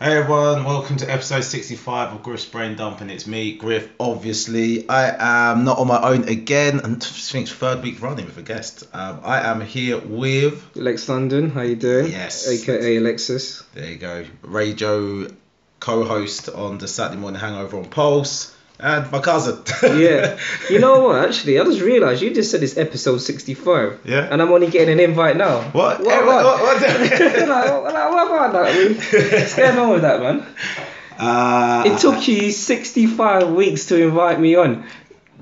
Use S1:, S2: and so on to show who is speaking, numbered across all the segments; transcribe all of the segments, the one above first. S1: Hey everyone, welcome to episode 65 of Griff's Brain Dump, and it's me, Griff. Obviously, I am not on my own again, and I think it's third week running with a guest. Um, I am here with,
S2: Lex London, how you doing?
S1: Yes.
S2: AKA Alexis.
S1: there you go, Ray Joe, co host on the Saturday Morning Hangover on Pulse, and my cousin.
S2: Yeah. you know what? Actually, I just realised you just said it's episode sixty-five.
S1: Yeah.
S2: And I'm only getting an invite now.
S1: What?
S2: What?
S1: Hey,
S2: what?
S1: what- what-
S2: like, what, like, what about that? man? What's going on with that, man?
S1: Uh,
S2: It took you sixty-five weeks to invite me on.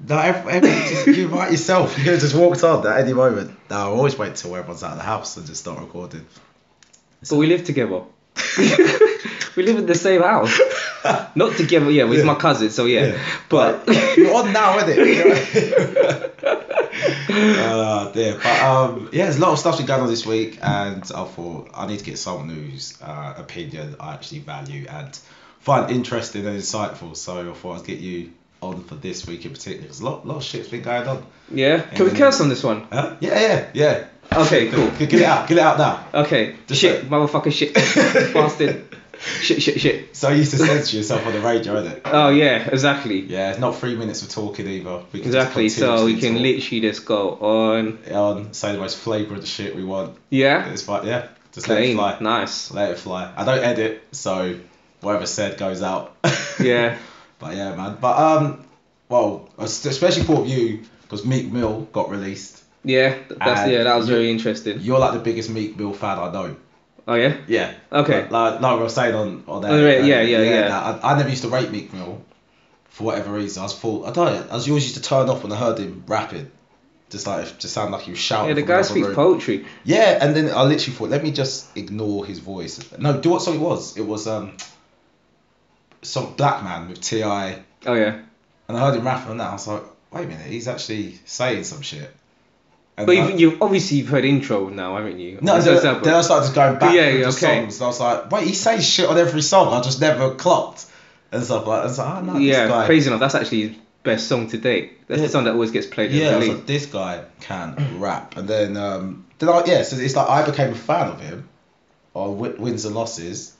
S1: No, every, every, just, you invite yourself. You could have just walked on at any moment. No, I always wait till everyone's out of the house and just start recording.
S2: But we live together. we live in the same house. Not together, yeah. With
S1: Yeah.
S2: my cousin, so yeah.
S1: Yeah.
S2: But
S1: You're on now, isn't it? uh, dear. But um, yeah, there's a lot of stuff's been going on this week, and I thought I need to get someone whose uh, opinion I actually value and find interesting and insightful. So I thought I'd get you on for this week in particular, because a lot, lot of shit's been going on.
S2: yeah. Can we
S1: Yeah.
S2: curse on this one?
S1: Huh? Yeah, yeah, yeah.
S2: Okay, cool.
S1: Get, get it out, get it out now.
S2: Okay.
S1: Just
S2: shit, motherfucker, shit, bastard. Shit, shit, shit.
S1: So you used to censor yourself on the radio, isn't it?
S2: Oh yeah, exactly.
S1: Yeah, it's not three minutes of talking either. We can just
S2: Exactly. So we
S1: continuously
S2: can
S1: talk.
S2: literally just go on.
S1: on, say the most flagrant shit we want.
S2: Yeah.
S1: It's fine, yeah. Just let it
S2: Clean.
S1: fly.
S2: Nice.
S1: Let it fly. I don't edit, so whatever's said goes out.
S2: Yeah.
S1: But yeah, man. But um, well, I s- especially thought of you because Meek Mill got released.
S2: Yeah. That's
S1: And
S2: yeah. That was
S1: you-
S2: very interesting.
S1: You're like the biggest Meek Mill fan I know.
S2: Oh yeah.
S1: Yeah.
S2: Okay.
S1: Like, like, like we were saying on on that.
S2: Oh, right, yeah, yeah, yeah.
S1: I, I never used to rate Meek Mill for whatever reason. I was full. I don't. know, I was always used to turn off when I heard him rapping. Just like just sound like he was shouting.
S2: Yeah. The
S1: from
S2: guy
S1: another
S2: speaks
S1: room.
S2: poetry.
S1: Yeah, and then I literally thought, let me just ignore his voice. No, do what song it was? It was um some black man with Ti, and
S2: Oh yeah.
S1: I heard him rapping on that. I was like, wait a minute, he's actually saying some shit. And
S2: But
S1: I-
S2: you've, you've obviously you've heard intro now, haven't you?
S1: no,
S2: On
S1: then,
S2: this
S1: then
S2: album.
S1: I started just going back
S2: Yeah,
S1: yeah,
S2: yeah,
S1: the
S2: okay.
S1: songs. And I was like, wait, he says shit on every song. I just never clocked and stuff like. That. I was like, oh no, this
S2: yeah.
S1: guy.
S2: Crazy enough. That's actually his best song to date. That's
S1: Yeah.
S2: the song that always gets played.
S1: Yeah, I
S2: Yeah.
S1: was like, this guy can rap. And then, um, then I, yeah, so it's like I became a fan of him on w- wins and losses.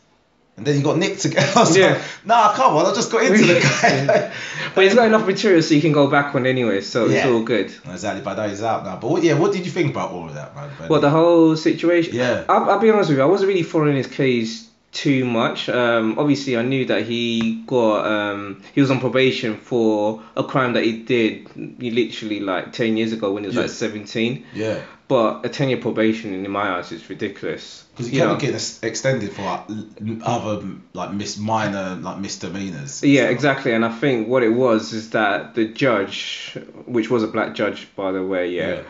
S1: And then you got nicked again. I was
S2: Yeah.
S1: like, nah, come on, I just got into the guy.
S2: but he's got enough material so you can go back on anyway. So it's
S1: Yeah.
S2: all good.
S1: exactly, but now he's out now. But what, yeah, what did you think about all of that, man?
S2: Well, the whole situation.
S1: Yeah.
S2: I'll, I'll be honest with you. I wasn't really following his case too much. Um, obviously, I knew that he got um, he was on probation for a crime that he did literally like ten years ago when he was
S1: Yeah.
S2: like seventeen.
S1: yeah,
S2: But a ten year probation in my eyes is ridiculous.
S1: because he
S2: You
S1: kept
S2: know?
S1: on getting ex- extended for like l- m- other like mis- minor like misdemeanors.
S2: Yeah,
S1: So-
S2: exactly. And I think what it was is that the judge, which was a black judge, by the way, yeah,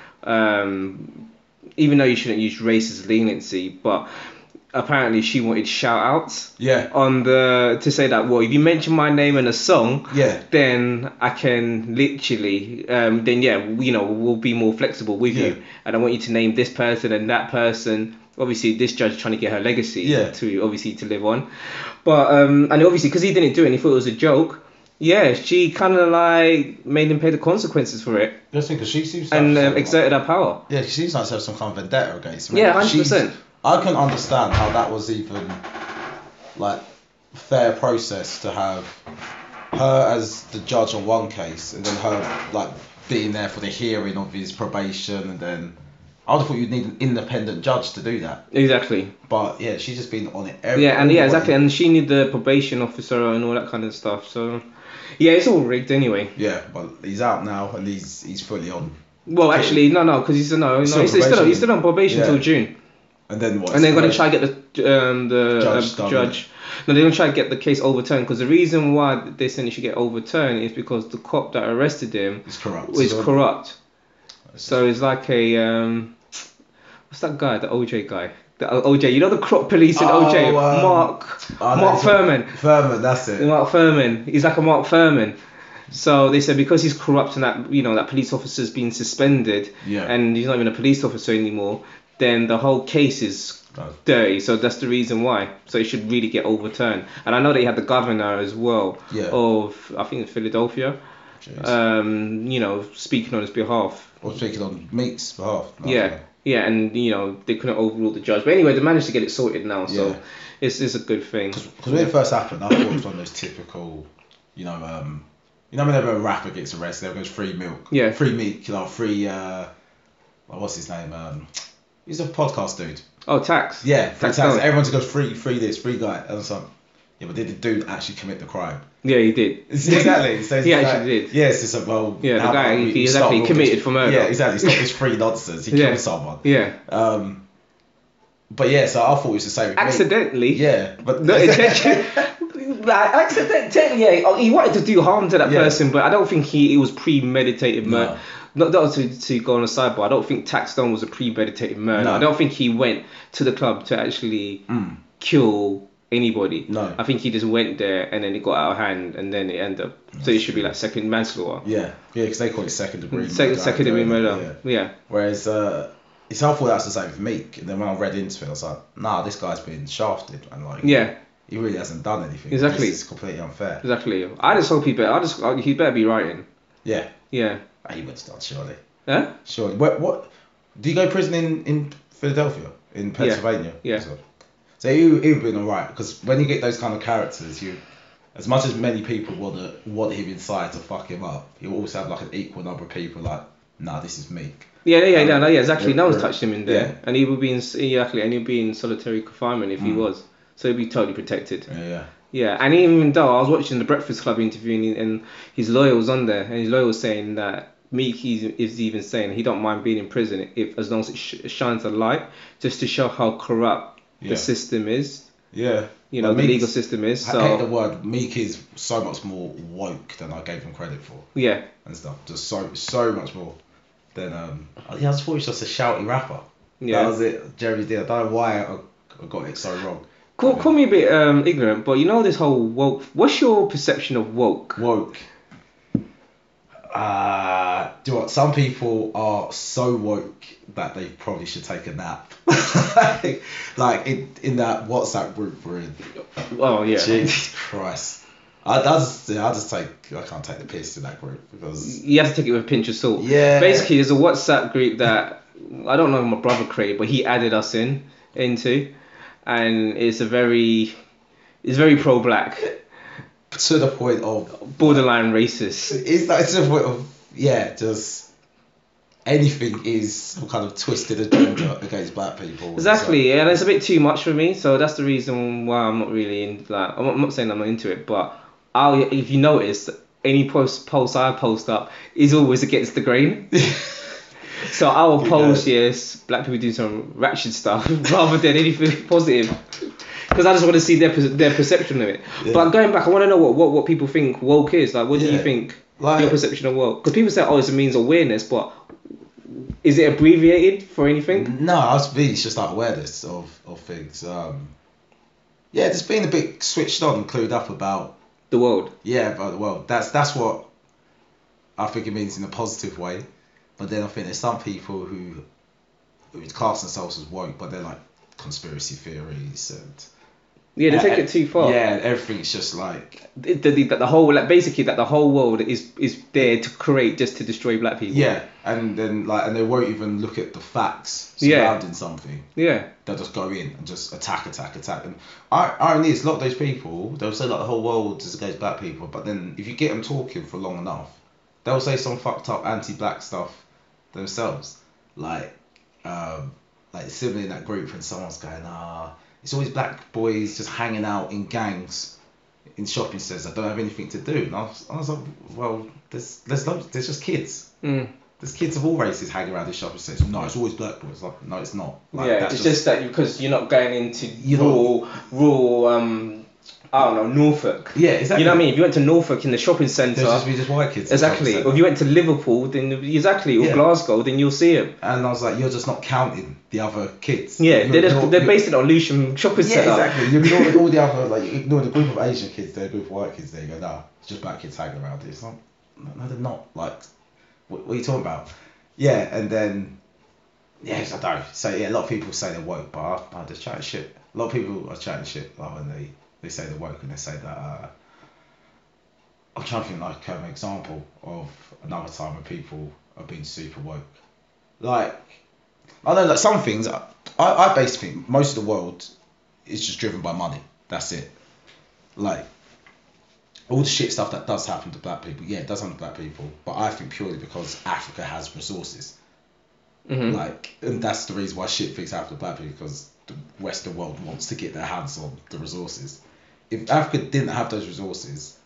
S2: Um, even though you shouldn't use racist leniency, but apparently she wanted shout outs
S1: Yeah,
S2: on the to say that well if you mention my name in a song
S1: yeah,
S2: then i can literally um then yeah you know we'll be more flexible with
S1: Yeah.
S2: you and i want you to name this person and that person obviously this judge trying to get her legacy
S1: Yeah.
S2: to obviously to live on but um and obviously because he didn't do it and he thought it was a joke yeah she kind of like made him pay the consequences for it
S1: just because she seems to
S2: and
S1: have
S2: um,
S1: some-
S2: exerted her power
S1: Yeah, she seems like to have some kind of vendetta against him.
S2: Yeah,
S1: Like, she's-
S2: 100%.
S1: I couldn't understand how that was even like fair process to have her as the judge on one case and then her like being there for the hearing of his probation and then I would have thought you'd need an independent judge to do that.
S2: exactly
S1: But yeah, she's just been on it every
S2: Yeah, and yeah, exactly. And she knew the probation officer and all that kind of stuff. So, yeah, it's all rigged anyway.
S1: Yeah, but he's out now and he's he's fully on.
S2: Well,
S1: Okay.
S2: actually, no, no, because he's no, no, he's,
S1: Still on
S2: he's still
S1: probation.
S2: he's still on probation
S1: Yeah.
S2: till June,
S1: And then what?
S2: and they're gonna try to get the um the
S1: Judge
S2: uh,
S1: started
S2: judge. No, they're gonna try to get the case overturned because the reason why they said it should get overturned is because the cop that arrested him
S1: It's corrupt.
S2: was
S1: So-
S2: corrupt. So it's like a um, what's that guy? The OJ guy. The uh, O- OJ. You know the crop police in
S1: Oh,
S2: OJ.
S1: um,
S2: Mark.
S1: Oh, no,
S2: Mark
S1: it's-
S2: Furman.
S1: Furman, that's it.
S2: Mark Furman. He's like a Mark Furman. So they said because he's corrupt and that you know that police officer's been suspended
S1: Yeah.
S2: and he's not even a police officer anymore, then the whole case is
S1: Oh.
S2: dirty. So that's the reason why. So it should really get overturned. And I know they had the governor as well
S1: Yeah.
S2: of I think it's Philadelphia.
S1: Jeez.
S2: Um, you know, speaking on his behalf.
S1: Or speaking on Meek's behalf.
S2: yeah. yeah, and you know they couldn't overrule the judge. But anyway, they managed to get it sorted now, so
S1: Yeah.
S2: it's it's a good thing.
S1: Because when it first happened, I thought it was one of those typical, you know, um, you know, whenever a rapper gets arrested, there goes free milk,
S2: Yeah.
S1: free meat, you know, free, uh, well, what's his name? Um, he's a podcast dude.
S2: Oh, tax.
S1: Yeah, free
S2: Tax
S1: tax.
S2: Dog.
S1: Everyone's goes free, free this, free guy, and it's like, yeah, but did the dude actually commit the crime?
S2: Yeah, he did.
S1: Exactly. So it's
S2: He
S1: like-
S2: actually did.
S1: Yeah, it's just like, well,
S2: Yeah, the
S1: now
S2: guy,
S1: we-
S2: he-
S1: we
S2: he's
S1: stop
S2: actually
S1: all
S2: committed
S1: this-
S2: for murder.
S1: Yeah, exactly. Stop this free nonsense. He
S2: Yeah.
S1: killed someone.
S2: Yeah,
S1: Um, but yeah, so I thought it was the same. with me.
S2: accidentally.
S1: Yeah, but
S2: No intention. Like accident, technically, yeah, oh, he wanted to do harm to that
S1: Yeah.
S2: person, but I don't think he it was premeditated
S1: No.
S2: murder. Not, not to, to go on a sidebar, I don't think Taxstone was a premeditated murder.
S1: No.
S2: I don't think he went to the club to actually
S1: Mm.
S2: kill anybody.
S1: No.
S2: I think he just went there and then it got out of hand and then it ended up. So it should be like second manslaughter.
S1: Yeah, yeah, because they call it second degree.
S2: Second,
S1: murder,
S2: second degree
S1: don't they?
S2: murder.
S1: Yeah.
S2: Yeah.
S1: Whereas uh, it's helpful that's the same for Meek. And then when I read into it, I was like, nah, this guy's been shafted, and like,
S2: yeah.
S1: he really hasn't done anything.
S2: Exactly.
S1: it's completely unfair.
S2: exactly. I just hope he better. I just he better be writing.
S1: Yeah,
S2: Yeah.
S1: Ah, he would have done surely.
S2: Huh?
S1: Surely. What? What? Do you go to prison in in Philadelphia, in Pennsylvania?
S2: yeah.
S1: So, so you you've been alright because when you get those kind of characters, you. As much as many people want to want him inside to fuck him up, you also have like an equal number of people like, nah, this is Meek.
S2: Yeah, yeah, yeah,
S1: Um,
S2: no, yeah, exactly. No one's
S1: yeah.
S2: touched him in there,
S1: Yeah.
S2: and he would be in exactly, and he'd be in solitary confinement if
S1: Mm.
S2: he was. So he'd be totally protected. Yeah.
S1: Yeah, yeah.
S2: and even though I was watching the Breakfast Club interview, and, and his lawyer was on there, and his lawyer was saying that Meek is, is even saying he don't mind being in prison if as long as it sh- shines a light, just to show how corrupt
S1: Yeah.
S2: the system is.
S1: Yeah.
S2: You know,
S1: But
S2: the
S1: Meek's-
S2: legal system is.
S1: I hate the
S2: So
S1: word. Meek is so much more woke than I gave him credit for
S2: yeah,
S1: and stuff. Just so so much more than um. I- Yeah, I just thought he was just a shouty rapper.
S2: yeah.
S1: That was it. Jeremy did. I don't know why I, I got it so wrong.
S2: call, call me a bit um, ignorant, but you know this whole woke. What's your perception of woke?
S1: Woke. Uh, do you know what? Some people are so woke that they probably should take a nap. like in, in that WhatsApp group we're in.
S2: Oh yeah.
S1: Jesus Christ. I, I just I just take I can't take the piss in that group because
S2: you have to take it with a pinch of salt.
S1: Yeah.
S2: Basically, there's a WhatsApp group that I don't know if my brother created, but he added us in into, and it's a very, it's very pro-black,
S1: to the point of
S2: borderline racist.
S1: it's like to the point of yeah just anything is some kind of twisted agenda against black people.
S2: Exactly, yeah, and it's a bit too much for me, so that's the reason why I'm not really in. Like, I'm not, I'm not saying I'm not into it, but I'll if you notice, any post post I post up is always against the grain. So I will
S1: You
S2: post
S1: know.
S2: yes, black people do some ratchet stuff rather than anything positive, because I just want to see their per- their perception of it.
S1: Yeah.
S2: But going back, I want to know what, what what people think woke is. Like, what do you
S1: Yeah.
S2: think
S1: Like-
S2: your perception of woke? Because people say, oh, it means awareness, but is it abbreviated for anything?
S1: No, I was being just like awareness of of things. Um, yeah, just being a bit switched on, and clued up about
S2: The world.
S1: yeah, but well, that's that's what I think it means in a positive way. But then I think there's some people who who class themselves as woke, but they're like conspiracy theories and
S2: Yeah, they take it too far.
S1: Yeah, everything's just like
S2: The, the, the, the whole like basically that the whole world is is there to create just to destroy black people.
S1: yeah, and then like and they won't even look at the facts
S2: Yeah.
S1: surrounding something.
S2: Yeah.
S1: They'll just go in and just attack, attack, attack. And ir- irony is, a lot of those people they'll say like the whole world is against black people, but then if you get them talking for long enough, they'll say some fucked up anti-black stuff themselves. Like, um, like similarly in that group when someone's going, ah, it's always black boys just hanging out in gangs in shopping centres. I don't have anything to do. And I was, I was like, well, there's there's loads, there's just kids.
S2: Mm.
S1: There's kids of all races hanging around in shopping centres. No, it's always black boys. Like, no, it's not. Like,
S2: yeah,
S1: that's
S2: it's just, that because you're not going into
S1: You're not-
S2: rural, rural, um, I don't know, Norfolk.
S1: Yeah, exactly.
S2: You know what I mean? If you went to Norfolk in the shopping centre,
S1: There's just be just white kids. in
S2: exactly.
S1: shopping
S2: Or if
S1: centre.
S2: you went to Liverpool, then exactly, or
S1: Yeah.
S2: Glasgow, then you'll see them.
S1: And I was like, you're just not counting the other kids.
S2: Yeah,
S1: You're-
S2: they're, just,
S1: you're-
S2: they're
S1: you're-
S2: based it on Lewisham shopping
S1: Yeah,
S2: centre.
S1: exactly. You ignore all the other like you ignore the group of Asian kids, the group of white kids. There you go. Nah, it's just black kids hanging around. It's not. No, they're not. Like, what, what are you talking about? Yeah, and then. Yes, I don't. So yeah, a lot of people say they're woke, but I, I just chatting shit. A lot of people are chatting shit like when they they say they're woke and they say that. Uh, I'm trying to think like an example of another time when people are being super woke. Like, I know like some things. I I basically think most of the world is just driven by money. That's it. Like all the shit stuff that does happen to black people. Yeah, it does happen to black people, but I think purely because Africa has resources.
S2: Mhm.
S1: Like, and that's the reason why shit things happen to black people because the Western world wants to get their hands on the resources. If Africa didn't have those resources,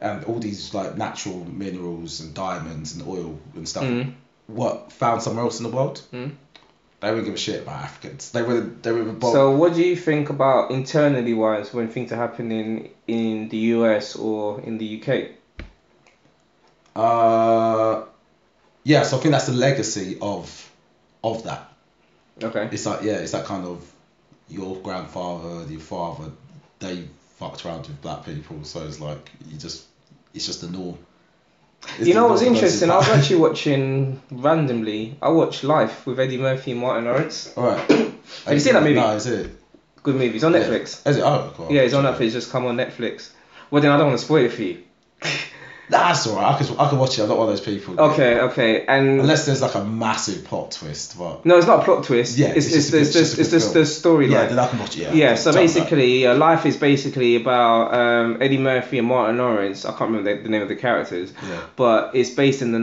S1: and all these like natural minerals and diamonds and oil and stuff
S2: Mhm.
S1: what found somewhere else in the world,
S2: Mhm.
S1: they wouldn't give a shit about Africans. They would. They would.
S2: So, what do you think about internally wise when things are happening in the US or in the UK?
S1: Uh, yeah. So I think that's the legacy of of that.
S2: Okay.
S1: It's like yeah, it's that kind of your grandfather, your father, they fucked around with black people, so it's like you just it's just the norm. It's
S2: you
S1: the
S2: know what's
S1: norm versus
S2: interesting? I was
S1: black.
S2: actually watching randomly. I watched Life with Eddie Murphy and Martin Lawrence.
S1: All right. Have
S2: you seen that movie?
S1: No, is it?
S2: Good movie. It's on
S1: Yeah.
S2: Netflix.
S1: Is it? Oh, cool.
S2: Yeah, it's on Netflix. It's just come on Netflix. Well, then I don't want to spoil it for you.
S1: That's alright. I could I could watch it. I'm not one of those people.
S2: Okay, okay. And
S1: Unless there's like a massive plot twist, but
S2: no, it's not a plot twist.
S1: Yeah,
S2: it's,
S1: it's
S2: it's,
S1: just a
S2: it's,
S1: good-
S2: just, it's
S1: just a
S2: just the
S1: good
S2: storyline.
S1: yeah, then I can watch it. Yeah.
S2: Yeah, so
S1: Something like
S2: basically, uh, life is basically about um, Eddie Murphy and Martin Lawrence. I can't remember the, the name of the characters,
S1: Yeah.
S2: but it's based in the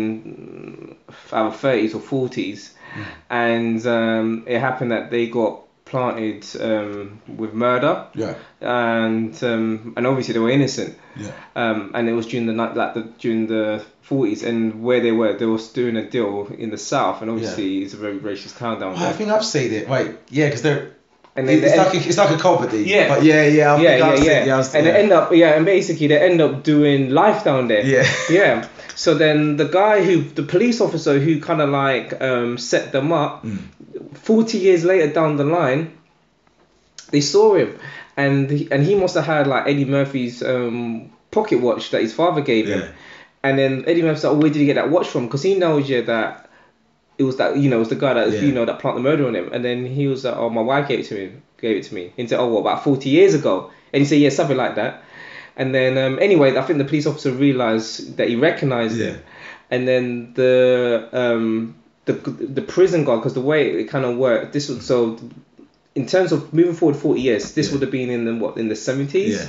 S2: 19 uh, 30s or 40s,
S1: Hmm.
S2: and um, it happened that they got planted um, with murder,
S1: that. Yeah.
S2: and um, and obviously they were innocent.
S1: Yeah.
S2: Um, and it was during the night, like the during the forties, and where they were, they were doing a deal in the south, and obviously it's a very racist town down
S1: Oh, I
S2: there.
S1: think I've seen it. Wait, yeah, because they're.
S2: And they-
S1: It's
S2: they-
S1: like a, it's like a comedy.
S2: Yeah.
S1: But yeah, yeah, I
S2: yeah,
S1: think
S2: yeah,
S1: I've seen
S2: yeah.
S1: it. Yeah, I've seen
S2: and
S1: it.
S2: they end up, yeah, and basically they end up doing life down there.
S1: Yeah.
S2: Yeah. So then the guy who, the police officer who kind of like um, set them up,
S1: Mm.
S2: 40 years later down the line, they saw him. And he, and he must have had like Eddie Murphy's um, pocket watch that his father gave
S1: Yeah.
S2: him. And then Eddie Murphy's like, "Oh, where did he get that watch from? Because he knows, yeah, that it was that you know it was the guy that
S1: Yeah.
S2: you know that planted the murder on him, and then he was like, oh my wife gave it to me, gave it to me. And he said, oh what about forty years ago? And he said yeah something like that, and then um, anyway I think the police officer realized that he recognized
S1: Yeah.
S2: him, and then the um the the prison guard because the way it kind of worked this was so. In terms of moving forward 40 years, this
S1: Yeah.
S2: would have been in the what in the 70s.
S1: Yeah.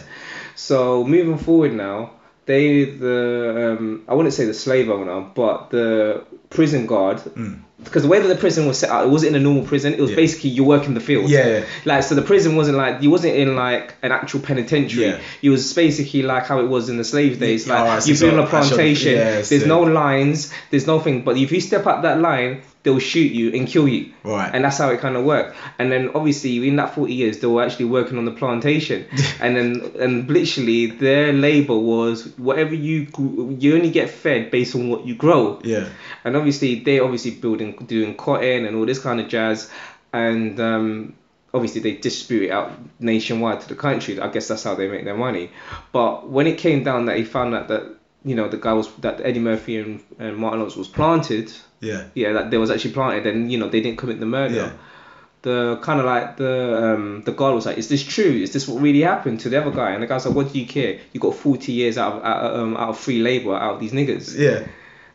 S2: So moving forward now, they the um, I wouldn't say the slave owner, but the prison guard,
S1: Mm.
S2: because the way that the prison was set up, it wasn't in a normal prison. It was
S1: Yeah.
S2: basically you work in the field.
S1: Yeah, yeah.
S2: Like so, the prison wasn't like you wasn't in like an actual penitentiary.
S1: Yeah.
S2: You was basically like how it was in the slave days.
S1: Yeah,
S2: Like
S1: alright, so
S2: you've been
S1: it's
S2: on a
S1: not actual-
S2: plantation.
S1: yeah, it's
S2: there's
S1: the-
S2: no lines. There's nothing. But if you step up that line, they'll shoot you and kill you.
S1: Right.
S2: And that's how it kind of worked. And then obviously in that 40 years they were actually working on the plantation. and then and literally their labor was whatever you gr- you only get fed based on what you grow.
S1: Yeah.
S2: And obviously they obviously building doing cotton and all this kind of jazz, and um, obviously they distribute it out nationwide to the country. I guess that's how they make their money. But when it came down that he found out that you know the guy was that Eddie Murphy and, and Martin Lawrence was planted,
S1: Yeah.
S2: yeah, that they was actually planted, and you know they didn't commit the murder.
S1: Yeah.
S2: The kind of like the um, the guard was like, is this true? Is this what really happened to the other guy? And the guy's like, what do you care? You got forty years out of out, of, um, out of free labor out of these niggas
S1: Yeah.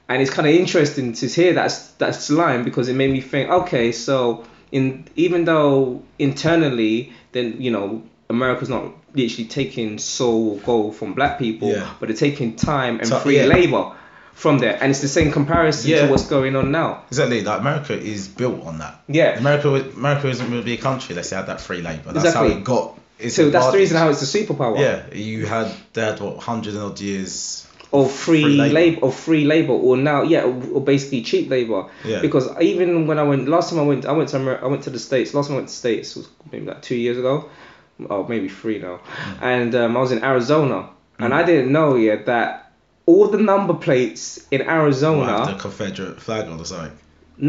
S2: and it's kind of interesting to hear that's that's line because it made me think okay so in even though internally then you know america's not literally taking soul or gold from black people
S1: Yeah.
S2: but they're taking time and
S1: Ti-
S2: free
S1: yeah.
S2: labor from there and it's the same comparison
S1: Yeah.
S2: to what's going on now
S1: Exactly. Like America is built on that.
S2: Yeah.
S1: America, would- America isn't going to be a country unless they had that free labor. That's how
S2: Exactly.
S1: it got. It's
S2: so that's the reason how it's a superpower
S1: Yeah, you had they had what hundred and odd years.
S2: or free,
S1: Free
S2: labor.
S1: labour.
S2: or free labor or now yeah or, or basically cheap labor
S1: Yeah.
S2: because even when I went last time I went I went to Amer- I went to the states last time I went to the states was maybe like 2 years ago oh maybe 3 now
S1: Mm.
S2: and um, I was in Arizona and I didn't know yet that all the number plates in
S1: Like
S2: Arizona
S1: the Confederate flag on or something.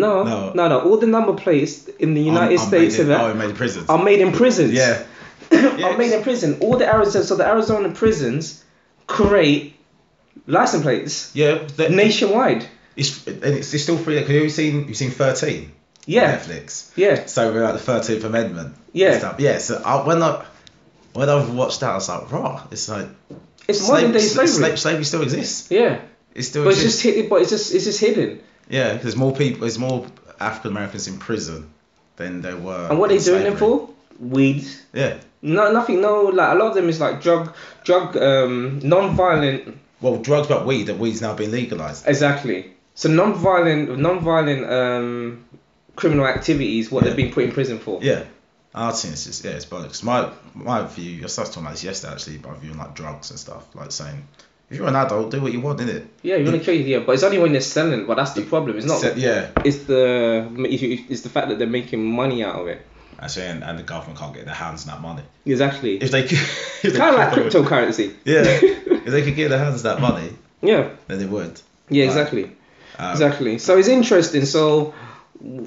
S2: no, no
S1: No.
S2: no all the number plates in the United
S1: Un-
S2: States
S1: unmade
S2: and
S1: in-
S2: that
S1: Oh, it made prisons.
S2: are made in prisons
S1: yeah.
S2: are made in prison all the Arizona so the Arizona prisons create license plates
S1: Yeah. that-
S2: nationwide
S1: It's and it's, it's still free. Have you seen you've seen thirteen?
S2: yeah
S1: Netflix.
S2: yeah
S1: So we're at the Thirteenth Amendment. and
S2: Yeah.
S1: stuff. Yeah. So I, when I when I've watched that, I was like, raw. It's like
S2: It's modern day slavery.
S1: Slave, slavery still exists.
S2: yeah,
S1: It still
S2: but it's
S1: exists.
S2: just hid, but it's just it's just hidden.
S1: Yeah, 'cause there's more people. There's more African Americans in prison than there were.
S2: And what
S1: in
S2: they doing it
S1: slavery.
S2: for? Weed.
S1: Yeah.
S2: No, nothing. No, like a lot of them is like drug, drug, um, non-violent.
S1: Well, drugs, but weed. That weed's now been legalized.
S2: Exactly. So non-violent, non-violent um, criminal activities. What
S1: Yeah.
S2: they've been put in prison for.
S1: Yeah. I've seen it's just yeah, it's bollocks. My my view. I started talking about this yesterday actually. My view on like drugs and stuff. Like saying, if you're an adult, do what you want, innit?
S2: Yeah, you want to kill you yeah, but it's only when they're selling. But that's the problem. It's not.
S1: So- yeah.
S2: It's the it's the fact that they're making money out of it.
S1: Actually, and, and the government can't get their hands on that money.
S2: Exactly.
S1: If they could, if they
S2: Kind of like
S1: could-
S2: cryptocurrency.
S1: Yeah. if they could get their hands on that money,
S2: Yeah.
S1: then they would.
S2: Yeah.
S1: Right.
S2: Exactly.
S1: Um,
S2: Exactly. So it's interesting. So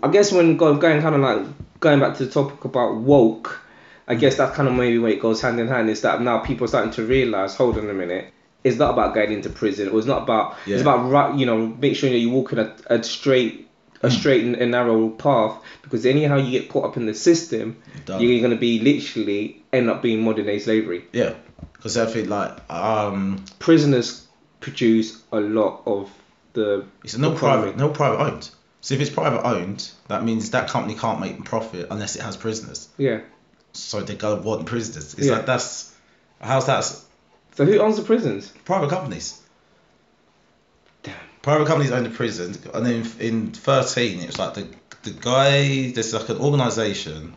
S2: I guess when go- going kind of like going back to the topic about woke, I guess that's kind of maybe where it goes hand in hand is that now people are starting to realize, hold on a minute, it's not about going into prison or it's not about
S1: Yeah.
S2: it's about right, you know, make sure that you walk in a, a straight
S1: Hmm.
S2: a straight and, and narrow path because anyhow you get caught up in the system,
S1: You're done.
S2: you're gonna be literally end up being modern day slavery.
S1: Yeah. Because I feel like um,
S2: Prisoners produce a lot of the
S1: it's no
S2: the
S1: private, no private owned. So if it's private owned, that means that company can't make profit unless it has prisoners.
S2: Yeah.
S1: So they go want prisoners. It's
S2: Yeah.
S1: like that's how's that s-
S2: So who owns the prisons?
S1: private companies.
S2: Damn.
S1: Private companies own the prison, and then in thirteen, it's like the the guy. There's like an organization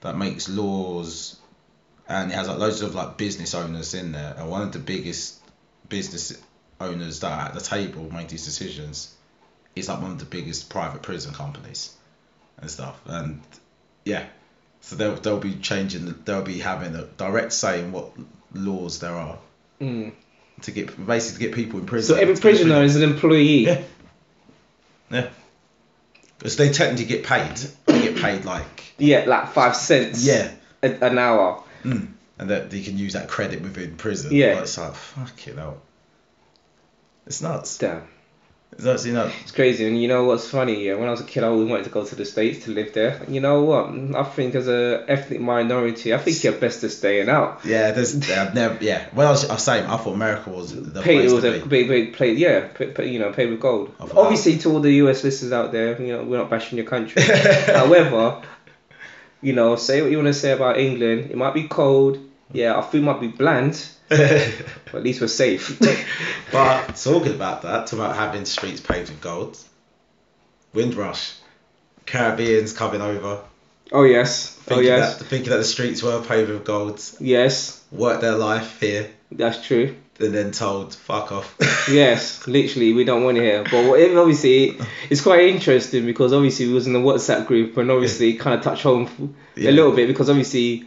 S1: that makes laws, and it has like loads of like business owners in there. And one of the biggest business owners that are at the table make these decisions is like one of the biggest private prison companies and stuff. And yeah, so they'll they'll be changing. the- They'll be having a direct say in what laws there are Hmm.
S2: Mm.
S1: to get basically to get people in prison.
S2: So every
S1: To get
S2: prisoner is an employee.
S1: Yeah. Yeah. Because they technically get paid. They get paid like
S2: Yeah, like five cents.
S1: yeah,
S2: A, an hour.
S1: mm. and that they can use that credit within prison.
S2: Yeah.
S1: Like, it's like fucking hell. It's nuts.
S2: Damn,
S1: It's actually nuts.
S2: it's crazy. And you know what's funny? Yeah, when I was a kid, I always wanted to go to the states to live there. You know what? I think as a ethnic minority, I think you're best to staying out.
S1: Yeah, there's I've never yeah. When I was, I was saying I thought America was the
S2: Pay
S1: place
S2: it was
S1: to
S2: a
S1: be.
S2: big, big play. Yeah, pay, pay, you know, pay with gold.
S1: Of-
S2: Obviously, to all the US listeners out there, you know, we're not bashing your country. Oh, However, you know, say what you want to say about England. It might be cold. Yeah, our food might be bland, but at least we're safe.
S1: But talking about that, talking about having streets paved with gold, Windrush, Caribbeans coming over,
S2: oh yes. Oh
S1: thinking,
S2: yes.
S1: that, thinking that the streets were paved with gold,
S2: Yes.
S1: worked their life here,
S2: That's true.
S1: and then told fuck off.
S2: Yes, literally, we don't want to hear. But what- obviously, it's quite interesting because obviously we was in the WhatsApp group and obviously kind of touch home f-
S1: Yeah.
S2: a little bit because obviously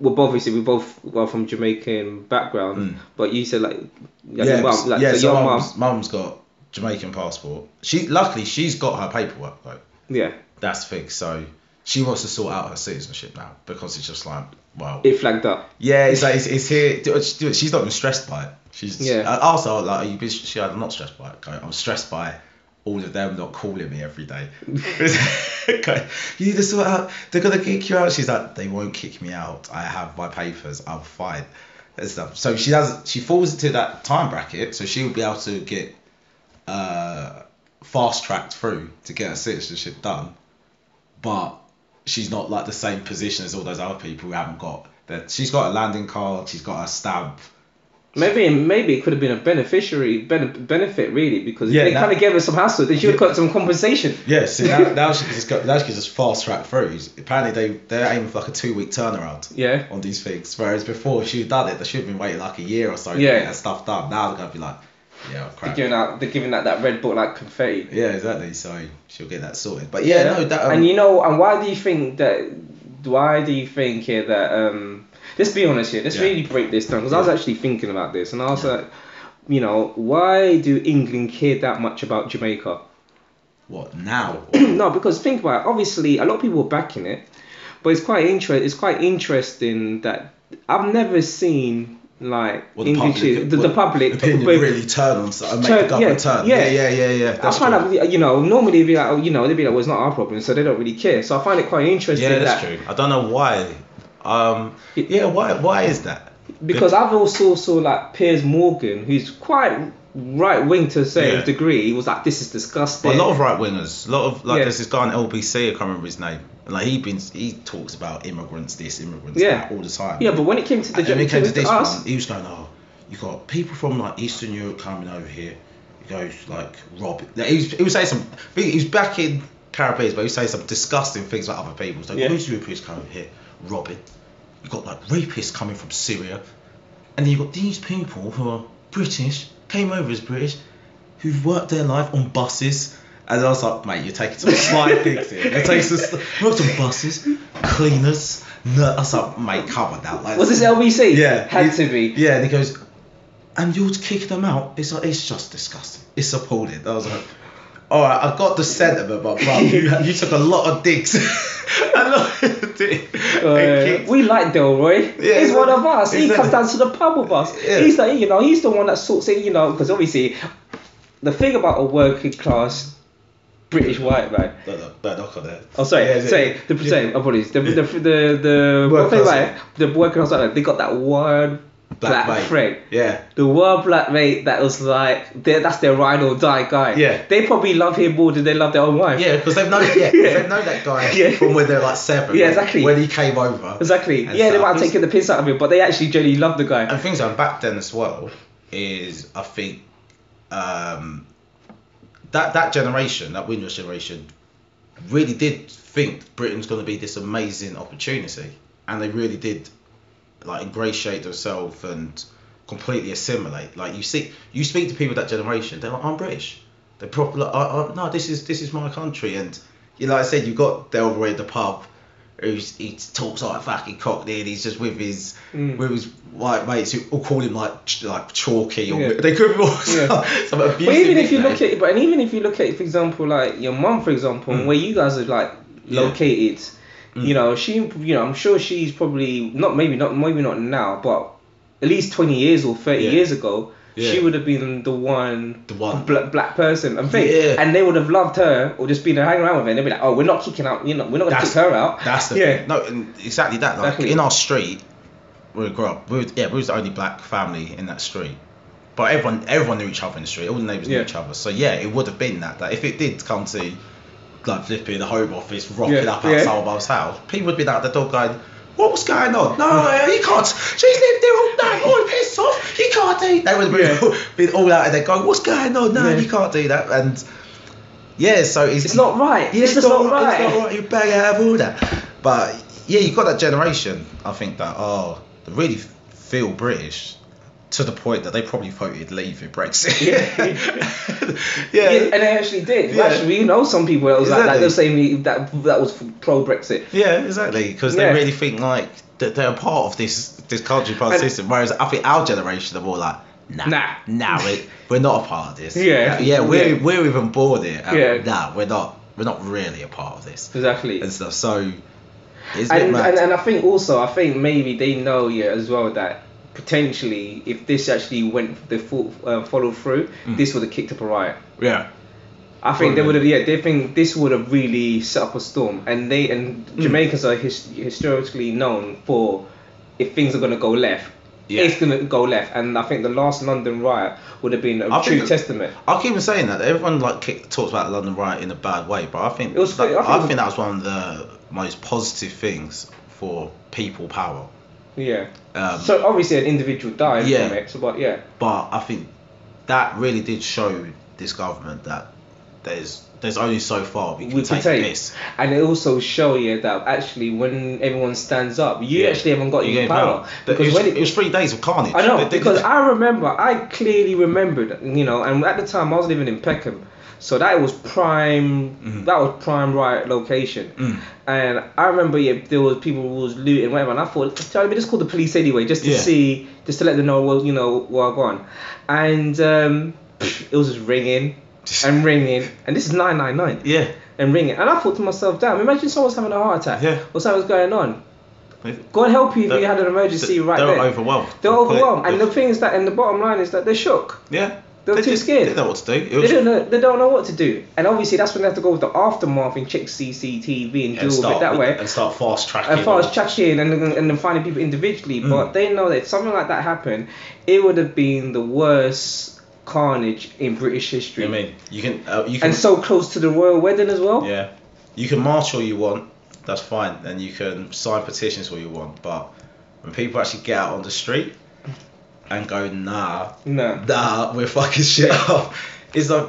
S2: we're both obviously we both well from Jamaican background.
S1: Mm.
S2: But you said like, yeah,
S1: yeah,
S2: your mum, like,
S1: yeah.
S2: so
S1: So
S2: your
S1: mum's,
S2: mum,
S1: mum's got Jamaican passport. She luckily she's got her paperwork though.
S2: yeah,
S1: That's the thing. So she wants to sort out her citizenship now because it's just like well,
S2: it flagged up.
S1: yeah, it's like it's, it's here. do it, do it. She's not even stressed by it. She's
S2: Yeah.
S1: I asked her like, are you busy? She, I'm not stressed by it. Okay, I'm stressed by all of them not calling me every day. okay, you need to sort out. They're gonna kick you out. She's like, they won't kick me out. I have my papers. I'm fine. And stuff. So she does. She falls into that time bracket, so she will be able to get uh, fast tracked through to get her citizenship done. But she's not like the same position as all those other people who haven't got that. She's got a landing card. She's got a stamp.
S2: Maybe maybe it could have been a beneficiary bene- benefit really because
S1: Yeah,
S2: they
S1: that-
S2: kind of gave us some hassle. They should have got some compensation.
S1: Yeah, so now, now she can just go, now she can just fast track through. Apparently they they're aiming for like a two week turnaround
S2: Yeah.
S1: on these things. Whereas before if she'd done it, they should have been waiting like a year or so
S2: Yeah.
S1: to get that stuff done. Now they're gonna be like, yeah, oh,
S2: They're
S1: crap.
S2: giving out, they're giving out that red book like confetti.
S1: Yeah, exactly. So she'll get that sorted. But yeah, no, that um,
S2: and you know, and why do you think that? Why do you think here that? Um, let's be honest here. Let's
S1: Yeah.
S2: really break this down because I was
S1: Yeah.
S2: actually thinking about this, and I was
S1: Yeah.
S2: like, you know, why do England care that much about Jamaica?
S1: what now?
S2: no, because think about it. obviously a lot of people were backing it, but it's quite inter- It's quite interesting that I've never seen like
S1: Well,
S2: English the, the
S1: well,
S2: public
S1: opinion
S2: but-
S1: really turn on so- and make
S2: Turn-
S1: the government
S2: yeah,
S1: turn.
S2: yeah.
S1: Yeah, yeah, yeah, yeah.
S2: I
S1: That's
S2: find
S1: true.
S2: out, you know, normally they'd be like, oh, you know, they'd be like, well, it's not our problem, so they don't really care. So I find it quite interesting
S1: Yeah,
S2: that
S1: that's true. I don't know why. Um, yeah, why why is that?
S2: Because I've also saw like Piers Morgan, who's quite right wing to a certain
S1: Yeah.
S2: degree. He was like, this is disgusting.
S1: But a lot of right wingers, a lot of like
S2: Yeah.
S1: there's this guy in LBC, I can't remember his name. And like he been he talks about immigrants this, immigrants
S2: Yeah.
S1: that all the time.
S2: yeah, but when it came to the
S1: and then when it came to this
S2: us,
S1: one, he was going, oh, you got people from like Eastern Europe coming over here. He goes like rob. like, He was, he was saying some. He was back in Caribbean, but he was saying some disgusting things about other people. So
S2: Yeah.
S1: like, who's Europeans coming here, robbing? You got like rapists coming from Syria, and then you got these people who are British, came over as British, who've worked their life on buses. And I was like, mate, you're taking some slight things here. You're taking some worked on buses, cleaners. No, I was like, mate, cover that. Like,
S2: was this LBC?
S1: yeah.
S2: had
S1: he-
S2: to be.
S1: Yeah, and he goes, and you're kicking them out. It's like, it's just disgusting. It's appalling. I was like, all right, I got the sentiment, but bro, you, you took a lot of digs. a lot of digs.
S2: Uh,
S1: And kicked-
S2: we like Delroy.
S1: Yeah,
S2: he's one of us. He
S1: exactly.
S2: comes down to the pub with us.
S1: Yeah.
S2: He's like, you know, he's the one that sorts it, you know, because obviously, the thing about a working class British white man.
S1: No, no, no, knock on that.
S2: Oh, sorry,
S1: Yeah, yeah,
S2: sorry,
S1: yeah.
S2: the
S1: Yeah.
S2: sorry, apologies. The the the the
S1: Working
S2: what thing
S1: class,
S2: about it, the working class white man, They got that one black,
S1: mate.
S2: friend.
S1: Yeah.
S2: The one black mate that was like, they- that's their ride or die guy.
S1: Yeah.
S2: They probably love him more than they love their own wife.
S1: Yeah, because they've known, yeah, 'cause they've known that guy
S2: Yeah.
S1: from when they're like seven.
S2: Yeah, exactly.
S1: When he came over.
S2: Exactly.
S1: And
S2: yeah, they
S1: stuff.
S2: might have taken the piss out of him, but they actually genuinely love the guy.
S1: and things like back then as well is I think um, that that generation, that Windrush generation, really did think Britain's going to be this amazing opportunity, and they really did like ingratiate themselves and completely assimilate. Like you see, you speak to people of that generation, they're like, I'm British. They're proper. Like, I, I, no, this is this is my country, and you know, like I said, you got Delroy at the pub. Who's, he talks like a fucking cockney and he's just with his with his white mates who all call him like ch- like chalky or
S2: Yeah.
S1: they could be all some,
S2: Yeah.
S1: some abusive
S2: But even if you
S1: nickname.
S2: look at, but and even if you look at, for example, like your mum, for example, where you guys are like
S1: Hmm. Yeah. Hmm.
S2: located, you know, she, you know, I'm sure she's probably not, maybe not, maybe not now, but at least 20 years or 30
S1: Yeah.
S2: years ago, she
S1: Yeah.
S2: would have been the one,
S1: The one.
S2: bla- black person, and thing,
S1: Yeah.
S2: and they would have loved her or just been hanging around with her. and They'd be like, oh, we're not kicking out, you know, we're not gonna kick
S1: That's-
S2: her out.
S1: That's the
S2: yeah.
S1: thing. No, and exactly that. Like
S2: Exactly.
S1: in our street, where we grew up, we were, yeah, we was the only black family in that street. But everyone, everyone knew each other in the street. All the neighbours
S2: Yeah.
S1: knew each other. So yeah, it would have been that. That if it did come to like flipping the home office, rocking
S2: Yeah,
S1: up
S2: yeah.
S1: outside yeah. house, people would be out the door going. What was going on? No, uh, he can't. She's lived there all night, all pissed off. He can't do. They would have been, been all out and they going, "What's going on? No,
S2: Yeah.
S1: you can't do that." And yeah, so it's,
S2: It's not right.
S1: yeah,
S2: it's, just not right.
S1: It's not right. You bang out of order. But yeah, you got that generation. I think that oh, they really f- feel British to the point that they probably voted leave in Brexit. Yeah.
S2: Yeah,
S1: yeah.
S2: and they actually did.
S1: Yeah.
S2: Actually, you know, some people that was like that. They're saying that that was pro Brexit.
S1: exactly. Because
S2: Yeah.
S1: they really think like that they're a part of this this country part of the
S2: And-
S1: system. Whereas I think our generation are more like. Nah,
S2: Nah.
S1: nah, we we're not a part of this.
S2: Yeah.
S1: yeah, we're
S2: Yeah.
S1: we're even bored here. Um,
S2: Yeah.
S1: nah, we're not we're not really a part of this
S2: Exactly.
S1: and stuff. So it's a bit
S2: and,
S1: mad.
S2: and and I think also I think maybe they know yeah as well that potentially if this actually went the full uh, follow through, this would have kicked up a riot.
S1: Yeah.
S2: I think they
S1: Mm. Probably.
S2: would have yeah they think this would have really set up a storm and they and
S1: Mm.
S2: Jamaicans are his, historically known for if things are gonna go left.
S1: Yeah.
S2: It's gonna go left, and I think the last London riot would have been a
S1: I
S2: true
S1: think that-
S2: testament.
S1: I keep on saying that everyone like kick, talks about London riot in a bad way, but I think
S2: It was-
S1: that-
S2: I think-
S1: I think that was one of the most positive things for people power.
S2: Yeah.
S1: Um,
S2: So obviously an individual died
S1: Yeah.
S2: from it, so, but yeah.
S1: but I think that really did show this government that there's there's only so far we can
S2: we can
S1: take,
S2: take
S1: this.
S2: and it also show you that actually when everyone stands up you actually haven't got
S1: You
S2: your
S1: gave
S2: power,
S1: power. But it,
S2: because
S1: was,
S2: when
S1: it was three days of carnage.
S2: I know
S1: They- they-
S2: because I remember I clearly remembered you know and at the time I was living in Peckham so that was prime
S1: Mm-hmm.
S2: that was prime riot location
S1: Mm.
S2: and I remember yeah there was people who was looting whatever and I thought tell me just call the police anyway just to
S1: Yeah.
S2: see just to let them know well you know where I've gone and um, it was just ringing and ringing and this is 999
S1: yeah,
S2: and ring it. And I thought to myself, damn, imagine someone's having a heart attack
S1: Yeah.
S2: or something's going on.
S1: They-
S2: God help you if
S1: They-
S2: you had an emergency right
S1: they're
S2: there.
S1: overwhelmed.
S2: They're
S1: Complete-
S2: overwhelmed. And the thing is that, and the bottom line is that they're shook.
S1: yeah,
S2: they're too
S1: just-
S2: scared.
S1: They don't know what to do. It
S2: They
S1: was-
S2: don't, know, they don't know what to do. And obviously, that's when they have to go with the aftermath and check CCTV
S1: and
S2: and deal with it
S1: start-
S2: that way.
S1: and start fast tracking.
S2: As far as tracking and, and, and then finding
S1: Mm.
S2: people individually, but they know that if something like that happened, it would have been the worst carnage in British history.
S1: I mean, you can uh, you can
S2: and so close to the royal wedding as well.
S1: yeah, you can march all you want. That's fine, and you can sign petitions all you want. But when people actually get out on the street and go, nah,
S2: No.
S1: nah, we're fucking shit up. It's like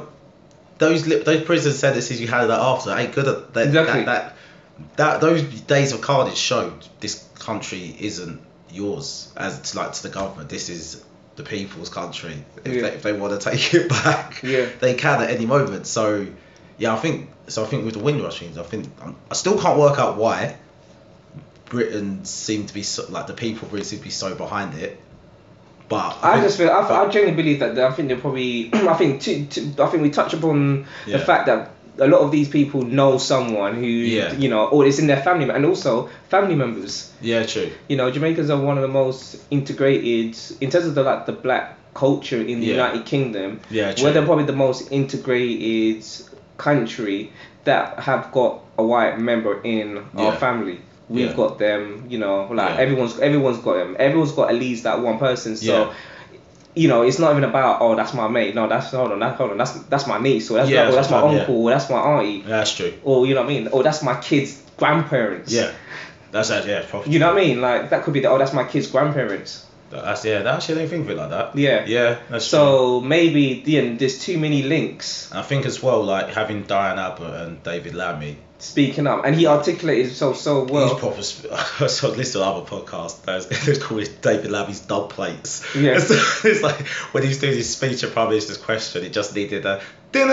S1: those li- those prison sentences you had that after ain't good at that.
S2: Exactly.
S1: That, that that those days of carnage showed this country isn't yours as it's like to the government. This is the people's country. If
S2: Yeah.
S1: they if they want to take it back,
S2: Yeah.
S1: they can at any moment. So yeah, I think so. I think with the Windrush things, I think I'm, I still can't work out why. Britain seemed to be so, like the people really seem to be so behind it, but
S2: I just feel I,
S1: but-
S2: I genuinely believe that I think they're probably I think to, to, I think we touch upon
S1: Yeah.
S2: the fact that a lot of these people know someone who
S1: Yeah.
S2: you know or it's in their family and also family members.
S1: yeah, true.
S2: You know, Jamaicans are one of the most integrated in terms of the like the black culture in the
S1: Yeah.
S2: United Kingdom.
S1: Yeah, true.
S2: We're the, probably the most integrated country that have got a white member in our
S1: Yeah.
S2: family. We've
S1: Yeah.
S2: got them, you know, like
S1: Yeah.
S2: everyone's everyone's got them. Everyone's got at least that one person. So
S1: Yeah.
S2: you know, it's not even about oh that's my mate. No, that's hold on, that, hold on, that's that's my niece, or that's,
S1: Yeah,
S2: or that's
S1: that's
S2: my
S1: what I'm-
S2: uncle, or that's my auntie,
S1: Yeah, that's true.
S2: or you know what I mean, or that's my kid's grandparents.
S1: Yeah, that's that. Yeah, probably.
S2: You know what I mean? Like that could be the oh that's my kid's grandparents.
S1: That's yeah. That actually, I didn't think of it like that.
S2: Yeah.
S1: Yeah, that's true.
S2: So maybe yeah, there's too many links
S1: And I think as well, like having Diane Abbott and David Lammy.
S2: speaking up, and he articulated himself so well.
S1: he's proper. Sp- I was listening to another podcast. That was called David Lammy's dub plates.
S2: Yeah.
S1: It's, it's like when he was doing his speech and Prime Minister's question, it just needed a.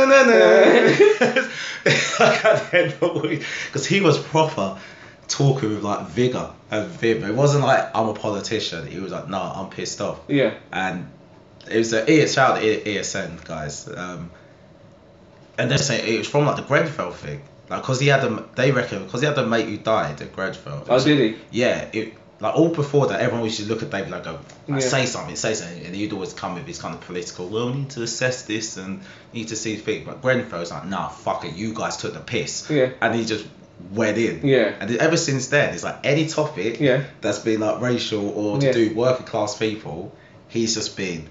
S1: Because he was proper talking with like vigor and vim. It wasn't like I'm a politician. He was like, no, I'm pissed off.
S2: yeah.
S1: and it was a ES shout out to E- ESN guys. Um, and they're saying it was from like the Grenfell thing, like because he had a they reckon because he had a mate who died at Grenfell.
S2: Oh, did he?
S1: Yeah, it like all before that, everyone used to look at David like, go, like
S2: Yeah.
S1: say something, say something, and he'd always come with his kind of political. Well, we need to assess this and need to see the thing. But Grenfell's like, nah, fuck it, you guys took the piss.
S2: Yeah.
S1: And he just went in.
S2: Yeah.
S1: And ever since then, it's like any topic
S2: Yeah.
S1: that's been like racial or to
S2: Yeah.
S1: do working class people, he's just been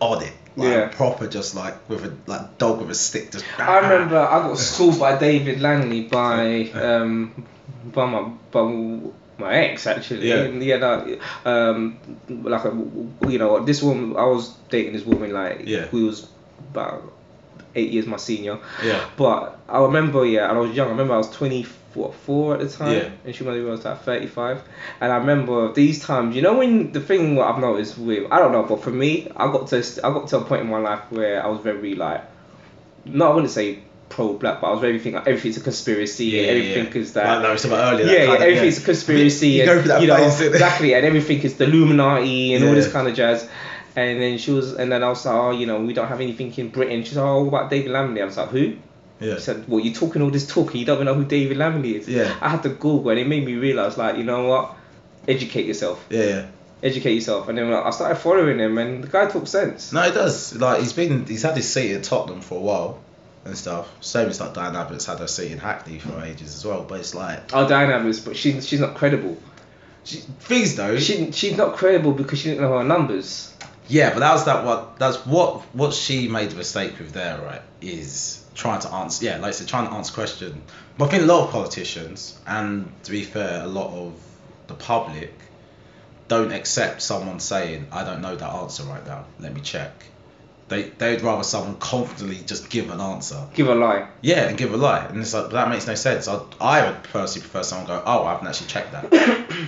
S1: on it. Like
S2: Yeah.
S1: proper just like with a like dog with a stick just
S2: I remember I got schooled by David Langley by um by my by my ex actually.
S1: Yeah.
S2: And yeah. No, um, like a, you know this woman I was dating this woman like
S1: Yeah.
S2: we was about eight years my senior.
S1: Yeah.
S2: But I remember yeah, and I was young. I remember I was twenty four four at the time,
S1: Yeah.
S2: and she maybe was like thirty five. And I remember these times. You know when the thing what I've noticed with I don't know, but for me, I got to I got to a point in my life where I was very like no, I wouldn't say pro black, but I was very everything. Like, everything's a conspiracy. and everything is that.
S1: Like, no, it's about earlier. that
S2: yeah, yeah,
S1: kind of-
S2: everything's a conspiracy.
S1: You
S2: and,
S1: go through that
S2: you know,
S1: phase, innit?
S2: exactly, and everything is the Illuminati and all this
S1: Yeah.
S2: kind of jazz. And then she was, and then I was like, oh, you know, we don't have anything in Britain. She's like, oh, what about David Lamley? I was like, who?
S1: Yeah.
S2: She said, well, you're talking all this talk and you don't even know who David Lamley is.
S1: Yeah.
S2: I had to Google, and it made me realize, like, you know what? Educate yourself.
S1: yeah, yeah.
S2: Educate yourself. And then like, I started following him, and the guy talks sense.
S1: No, it does. Like he's been, he's had his seat at Tottenham for a while and stuff. Same as like Diane Abbott's had her seat in Hackney for ages as well. But it's like
S2: Our dynamics, but she, she's not credible.
S1: she, things though.
S2: She, she's not credible because she didn't know her numbers.
S1: Yeah, but that was that what that's what what she made the mistake with there, right? Is trying to answer yeah, like I said, trying to answer question. But I think a lot of politicians and to be fair, a lot of the public don't accept someone saying, I don't know that answer right now, let me check. They they'd rather someone confidently just give an answer.
S2: Give a lie.
S1: Yeah, and give a lie. And it's like but that makes no sense. I I would personally prefer someone go, Oh, I haven't actually checked that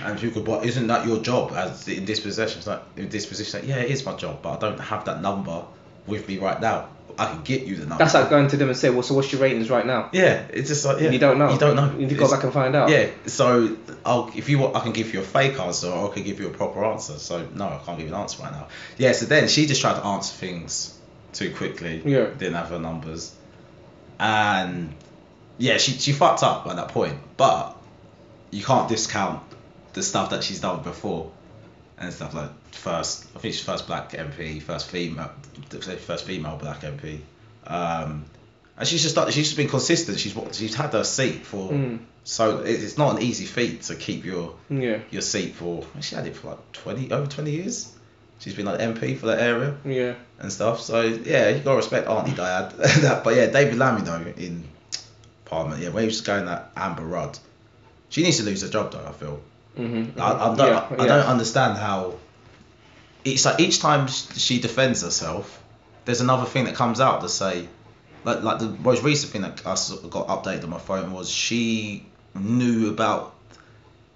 S1: and people go, But isn't that your job as in this position? It's like in this position like, yeah, it is my job, but I don't have that number with me right now. I can get you the number.
S2: That's like going to them and say, well, so what's your ratings right now?
S1: Yeah, it's just like yeah.
S2: You don't know.
S1: You don't know.
S2: You need to go
S1: It's-
S2: back and find out.
S1: Yeah, so I'll if you want, I can give you a fake answer, or I can give you a proper answer. So no, I can't give you an answer right now. Yeah, so then she just tried to answer things too quickly.
S2: Yeah.
S1: didn't have her numbers, and yeah, she she fucked up at that point. But you can't discount the stuff that she's done before and stuff like first. I think she's first black MP, first female, first female black MP. Um, and she's just done- she's just been consistent. She's wa- she's had her seat for
S2: Mm.
S1: so it- it's not an easy feat to keep your
S2: Yeah.
S1: your seat for. She had it for like twenty over twenty years. She's been like MP for that area
S2: Yeah.
S1: and stuff. So yeah, you gotta respect Auntie Diad. That- but yeah, David Lammy though in Parliament, yeah, where he was going that Amber Rudd, she needs to lose her job though. I feel.
S2: Mm-hmm.
S1: I, I don't.
S2: Yeah,
S1: I
S2: yeah.
S1: don't understand how. It's like each time sh- she defends herself, there's another thing that comes out to say, like like the most recent thing that I sort of got updated on my phone was she knew about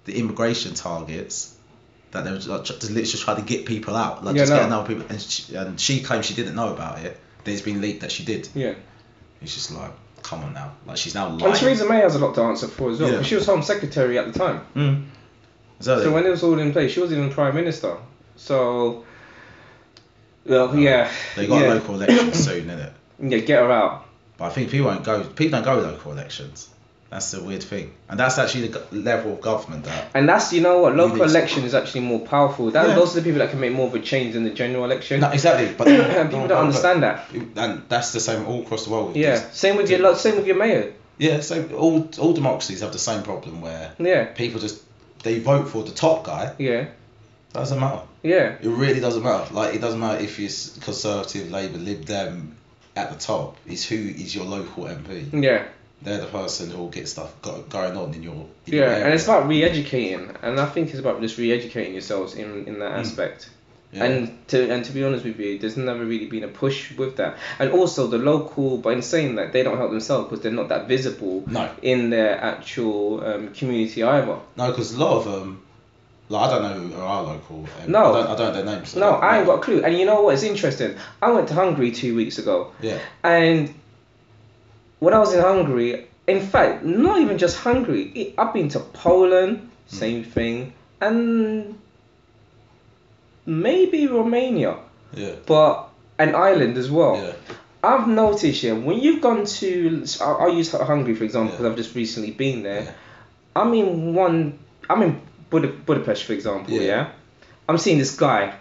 S1: the immigration targets that they were like, tr- to literally try to get people out, like
S2: Yeah,
S1: just
S2: no.
S1: getting other people, and she, and she claimed she didn't know about it. Then it's been leaked that she did.
S2: Yeah.
S1: It's just like, come on now, like she's now
S2: And
S1: lying.
S2: Theresa May has a lot to answer for as well.
S1: Yeah.
S2: 'cause She was Home Secretary at the time.
S1: Mm. So,
S2: So when it was all in place, she wasn't even Prime Minister. So, well, yeah.
S1: they got
S2: yeah.
S1: local elections soon, innit?
S2: Yeah, get her out.
S1: But I think people won't go. People don't go local elections. That's the weird thing, and that's actually the go- level of government that.
S2: And that's, you know what, local
S1: Really.
S2: election is actually more powerful. That,
S1: Yeah.
S2: Those are the people that can make more of a change than the general election.
S1: No, exactly, but
S2: and people don't understand that.
S1: And that's the same all across the world. with
S2: Yeah.
S1: this.
S2: Same with your lo- same with your mayor.
S1: yeah. So all all democracies have the same problem where
S2: Yeah.
S1: people just they vote for the top guy.
S2: Yeah.
S1: Doesn't matter.
S2: Yeah.
S1: It really doesn't matter. Like it doesn't matter if it's Conservative, Labour, Lib Dem at the top. It's who is your local MP.
S2: Yeah.
S1: They're the person who will get stuff go- going on in your. In your
S2: Yeah. And
S1: area.
S2: it's about re-educating, and I think it's about just re-educating yourselves in in
S1: Mm.
S2: that aspect.
S1: Yeah.
S2: And to and to be honest with you, there's never really been a push with that. And also the local, but in saying that, they don't help themselves because they're not that visible
S1: no.
S2: in their actual um, community either.
S1: No, because a lot of them, like I don't know who are local. Um,
S2: No.
S1: I don't, I don't know their names.
S2: No, I ain't got a clue. And you know what? It's interesting. I went to Hungary two weeks ago,
S1: Yeah,
S2: and when I was in Hungary, in fact, not even just Hungary. It, I've been to Poland,
S1: Hmm.
S2: same thing, and maybe Romania,
S1: yeah,
S2: but and Ireland as well.
S1: yeah,
S2: I've noticed, yeah, when you've gone to, so I'll, I'll use Hungary for example, because
S1: Yeah.
S2: I've just recently been there.
S1: Yeah.
S2: I'm in one, I'm in Bud- Budapest, for example, yeah.
S1: Yeah.
S2: I'm seeing this guy,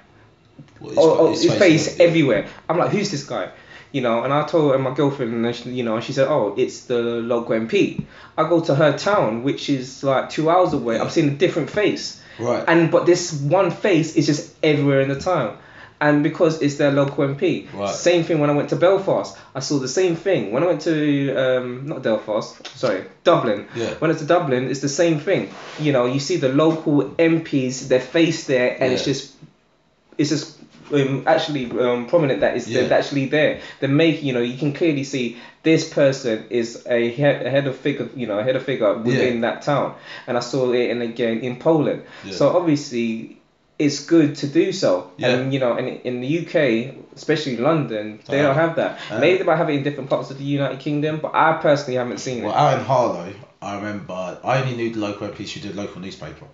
S1: Well,
S2: oh, oh,
S1: it's
S2: his face
S1: yeah.
S2: everywhere. I'm like, who's this guy? You know, and I told her, my girlfriend, and she, you know, she said, oh, it's the local MP. I go to her town, which is like two hours away.
S1: Yeah.
S2: I'm seeing a different face
S1: Right.
S2: and but this one face is just everywhere in the town and because it's their local MP.
S1: Right.
S2: Same thing when I went to Belfast. I saw the same thing. When I went to, um, not Belfast, sorry, Dublin.
S1: Yeah.
S2: When it's to Dublin, it's the same thing. You know, you see the local MPs, their face there, and it's
S1: Yeah.
S2: just, it's just um, actually um, prominent that it's
S1: Yeah.
S2: they're actually there. They make, you know, you can clearly see this person is a he- a head of figure, you know, a head of figure within that town. And I saw it in again in Poland.
S1: Yeah.
S2: So obviously, it's good to do so.
S1: Yeah.
S2: And you know, and in the UK, especially London, they
S1: Uh,
S2: don't have that.
S1: uh.
S2: Maybe they might have it in different parts of the United Kingdom, but I personally haven't seen
S1: Well,
S2: it.
S1: Aaron Harlow, I remember. I only knew the local MPs who did local newspaper.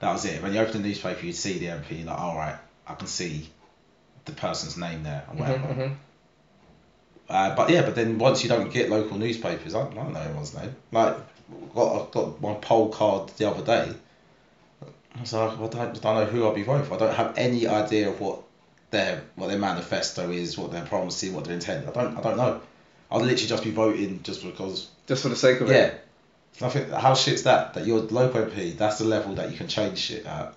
S1: That was it. When you opened the newspaper, you'd see the MP. Like, all right, I can see the person's name there and whatever.
S2: Mhm, mhm.
S1: Uh, but yeah, but then once you don't get local newspapers, I, I don't know anyone's name. Like, got I got my poll card the other day. I was like, I don't, I don't know who I'll be voting for. I don't have any idea of what their what their manifesto is, what their promise is, what their intent. I don't I don't know. I'll literally just be voting just because.
S2: Just for the sake of
S1: Yeah.
S2: it.
S1: I think how shit's that that your local MP that's the level that you can change shit at.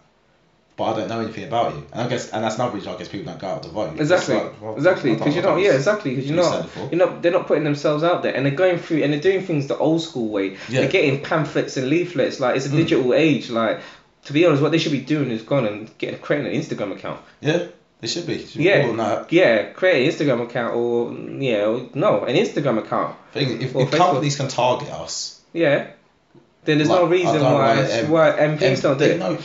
S1: But I don't know anything about you, and I guess, and that's another reason I guess people don't go out to vote. It's
S2: Exactly,
S1: like, well,
S2: exactly,
S1: I don't-
S2: because
S1: I
S2: you
S1: don't
S2: don't. Yeah, exactly, because you're
S1: You've
S2: not.
S1: said before.
S2: You're not. They're not putting themselves out there, and they're going through, and they're doing things the old school way.
S1: Yeah.
S2: They're getting pamphlets and leaflets. Like it's a
S1: Mm.
S2: digital age. Like, to be honest, what they should be doing is going and getting creating an Instagram account.
S1: Yeah, they should be. Should be
S2: Yeah.
S1: all on that.
S2: Yeah, create an Instagram account or yeah, or- no, an Instagram account.
S1: Thing is, if,
S2: Well,
S1: if
S2: Facebook.
S1: companies can target us,
S2: Yeah. Then there's no
S1: Like, I
S2: reason
S1: don't
S2: why
S1: know, um,
S2: why MPs don't do
S1: they
S2: it.
S1: know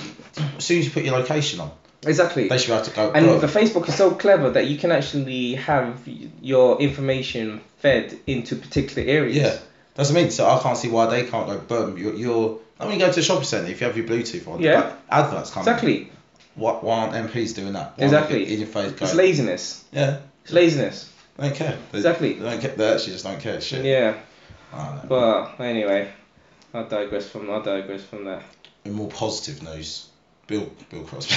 S1: as soon as you put your location on,
S2: Exactly.
S1: they should be able to go.
S2: And
S1: "Look,
S2: the Facebook is so clever that you can actually have your information fed into particular areas.
S1: yeah, that's what I mean. So I can't see why they can't go. Boom, you're. you're I mean, you go to a shopping centre if you have your Bluetooth on.
S2: Yeah.
S1: like, adverts come. in.
S2: Exactly.
S1: Why, why aren't MPs doing that? Why aren't
S2: Exactly.
S1: they In your face,
S2: It's
S1: going,
S2: laziness.
S1: yeah,
S2: It's laziness.
S1: they don't care. They,
S2: Exactly.
S1: They don't care. They actually just don't care. Shit.
S2: Yeah.
S1: I don't know.
S2: But anyway, I digress from I digress from that.
S1: In more positive news, Bill Bill Crosby.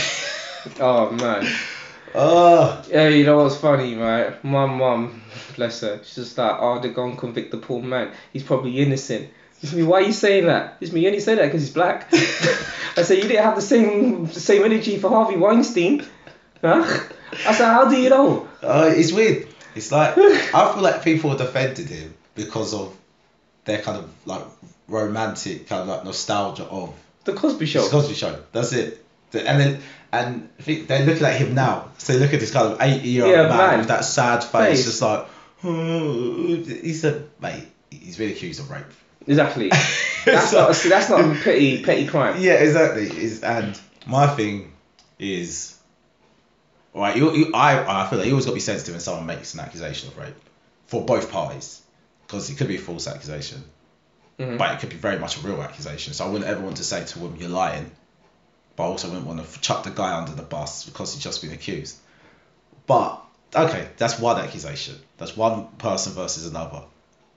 S2: Oh man.
S1: Ah,
S2: Yeah, you know what's funny, right? My mum, bless her, she's just like, oh, they're gonna convict the poor man. He's probably innocent. It's me, why are you saying that? It's me, you only say that because he's black. I said, you didn't have the same the same energy for Harvey Weinstein. Huh? I said, how do you know?
S1: Uh, it's weird. It's like I feel like people defended him because of their kind of like romantic kind of like nostalgia of
S2: The Cosby Show.
S1: the Cosby Show. That's it. The- And then and I think they're looking at him now. So they look at this kind of eighty year old
S2: Yeah,
S1: man,
S2: man.
S1: with that sad face,
S2: Face.
S1: just like "Oh, he's a mate. He's been accused of rape.
S2: Exactly. That's not. See, that's not a petty petty crime.
S1: Yeah, exactly. Is and my thing is, right? You, you, I, I feel like you always got to be sensitive when someone makes an accusation of rape for both parties, because it could be a false accusation,
S2: Mhm.
S1: but it could be very much a real accusation. So I wouldn't ever want to say to a woman you're lying, but I also wouldn't want to chuck the guy under the bus because he's just been accused. But okay, that's one accusation. That's one person versus another.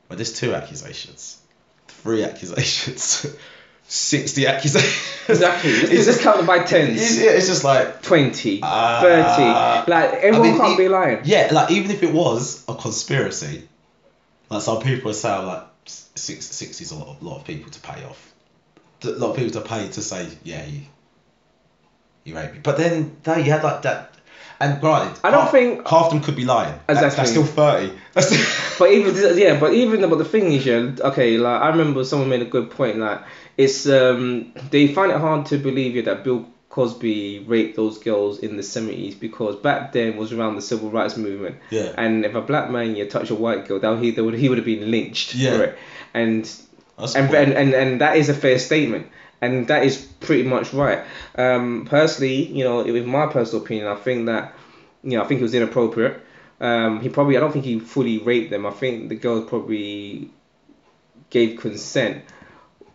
S1: But there's two accusations, three accusations, sixty accusations.
S2: Exactly. It's just counted by
S1: It's,
S2: tens.
S1: yeah, it's just like
S2: 20,
S1: Ah.
S2: 30. Like, everyone
S1: I mean,
S2: can't
S1: e-
S2: be lying.
S1: yeah, like even if it was a conspiracy, like some people say, like six, six is a lot, a lot of people to pay off, a lot of people to pay to say, yeah, you, you raped me. But then no, you had like that, and granted,
S2: I don't
S1: half,
S2: think-
S1: half of them could be lying. That-
S2: Exactly.
S1: that's still thirty. That's still,
S2: But even yeah, but even but the thing is, yeah, okay, like I remember someone made a good point. Like it's um they find it hard to believe yeah that Bill Cosby raped those girls in the seventies because back then was around the civil rights movement.
S1: Yeah.
S2: And if a black man you touch a white girl, that he they would he would have been lynched
S1: Yeah.
S2: for it. And
S1: that's
S2: and,
S1: cool.
S2: and, and and that is a fair statement and that is pretty much right um personally you know in my personal opinion i think that you know i think it was inappropriate um he probably i don't think he fully raped them i think the girl probably gave consent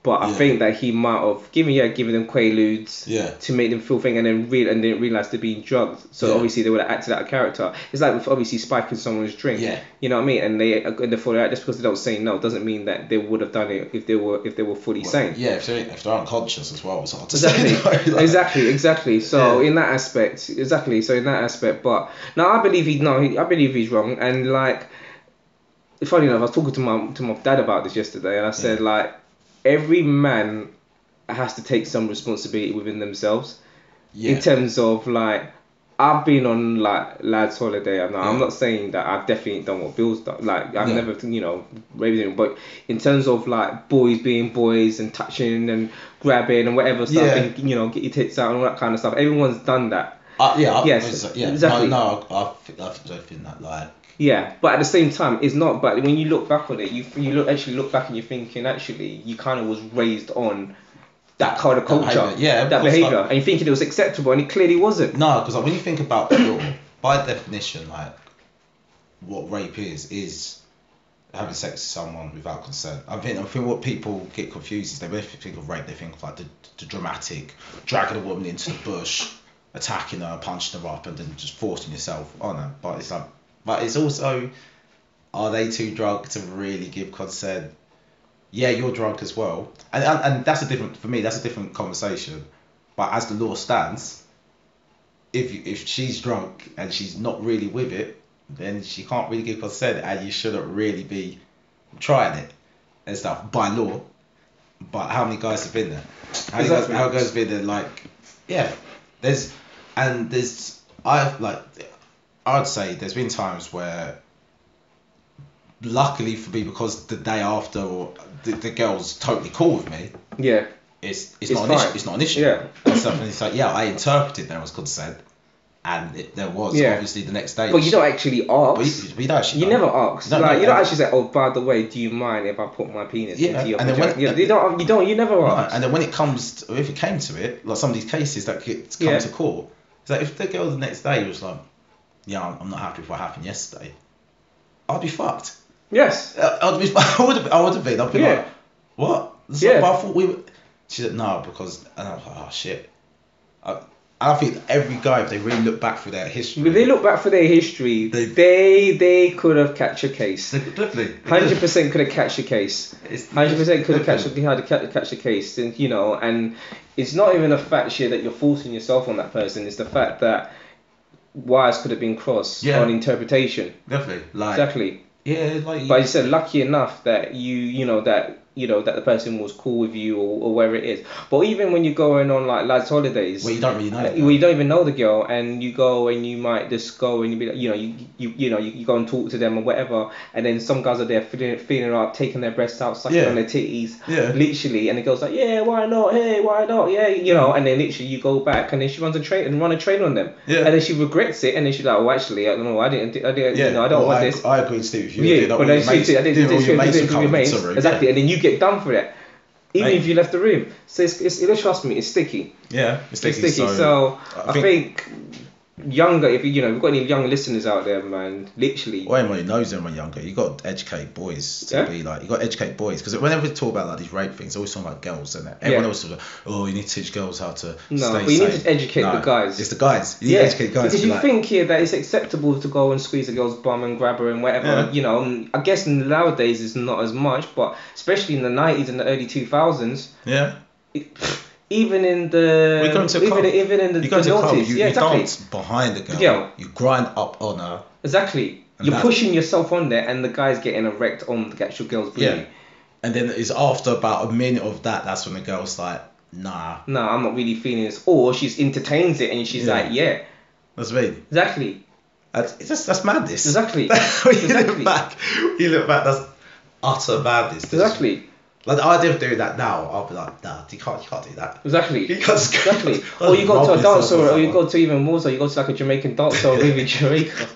S2: but i
S1: Yeah.
S2: think that he might have given yeah given them quaaludes
S1: yeah,
S2: to make them feel thing and then real and didn't realize they're being drugged. So
S1: Yeah.
S2: obviously they would have acted out of character. It's like with obviously spiking someone's drink.
S1: Yeah.
S2: You know what I mean? And they and therefore they're, just because they don't say no doesn't mean that they would have done it if they were if they were fully sane.
S1: yeah, if they're, if they're unconscious as well, it's hard to
S2: Exactly.
S1: say. like-
S2: exactly. Exactly. So
S1: Yeah.
S2: in that aspect, exactly. So in that aspect, but no, I believe he no, he, I believe he's wrong. And like, funny enough, I was talking to my to my dad about this yesterday, and I said like, every man has to take some responsibility within themselves
S1: Yeah.
S2: in terms of like I've been on like lads holiday and I'm not saying that I've definitely done what Bill's done like I've
S1: Yeah.
S2: never you know raved him but in terms of like boys being boys and touching and grabbing and whatever stuff
S1: Yeah.
S2: and you know get your tits out and all that kind of stuff everyone's done that
S1: Uh, yeah, I-
S2: Yes,
S1: it's- yeah,
S2: exactly.
S1: No, no, I, I, think- I think that like
S2: yeah but at the same time it's not but when you look back on it you you look actually look back and you're thinking actually you kind of was raised on that kind
S1: That
S2: of culture
S1: behaviour, yeah, of
S2: that
S1: course,
S2: behavior
S1: like-
S2: and you're thinking it was acceptable and it clearly wasn't
S1: No, because like, when you think about law, by definition, like what rape is is having sex with someone without consent. I think I think what people get confused is they when they think of rape, they think of like the, the dramatic dragging a woman into the bush, attacking her, punching her up, and then just forcing yourself on her. But it's like, but it's also, are they too drunk to really give consent? Yeah, you're drunk as well, and and, and that's a different for me. That's a different conversation. But as the law stands, if if she's drunk and she's not really with it, then she can't really give consent, and you shouldn't really be trying it and stuff by law. But how many guys have been there? How many guys,
S2: Exactly.
S1: how many guys have been there? Like, yeah, there's and there's I like I'd say there's been times where luckily for me because the day after or the, the girl's totally cool with me
S2: yeah
S1: it's it's,
S2: It's
S1: not an
S2: fine.
S1: issue. It's not an issue.
S2: Yeah.
S1: And stuff, and it's like, yeah, I interpreted there was consent, and it, there was
S2: Yeah.
S1: obviously the next day.
S2: but you don't actually ask
S1: But you, but you don't actually.
S2: You
S1: know.
S2: never ask.
S1: No,
S2: like
S1: no,
S2: you don't
S1: and-
S2: actually say, "Oh, by the way, do you mind if I put my penis
S1: Yeah,
S2: into your
S1: and then
S2: vagina?"
S1: when-
S2: yeah, you don't. You don't. You never
S1: Right,
S2: ask.
S1: And then when it comes, to, if it came to it, like some of these cases that get, come
S2: Yeah.
S1: to court, it's like if the girl the next day was like, yeah, I'm, I'm not happy with what happened yesterday, I'd be fucked.
S2: yes.
S1: I- I'd be, I would have, I would have been. I'd be
S2: Yeah.
S1: like, what? It's
S2: Yeah.
S1: like, but I thought we were. She said no because, and I was like, oh shit. I, I think every guy, if they really look back through their history,
S2: If they look back for their history,
S1: They-
S2: they they, could have catch a case.
S1: Definitely.
S2: Hundred percent could have catch a case.
S1: It's-
S2: Hundred percent could have catch
S1: Definitely.
S2: had to catch, catch a case, and you know, and it's not even a fact here that you're forcing yourself on that person. It's the fact that wires could have been crossed
S1: Yeah.
S2: on interpretation.
S1: Definitely. Like,
S2: Exactly.
S1: yeah, like,
S2: But you said lucky enough that you you know that you know that the person was cool with you or, or where it is. But even when you're going on like lads holidays,
S1: Well, you don't really know.
S2: uh,
S1: that,
S2: well, you
S1: though.
S2: don't even know the girl, and you go and you might just go and you be like, you know, you you, you know, you, you go and talk to them or whatever, and then some guys are there feeling feeling up, taking their breasts out, sucking
S1: Yeah.
S2: on their titties,
S1: Yeah.
S2: literally, and the girl's like, yeah, why not? Hey, why not? Yeah, you know, and then literally you go back, and then she runs a train and run a train on them,
S1: Yeah.
S2: and then she regrets it, and then she's like, oh, actually, I don't know, I didn't, I didn't, you know, I don't
S1: well,
S2: want this.
S1: I agree to you.
S2: Yeah,
S1: Did that
S2: but
S1: with
S2: then
S1: your
S2: she
S1: mates-
S2: said, I didn't
S1: did it
S2: do
S1: with
S2: this
S1: your mates
S2: with
S1: who come
S2: your
S1: into
S2: mates.
S1: the room,
S2: Exactly, and then you get done for that. Even
S1: Mate.
S2: if you left the room, so it's, it's, it's trust me, it's sticky.
S1: Yeah,
S2: It's sticky. So, I,
S1: I
S2: think, younger, if you you know, we've got any young listeners out there, man. Literally,
S1: Well, everyone who knows them are younger. You got to educate boys to
S2: Yeah.
S1: be like you got to educate boys because whenever we talk about like these rape things, they're always talking about girls and everyone
S2: Yeah.
S1: else is like, oh, you need to teach girls how to
S2: No,
S1: stay
S2: but you need
S1: safe."
S2: to educate the guys.
S1: It's the guys. You need
S2: yeah,
S1: to educate guys.
S2: because
S1: to be
S2: you
S1: like,
S2: think here that it's acceptable to go and squeeze a girl's bum and grab her and whatever.
S1: Yeah.
S2: You know, um, I guess nowadays it's not as much, but especially in the nineties and the early two thousands,
S1: yeah,
S2: even in the
S1: We go into a
S2: even
S1: club.
S2: even in the,
S1: you go
S2: the
S1: to a club, you,
S2: noughties, yeah,
S1: you
S2: exactly.
S1: dance behind the girl,
S2: Yeah.
S1: you grind up on her.
S2: Exactly.
S1: And
S2: You're
S1: that-
S2: pushing yourself on there, and the guy's getting erect on the actual girl's booty.
S1: Yeah. And then it's after about a minute of that, that's when the girl's like, nah,
S2: No, I'm not really feeling this. Or she's entertains it, and she's
S1: Yeah.
S2: like, yeah,
S1: that's me.
S2: exactly,
S1: That's it's just that's madness.
S2: exactly,
S1: when you
S2: Exactly.
S1: look back, when you look back, that's utter madness. This is-
S2: exactly,
S1: Like the idea of doing that now, I'll be like, nah, you can't, you can't do that.
S2: exactly.
S1: You can't. just-
S2: Exactly.
S1: just
S2: Or you go
S1: rob
S2: to a
S1: yourself
S2: dance
S1: of
S2: or, or you
S1: someone.
S2: go to even more so you go to like a Jamaican dance or maybe Jamaica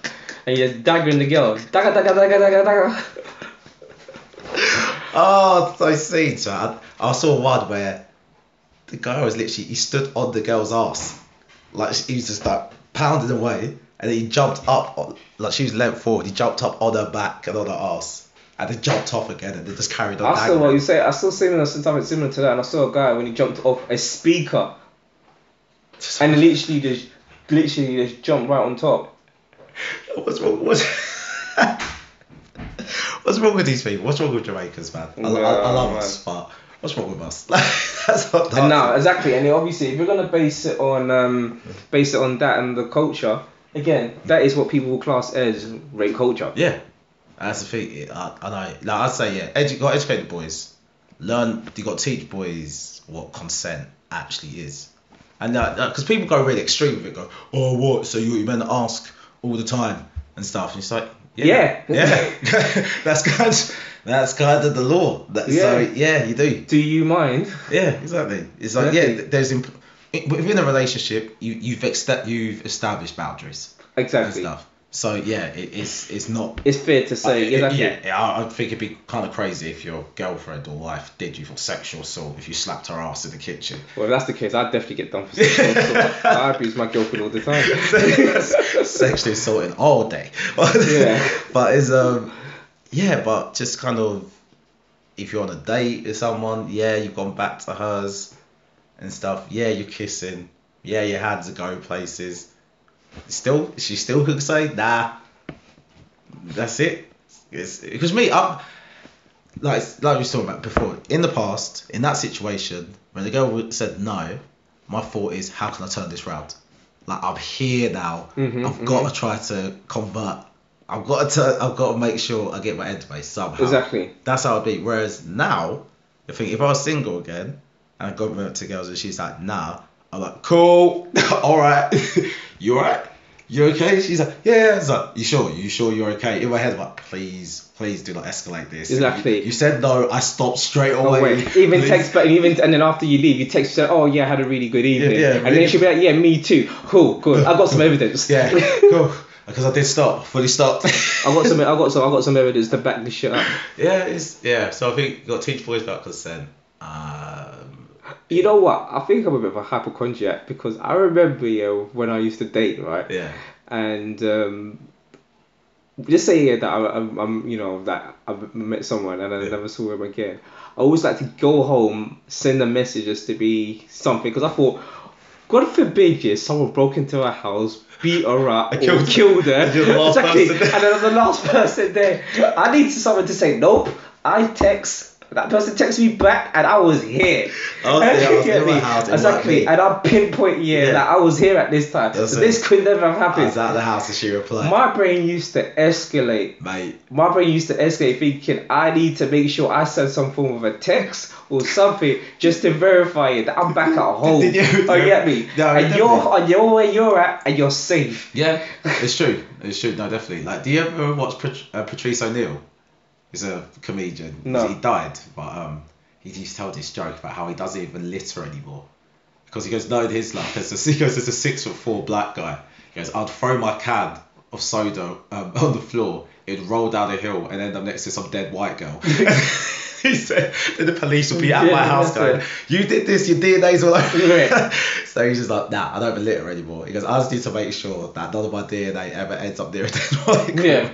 S2: and you're just daggering the girl. Dagger, dagger, dagger, dagger, dagger.
S1: Oh, I see, Chad. I saw one where the guy was literally he stood on the girl's ass, like he was just like pounding away, and then he jumped up, on- like she was leant forward. He jumped up on her back and on her ass, and then jumped off again, and then just carried on.
S2: I saw what
S1: daggering.
S2: you say. I saw similar something similar to that, and I saw a guy when he jumped off a speaker and literally just literally just jumped right on top.
S1: What's wrong? What's, what's wrong with these people? What's wrong with Jamaicans, man? I, I, I love
S2: No,
S1: us, but what's wrong with us? Like, that's not
S2: And now exactly, and obviously if you're gonna base it on um base it on that and the culture, again that is what people will class as rape culture.
S1: Yeah, that's the thing. It- I, I know. Like I say, yeah, edu- got to educate the boys. Learn. You got to teach boys what consent actually is. And because uh, 'cause people go really extreme with it, go, oh what? So you you meant to ask all the time and stuff. And it's like, yeah,
S2: Yeah.
S1: yeah. that's kind. Of, that's kind of the law. That, So
S2: Yeah.
S1: yeah, you do.
S2: Do you mind?
S1: Yeah, exactly. It's like yeah,
S2: Exactly.
S1: th- there's imp- i- within a relationship, you you've exta- you've established boundaries and
S2: Exactly.
S1: stuff. So yeah, it, it's it's not
S2: It's fair to
S1: I-
S2: say,
S1: it-
S2: exactly.
S1: Uh, Yeah, I, I think it'd be kind of crazy if your girlfriend or wife did you for sexual assault if you slapped her ass in the kitchen.
S2: Well, if that's the case, I'd definitely get done for sexual assault. I abuse my girlfriend all the time.
S1: sexually assaulting all day.
S2: Yeah.
S1: But it's um, yeah, but just kind of if you're on a date with someone, yeah, you've gone back to hers and stuff. Yeah, you're kissing. Yeah, your hands are going places. Still, she still could say, nah. That's it. It's because me, I'm like like we were talking about before. In the past, in that situation, when the girl would- said no, my thought is, how can I turn this round? Like I'm here now.
S2: Mhm,
S1: I've got to try to convert. I've got to. Turn, I've got to make sure I get my end base somehow.
S2: Exactly.
S1: That's how it be. Whereas now, I think if I was single again and I got back to girls and she's like, nah, I'm like, cool, all right, you all right? You okay? She's like, yeah. I was like, you sure? You sure you're okay? In my head, I'm like, please, please do not escalate this.
S2: Exactly.
S1: You, you said no. I stopped straight
S2: Oh,
S1: away.
S2: wait. Even
S1: Please.
S2: text back, and even and then after you leave, you text her, "Oh yeah, I had a really good evening,"
S1: yeah,
S2: and
S1: really-
S2: then she'll be like, "Yeah, me too. Cool, good. I got some evidence.
S1: Yeah, cool. Because I did stop, fully stopped.
S2: I got some. I got some. I got some evidence to back this shit up."
S1: yeah, it's yeah. So I think you got to teach boys about consent. Um,
S2: You know what? I think I'm a bit of a hypochondriac because I remember yeah, when I used to date, right?
S1: yeah,
S2: and um, just say yeah, that I, I'm, I'm, you know, that I met someone and I
S1: Yeah.
S2: never saw him again. I always like to go home, send a message just to be something because I thought, God forbid, yeah, someone broke into her house, beat her up, or
S1: killed
S2: killed,
S1: her.
S2: her.
S1: You're the last
S2: exactly,
S1: person there.
S2: and then I'm the last person there. I need someone to say nope. I text. That person texted me back, and I was here.
S1: Oh, I was there, I was
S2: You get
S1: in
S2: me?
S1: my house, it might
S2: Exactly,
S1: be.
S2: and I pinpoint yeah,
S1: Yeah.
S2: that I was here at this time.
S1: That's
S2: so
S1: it.
S2: this could never have
S1: I
S2: happened.
S1: was at the house and she replied,
S2: My brain used to escalate.
S1: mate.
S2: My brain used to escalate thinking I need to make sure I send some form of a text or something just to verify it that I'm back at home.
S1: Did you-
S2: oh, you get me?
S1: No,
S2: and
S1: definitely.
S2: you're and you're where you're at and you're safe.
S1: Yeah, it's true. It's true. No, definitely. Like, do you ever watch Pat- uh, Patrice O'Neill? He's a comedian.
S2: No.
S1: He died, but um, he used to tell this joke about how he doesn't even litter anymore. Because he goes, no, his like, there's a, he goes, there's a six foot four black guy. He goes, I'd throw my can of soda um, on the floor. It'd roll down a hill and end up next to some dead white girl. he said, then the police will be at my
S2: Yeah,
S1: house
S2: that's
S1: going,
S2: it.
S1: you did this, your DNA's all over.
S2: Right.
S1: so he's just like, nah, I don't belitter anymore. He goes, I just need to make sure that none of my DNA ever ends up near a dead white girl."
S2: Yeah.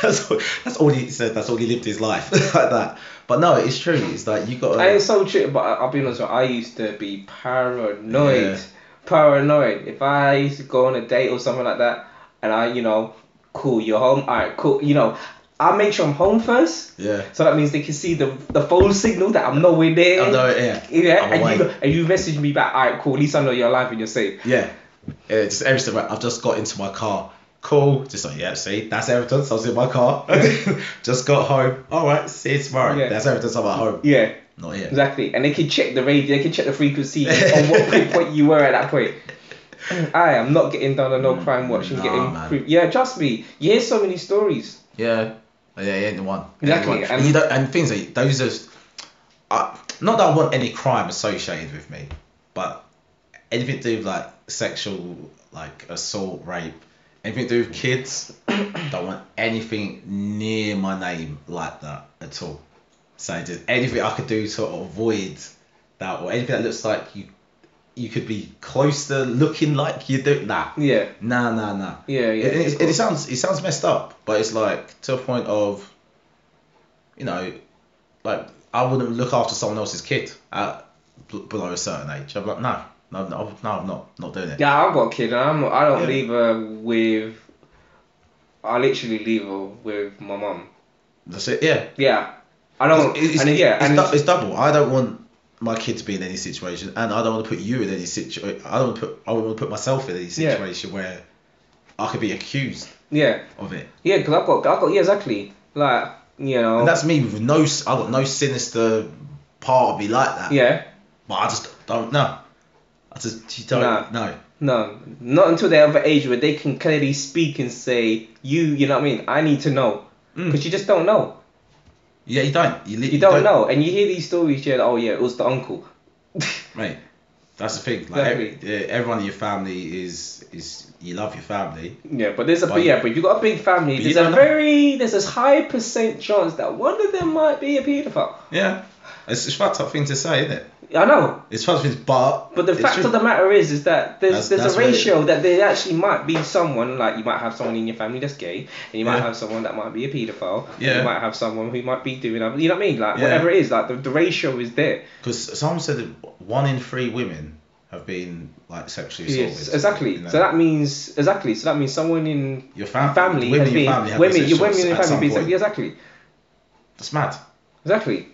S1: That's all, that's all he said. That's all he lived his life like that. But no, it's true. It's like you got.
S2: I
S1: to
S2: ain't so true, but I- I'll be honest with you, I used to be paranoid.
S1: Yeah.
S2: Paranoid. If I used to go on a date or something like that, and I, you know, cool, you're home, alright, cool, you know, I make sure I'm home first.
S1: Yeah.
S2: So that means they can see the the phone signal that I'm nowhere there.
S1: I know. Yeah.
S2: Yeah,
S1: I'm
S2: and you,
S1: awake.
S2: and you message me back, alright, cool, at least I know you're alive and you're safe.
S1: Yeah. Yeah, just everything. Right? I've just got into my car. Cool. Just like, yeah, see, that's evidence. I was in my car. just got home. All right, see you tomorrow.
S2: Yeah.
S1: That's evidence I'm at home.
S2: Yeah,
S1: Not here.
S2: exactly. And they can check the radio, they can check the frequency on what pinpoint you were at that point. I am not getting done on no crime watch and
S1: Mm. nah,
S2: getting.
S1: man.
S2: Pre- yeah, trust me, you hear so many stories.
S1: Yeah. Oh, Yeah, yeah, the one.
S2: Exactly,
S1: And,
S2: and-
S1: you don't, and things like those are. I, not that I want any crime associated with me, but anything to do with like sexual, like assault, rape, anything to do with kids, don't want anything near my name like that at all. So just anything I could do to avoid that, or anything that looks like you, you could be close to looking like you do. Nah,
S2: Yeah,
S1: nah, nah, nah.
S2: yeah, yeah.
S1: It,
S2: of
S1: it, it
S2: course.
S1: sounds it sounds messed up, but it's like to a point of, you know, like I wouldn't look after someone else's kid at b- below a certain age. I'm like, no, no, no, no, I'm not not doing it.
S2: yeah, I've got a kid, and I'm I don't
S1: Yeah.
S2: leave her with. I literally leave her with my mum.
S1: That's it. Yeah.
S2: Yeah, I don't.
S1: It's, it's,
S2: and yeah,
S1: it's,
S2: and
S1: du- it's double. I don't want my kid to be in any situation, and I don't want to put you in any situation. I don't want to put I don't want to put myself in any
S2: Yeah.
S1: situation where I could be accused
S2: yeah,
S1: of it.
S2: yeah, because I've got, I've got, yeah, exactly. Like you know,
S1: And that's me with no. s- I got no sinister part of me like that.
S2: yeah,
S1: But I just don't know. I just you don't
S2: Nah.
S1: know.
S2: no, not until they're of an age where they can clearly speak and say, you, you know what I mean? I need to know, because you just don't know.
S1: Yeah, you Hmm. don't. You, li-
S2: You don't know, and you hear these stories. Yeah, oh yeah, it was the uncle.
S1: Mate, that's the thing. Like
S2: Exactly.
S1: every, yeah, everyone in your family is is you love your family.
S2: Yeah, but there's a
S1: But-
S2: but yeah, but you got a big family.
S1: But you
S2: There's
S1: don't
S2: a
S1: know.
S2: very there's a high percent chance that one of them might be a paedophile.
S1: Yeah, it's it's a fucked up thing to say, isn't it?
S2: I know,
S1: It's fucked up, thing, but
S2: but the
S1: it's
S2: fact
S1: true.
S2: of the matter is, is that there's
S1: That's-
S2: there's
S1: that's
S2: a
S1: where it-
S2: ratio that there actually might be someone like you might have someone in your family that's gay, and you might
S1: Yeah.
S2: have someone that might be a paedophile. and
S1: Yeah.
S2: You might have someone who might be doing other- you know what I mean? Like
S1: Yeah.
S2: whatever it is, like the, the ratio is there.
S1: because someone said that one in three women have been like sexually assaulted.
S2: Yes, exactly.
S1: You know,
S2: So that means exactly. So that means someone in
S1: your fam-
S2: family
S1: women,
S2: has
S1: in
S2: been
S1: your family have
S2: women,
S1: been
S2: your women
S1: sexually
S2: in your
S1: assaulted
S2: family
S1: at
S2: been
S1: some point.
S2: exactly,
S1: That's mad.
S2: exactly.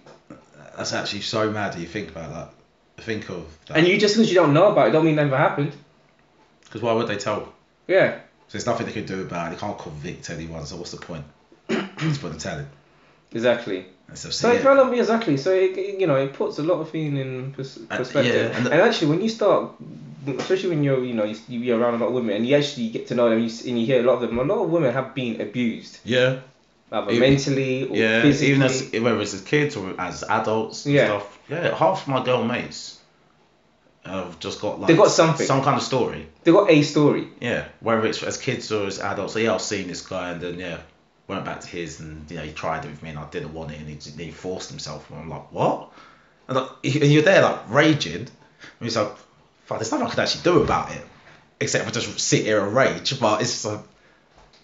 S1: That's actually so mad. that You think about that. Think of that.
S2: And you just because you don't know about it, don't mean it never happened.
S1: because why would they tell?
S2: Yeah.
S1: So there's nothing they can do about it. They can't convict anyone. So what's the point? What's the point of telling?
S2: Exactly.
S1: And
S2: So
S1: yeah.
S2: it kind of exactly. So it, it, you know it puts a lot of things in pers-
S1: Uh,
S2: perspective.
S1: yeah, and
S2: and,
S1: the-
S2: actually, when you start, especially when you're you know you, you're around a lot of women and you actually get to know them you, s- and you hear a lot of them. A lot of women have been abused,
S1: Yeah,
S2: either
S1: Even-
S2: mentally or
S1: yeah.
S2: physically.
S1: Even as whether it's as kids or as adults and
S2: Yeah.
S1: stuff. Yeah, half my girl mates have just got like
S2: They got something.
S1: some kind of story.
S2: They got a story.
S1: Yeah, whether it's as kids or as adults. So yeah, I've seen this guy and then yeah, went back to his and you know he tried it with me and I didn't want it and he, just- he forced himself and I'm like what? And, like, and you're there like raging. And he's like, fuck, there's nothing I could actually do about it except for just sit here and rage. But it's just like.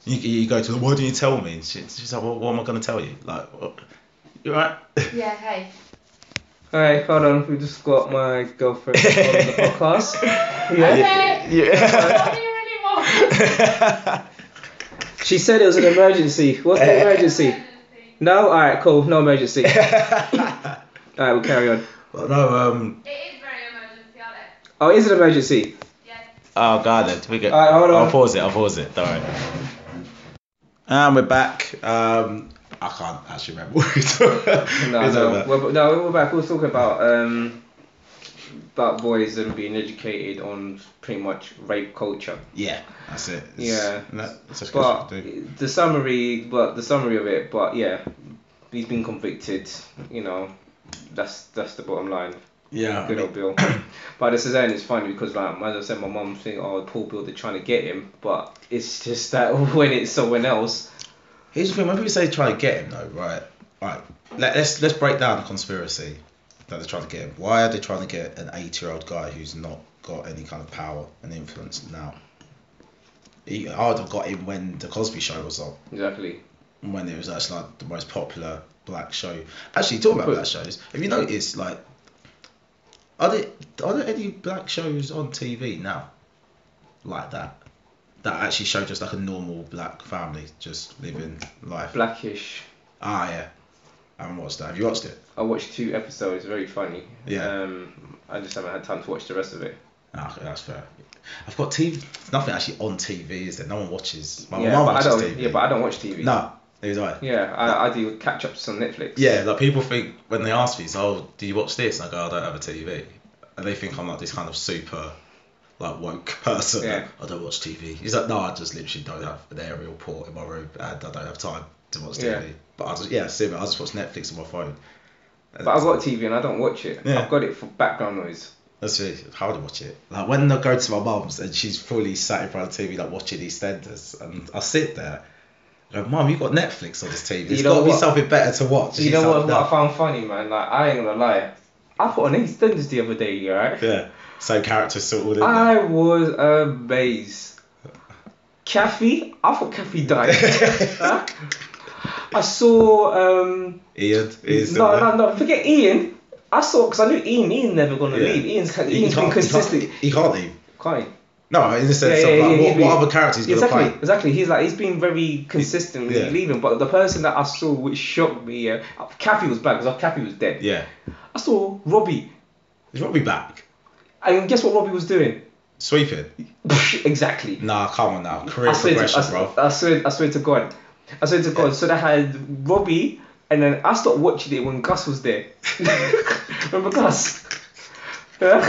S1: You, you go to her, why didn't you tell me? And she, she's like, well, what am I going to tell you? Like, what? you alright?
S3: Yeah, hey.
S2: All right, hold on. We just got my girlfriend on the podcast. Yeah.
S3: Okay.
S1: Yeah.
S3: Not here anymore.
S2: She said it was an emergency. What's the emergency?
S3: Emergency.
S2: No? Alright, cool. No emergency. Alright, we'll carry on.
S1: But no, um,
S3: It is very emergency, aren't it?
S2: Oh, is it an emergency?
S3: Yes.
S1: oh god, then we go.
S2: All right, hold on.
S1: I'll pause it. I'll pause it. Don't worry. And we're back. Um, I can't actually remember. what we talked about.
S2: No,
S1: It's
S2: no.
S1: over.
S2: We're, no, we're back. We're talking about um, about boys and being educated on pretty much rape culture.
S1: Yeah, that's it. It's,
S2: Yeah.
S1: that- it's just
S2: But
S1: good to do.
S2: the summary, but the summary of it, but yeah, he's been convicted. You know, that's that's the bottom line.
S1: yeah,
S2: Good old Bill. but this is and it's funny because like as I said, my mum think oh poor Bill, they're trying to get him, but it's just that when it's someone else,
S1: Here's the thing: when people say try to get him, though, right? Right. Let, let's let's break down the conspiracy that they're trying to get him. Why are they trying to get an 80 year old guy who's not got any kind of power and influence now? He, I would have got him when the Cosby Show was on,
S2: exactly.
S1: when it was actually like the most popular black show. Actually, talking about black shows, have you noticed like are there are there any black shows on TV now like that that actually show just like a normal black family just living life?
S2: Blackish.
S1: Ah, yeah. I haven't watched that. Have you watched it?
S2: I watched two episodes, very funny.
S1: Yeah.
S2: Um, I just haven't had time to watch the rest of it.
S1: Ah, okay, that's fair. I've got TV. there's Nothing actually on TV, is there? No one watches. My
S2: yeah,
S1: mum
S2: but I
S1: watches
S2: don't.
S1: TV.
S2: Yeah, but I don't watch TV.
S1: No, neither do I.
S2: Yeah, I, I do catch ups on Netflix.
S1: Yeah, like people think when they ask me, "Oh, do you watch this?" And I go, "I don't have a TV," and they think I'm like this kind of super, like woke person.
S2: Yeah.
S1: Like, I don't watch TV. He's like, "No, I just literally don't have an aerial port in my room, and I don't have time to watch TV."
S2: Yeah.
S1: But I just yeah, similar. I just watch Netflix on my phone.
S2: But I've got TV and I don't watch it.
S1: Yeah.
S2: I've got it for background noise.
S1: That's really how I watch it. Like when I go to my mum's and she's fully sat in front of the TV like watching EastEnders, and I sit there. I go, Mum, you got Netflix on this TV. There's
S2: know
S1: got to be
S2: what?
S1: something better to watch.
S2: you
S1: She's
S2: know
S1: like,
S2: what, what I
S1: "No."
S2: found funny, man? Like I ain't gonna lie, I put on EastEnders the other day, right?
S1: Yeah. Same characters sorted. in
S2: I was amazed. Kathy, I thought Kathy died. Huh? I saw um,
S1: Ian is.
S2: no, no, no, forget Ian. I saw because I knew Ian. Ian never gonna
S1: Yeah.
S2: leave. Ian's
S1: He- he can't-
S2: Ian's been
S1: he can't-
S2: consistent.
S1: He can't leave.
S2: Can't he?
S1: No, in the sense
S2: Yeah,
S1: of
S2: yeah,
S1: like,
S2: yeah,
S1: what,
S2: yeah.
S1: what other characters going to
S2: Exactly,
S1: play?
S2: exactly. He's like he's been very consistent with
S1: Yeah.
S2: leaving, but the person that I saw which shocked me, uh, Kathy was back because Kathy was dead.
S1: Yeah.
S2: I saw Robbie,
S1: He's probably back.
S2: and guess what Robbie was doing?
S1: Sweeping.
S2: exactly.
S1: Nah, come on now. Career
S2: I swear, to,
S1: progression,
S2: I,
S1: bro.
S2: I swear, I swear to God, I swear to God. So they had Robbie, and then I stopped watching it when Gus was there. Remember Gus? Huh?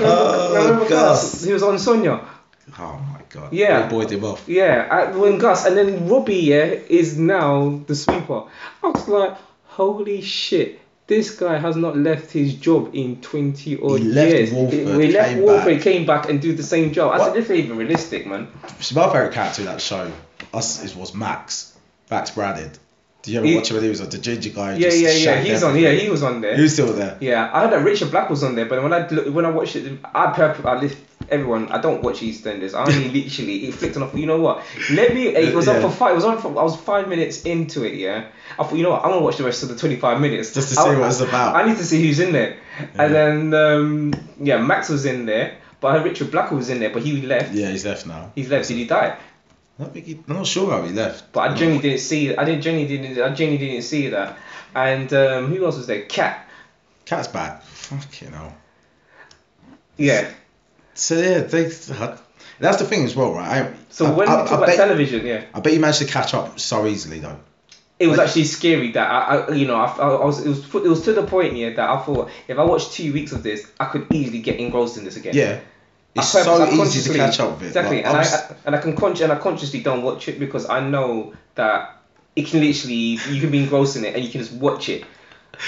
S1: Oh, Gus.
S2: He was on Sonia.
S1: Oh my god.
S2: Yeah.
S1: They buoyed him off.
S2: Yeah, I, when Gus and then Robbie yeah, is now the sweeper. I was like, holy shit, this guy has not left his job in twenty odd
S1: He left
S2: years.
S1: Walford,
S2: we left
S1: came
S2: Walford,
S1: back.
S2: came back and do the same job. I
S1: What?
S2: said, this ain't even realistic, man.
S1: So My favourite character in that show us, is, was Max. Max Bradid. Did you ever
S2: He-
S1: watch him when he was on the ginger guy? who
S2: Yeah,
S1: just
S2: yeah, yeah.
S1: shagged
S2: He's on. Yeah,
S1: everything?
S2: he was on there.
S1: He was still there.
S2: Yeah, I heard that Richard Black was on there, but when I look, when I watched it, I purp I lift everyone. I don't watch EastEnders. I only literally it flicked on. I thought, you know what? Let me. It was on
S1: Yeah.
S2: for five. It was on for. I was five minutes into it. Yeah, I thought, you know what? I'm gonna watch the rest of the 25 minutes
S1: Just to see
S2: I-
S1: what it's about.
S2: I need to see who's in there. And then um, yeah, Max was in there, but I heard Richard Black was in there, but he left.
S1: Yeah, he's left now.
S2: He's left. Did he die?
S1: I don't think he, I'm not sure how he left.
S2: But I genuinely didn't see. I didn't genuinely didn't. I genuinely didn't see that. And um, who else was there? Cat.
S1: Cat's back. Fucking hell.
S2: Yeah.
S1: So yeah, they, that's the thing as well, right? I,
S2: So
S1: I,
S2: when
S1: I,
S2: we talk about
S1: I bet,
S2: television, yeah.
S1: I bet you managed to catch up so easily though.
S2: it was
S1: Like-
S2: actually scary that I, I you know, I, I was, it was, fu- it was to the point here that I thought if I watched two weeks of this, I could easily get engrossed in this again.
S1: Yeah.
S2: I
S1: It's
S2: purpose- I
S1: so easy
S2: consciously-
S1: to catch up with.
S2: Exactly,
S1: Like,
S2: and
S1: I'm
S2: I,
S1: s-
S2: I and I can con- and I consciously don't watch it because I know that it can literally you can be engrossed in it and you can just watch it,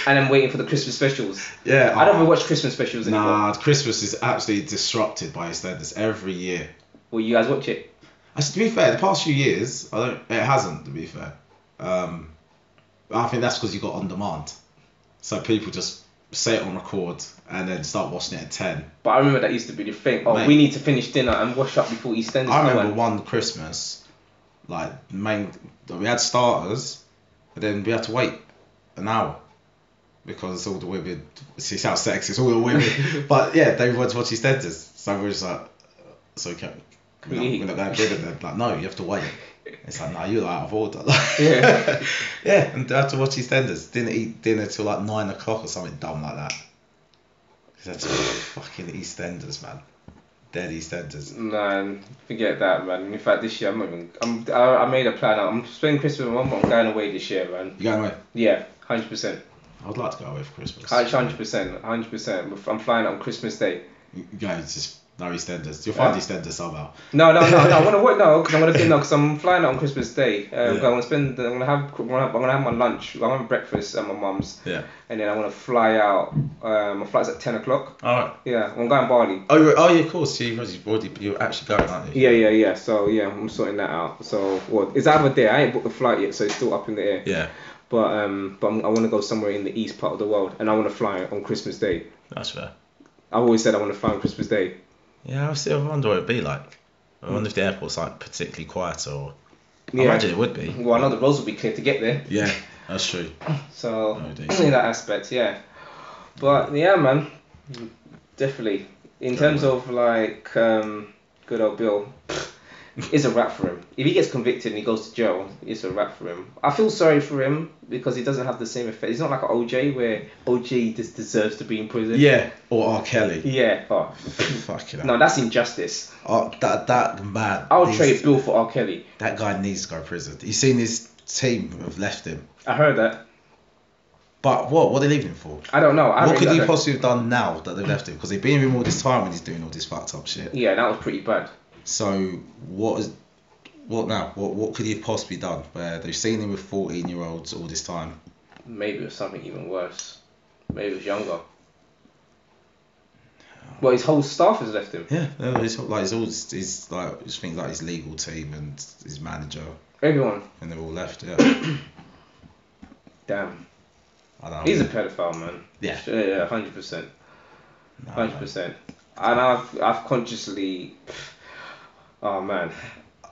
S2: and I'm waiting for the Christmas specials.
S1: yeah.
S2: I don't
S1: oh,
S2: even watch Christmas specials anymore.
S1: Nah, Christmas is absolutely disrupted by EastEnders every year.
S2: Well, you guys watch it.
S1: Actually, to be fair, the past few years, I don't. It hasn't. To be fair, um, I think that's because you got on demand, so people just say it on record and then start watching it at ten.
S2: But I remember that used to be the thing. Oh,
S1: Mate.
S2: we need to finish dinner and wash up before EastEnders.
S1: I
S2: come
S1: remember
S2: on.
S1: one Christmas, like main, we had starters, but then we had to wait an hour because all the women. See how sexist all the women. but yeah, they went to watch EastEnders, so we were just like, so we kept We're not, we're not going bigger than like no, you have to wait. It's like no, you're out of order.
S2: Yeah.
S1: yeah, and I had to watch EastEnders. Didn't eat dinner till like nine o'clock or something dumb like that. 'Cause That's fucking EastEnders, man. Dead EastEnders.
S2: Man, forget that, man. In fact, this year I'm not even. I'm, I, I made a plan. I'm spending Christmas with my mum. I'm going away this year, man.
S1: You going away?
S2: Yeah, hundred percent,
S1: I would like to go away for Christmas.
S2: hundred percent, hundred percent. I'm flying on Christmas Day.
S1: You guys just no EastEnders. You'll find
S2: Yeah.
S1: EastEnders somehow.
S2: No, no, no, no. I want to work no, because I'm gonna do no, because I'm flying out on Christmas Day. Uh,
S1: Yeah.
S2: I'm gonna spend. I'm gonna have. I'm gonna have, I'm gonna have my lunch. I'm gonna have breakfast at my mum's,
S1: Yeah.
S2: and then I'm gonna fly out. Um, my flight's at ten o'clock.
S1: All right.
S2: Yeah, I'm going Bali.
S1: Oh, you're, oh yeah, of course. You've already, you've already you're actually going, aren't you?
S2: Yeah, yeah, yeah. So yeah, I'm sorting that out. So well, it's either there. I ain't booked the flight yet, so it's still up in the air.
S1: Yeah.
S2: But um, but I'm, I want to go somewhere in the east part of the world, and I want to fly on Christmas Day.
S1: That's fair.
S2: I've always said I want to fly on Christmas Day.
S1: Yeah, I still wonder what it'd be like. I wonder if the airport's like particularly quiet or.
S2: Yeah.
S1: I imagine it would be.
S2: Well, I know the roads will be clear to get there,
S1: Yeah, that's true.
S2: so
S1: Oh, dear.
S2: in that aspect, yeah. But yeah, man, definitely. In terms of like um, good old Bill, it's a wrap for him. If he gets convicted and he goes to jail, it's a wrap for him. I feel sorry for him because he doesn't have the same effect. He's not like an OJ where OJ just deserves to be in prison.
S1: Yeah, or R. Kelly.
S2: Yeah. Oh,
S1: Fucking
S2: no,
S1: hell.
S2: that's injustice.
S1: Oh, that that man.
S2: I'll
S1: needs-
S2: trade Bill for R. Kelly.
S1: That guy needs to go to prison. You seen his team have left him.
S2: I heard that.
S1: But what? What are they leaving him for?
S2: I don't know. I
S1: what
S2: really
S1: could he
S2: don't know.
S1: possibly have done now that they've left him? Because they've been with him all this time when he's doing all this fucked up shit.
S2: Yeah, that was pretty bad.
S1: So what is what now? What what could he have possibly done? Where they've seen him with fourteen year olds all this time.
S2: Maybe it was something even worse. Maybe it was younger. Well, his whole staff has left him.
S1: Yeah, no, it's like it's all his like it's things like his legal team and his manager,
S2: Everyone.
S1: and they're all left. Yeah,
S2: Damn.
S1: I don't know.
S2: He's a pedophile, man.
S1: Oh, Yeah. Oh,
S2: Yeah, yeah, hundred percent,
S1: No, no.
S2: hundred percent. And I've, I've consciously. Oh man.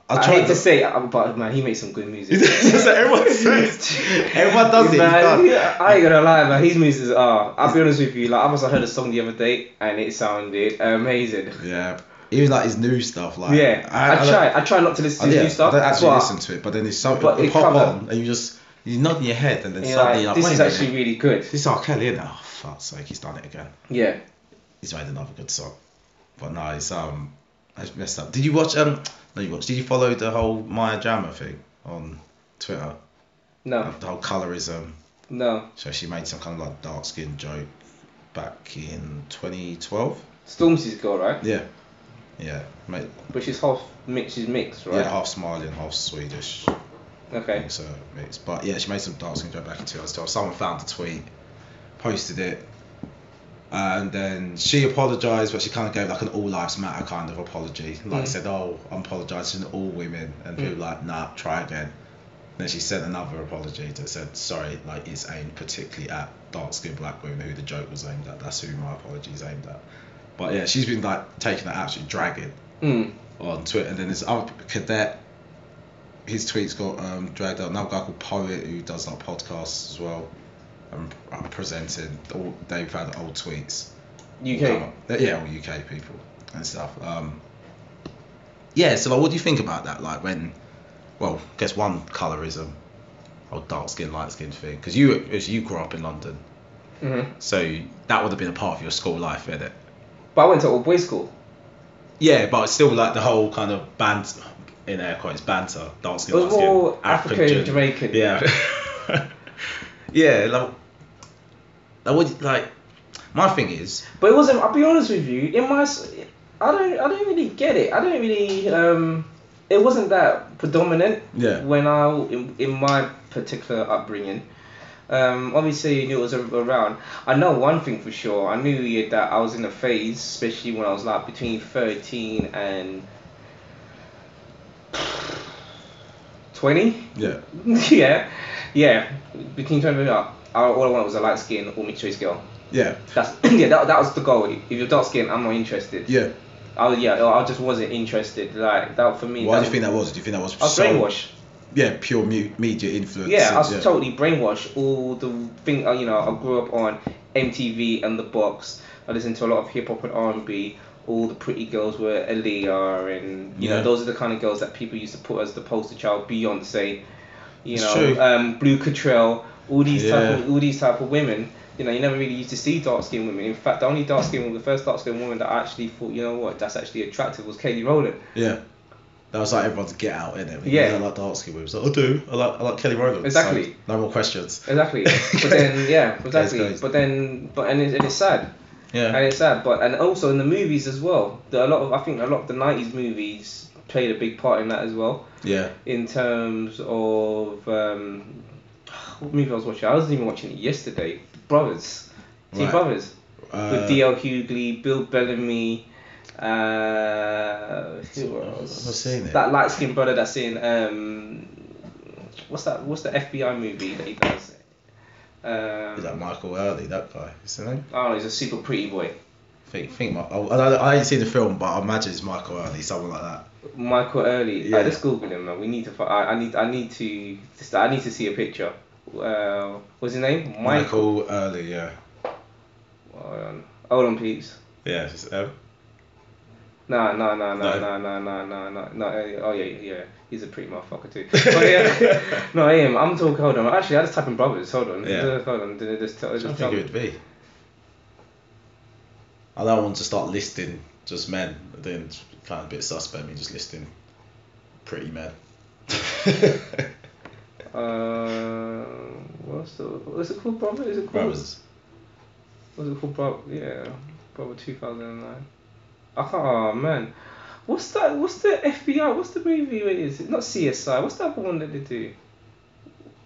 S2: I,
S1: I
S2: hate
S1: tried
S2: to, say, uh, but man, he makes some good music.
S1: That's what everyone says. Everyone does it. you
S2: Man,
S1: can't-
S2: yeah, I ain't gonna lie, man. His music is ah. I'll be honest with you. Like I must have heard a song the other day, and it sounded amazing.
S1: Yeah. Even like his new stuff, like
S2: Yeah, I,
S1: don't-
S2: try. I try not to listen to
S1: I,
S2: his
S1: yeah,
S2: new stuff.
S1: I don't actually
S2: but
S1: listen to it, but then it's something
S2: but
S1: it'll
S2: it
S1: pop
S2: cover-
S1: on and you just you nod in your head and then
S2: you're
S1: suddenly you're like,
S2: like, this
S1: wait
S2: is
S1: a minute.
S2: actually really good.
S1: this is R. Kelly, isn't it? Oh fuck's sake, he's done it again.
S2: Yeah.
S1: He's made another good song. But no, it's um it's messed up. Did you watch um no you watched did you follow the whole Maya Jama thing on Twitter?
S2: No.
S1: The whole colorism.
S2: No.
S1: So she made some kind of like dark skin joke back in twenty twelve?
S2: Stormzy's girl, right?
S1: Yeah. Yeah. Mate,
S2: But she's half mixed. She's mixed,
S1: Yeah,
S2: right?
S1: half Somalian, half Swedish.
S2: Okay.
S1: So it's, but yeah, she made some dark skin joke back in 2012. Someone found the tweet, posted it, and then she apologized, but she kind of gave like an all lives matter kind of apology. Like
S2: Mm.
S1: said, oh, I'm apologizing to all women, and people
S2: Mm.
S1: were like, nah, try again. Then she sent another apology that said, sorry, like it's aimed particularly at dark skinned black women who the joke was aimed at. That's who my apology is aimed at. But yeah, she's been like taking that absolute dragging
S2: Mm.
S1: on Twitter, and then this other cadet, his tweets got um, dragged out. Another guy called Poet who does like podcasts as well, and um, presenting. All, they've had old tweets. Come
S2: UK.
S1: up. They're- Yeah, all UK people and stuff. Um, yeah, so like, what do you think about that? Like when, well, I guess one colorism, or dark skin, light skin thing, because you as you grew up in London,
S2: Mm-hmm.
S1: so that would have been a part of your school life, isn't it?
S2: But I went to all boys school.
S1: Yeah, but it's still like the whole kind of banter, in air quotes, banter, dark
S2: It
S1: skin, light
S2: was more
S1: skin,
S2: African, Jamaican.
S1: Yeah. yeah, like, like, what, like, my thing is,
S2: But it wasn't. I'll be honest with you. In my, s- I don't. I don't really get it. I don't really. Um, it wasn't that predominant.
S1: Yeah.
S2: When I in, in my particular upbringing, um, obviously you knew it was a- around. I know one thing for sure. I knew yeah, that I was in a phase, especially when I was like between thirteen and twenty.
S1: yeah,
S2: yeah, yeah. Between twenty and up, I- all I wanted was a light skin or mixed race girl.
S1: yeah,
S2: That's yeah, that, that was the goal. If you're dark skinned, I'm not interested.
S1: yeah.
S2: I was- yeah, I just wasn't interested. Like that for me.
S1: Why
S2: that,
S1: do you think that was? Do you think that was?
S2: um, I was
S1: so-
S2: brainwashed.
S1: Yeah, pure mu- media influence.
S2: Yeah, I was
S1: and-
S2: totally brainwashed. All the thing uh, you know, I grew up on MTV and the box. I listened to a lot of hip hop and R and B. all the pretty girls were Aaliyah, and you
S1: Yeah.
S2: know those are the kind of girls that people used to put as the poster child, Beyonce, you
S1: It's
S2: know,
S1: true.
S2: um, Blue Cottrell, all these type
S1: Yeah.
S2: of all these type of women. You know, you never really used to see dark skinned women. In fact, the only dark skinned woman, the first dark skinned woman that I actually thought, you know what, that's actually attractive was Katie Rowland.
S1: Yeah. That was like everyone's get out in it.
S2: Yeah.
S1: I like the dark skin moves. Like, I do. I like, I like Kelly Rowland. So,
S2: Exactly.
S1: no more questions.
S2: Exactly. But then, yeah,
S1: That's
S2: exactly.
S1: crazy.
S2: But then, but and, it, and it's sad.
S1: Yeah.
S2: and it's sad. But and also in the movies as well, the, a lot of I think a lot of the '90s movies played a big part in that as well.
S1: yeah.
S2: In terms of um, what movie I was watching, I wasn't even watching it yesterday. Brothers, Two
S1: Right.
S2: Brothers
S1: Uh,
S2: with DL Hughley, Bill Bellamy. Uh, who
S1: I've
S2: else?
S1: not seen it.
S2: That light skinned brother that's in um, what's that? What's the FBI movie that he does? Um,
S1: Is that Michael Early? That guy. Is his name?
S2: oh, he's a super pretty boy.
S1: Think, think. Mi- I, I, I ain't seen the film, but I imagine it's Michael Early, someone like that.
S2: Michael Early.
S1: Yeah.
S2: Uh, let's Google him, man. We need to. fi- I, I need. I need to. just- I need to see a picture. Uh, what's his name? Michael.
S1: Michael Early. Yeah.
S2: Hold on. Hold on, please.
S1: Yeah. it's just, um,
S2: No, no, no, no,
S1: No.
S2: no, no, no, no, no, no. eh, Oh yeah, yeah. He's a pretty motherfucker too. But yeah, no, I am. I'm talking. Hold on. Actually, I just type in brothers. Hold on.
S1: Yeah.
S2: Hold on. Did it just tell?
S1: I don't
S2: Just tell
S1: think it would be. I don't want to start listing just men. Then it's kind of a bit suspect me just listing pretty men.
S2: Uh, what's the? What's it called, brother? Is it called?
S1: Brothers.
S2: Was it called Bro? Yeah, Brother 2009. I can't. Oh man, what's that? What's the FBI? What's the movie? It is not CSI. What's that one that they do?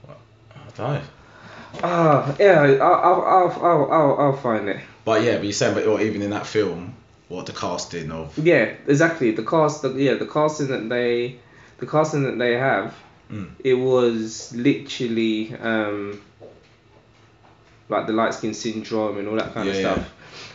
S1: I don't know.
S2: Ah, yeah. I'll I'll I'll I'll, I'll, I'll find it.
S1: But yeah, but you're saying, but or even in that film, what the casting of.
S2: Yeah, exactly. The cast. The, yeah, the casting that they, the casting that they have.
S1: Mm.
S2: It was literally um, like the light skin syndrome and all that kind of
S1: Yeah,
S2: stuff.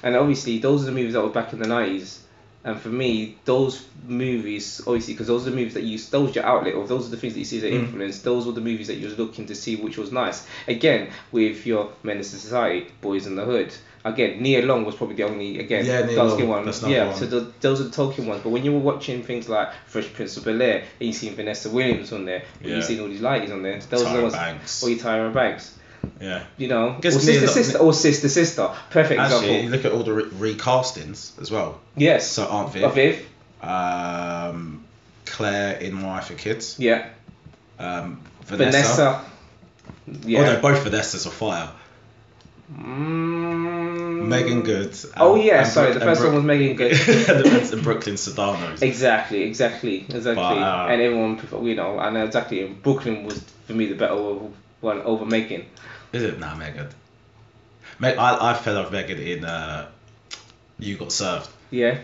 S1: yeah.
S2: And obviously, those are the movies that were back in the nineties. And for me, those movies, obviously, because those are the movies that you, those was your outlet, or those are the things that you see as an
S1: Mm.
S2: influence. Those were the movies that you was looking to see, which was nice. Again, with your Men in Society, Boys in the Hood. Again, Nia Long was probably the only again
S1: Yeah, Nia
S2: dark-skinned
S1: Long,
S2: one.
S1: that's another
S2: yeah,
S1: one.
S2: so the, those are the Tolkien ones. But when you were watching things like Fresh Prince of Bel Air, and you seen Vanessa Williams on there, or
S1: Yeah.
S2: you seen all these ladies on there, those are
S1: Tyra
S2: the ones.
S1: Banks.
S2: Or you Tyra Banks,
S1: Yeah.
S2: you know, or
S1: Guess Nia
S2: sister,
S1: Long-
S2: sister, or sister, sister. Perfect
S1: Actually, you
S2: example.
S1: look at all the re- recastings as well.
S2: Yes.
S1: So Aunt Viv,
S2: Of Viv.
S1: Um, Claire in Why for Kids,
S2: Yeah.
S1: um, Vanessa.
S2: Vanessa. Yeah.
S1: Oh no, both Vanessa's are fire.
S2: Mm.
S1: Megan Good. and-
S2: Oh yeah,
S1: and
S2: sorry.
S1: Bro-
S2: The
S1: and
S2: first one was Megan Good.
S1: Brooke- and Brooklyn Sedanos.
S2: Exactly, exactly, exactly.
S1: But, uh,
S2: and everyone, prefer- you know, and exactly. And Brooklyn was for me the better one over Megan.
S1: Is it? Nah, Megan. Meg, I, I fell off Megan in uh, You Got Served.
S2: Yeah.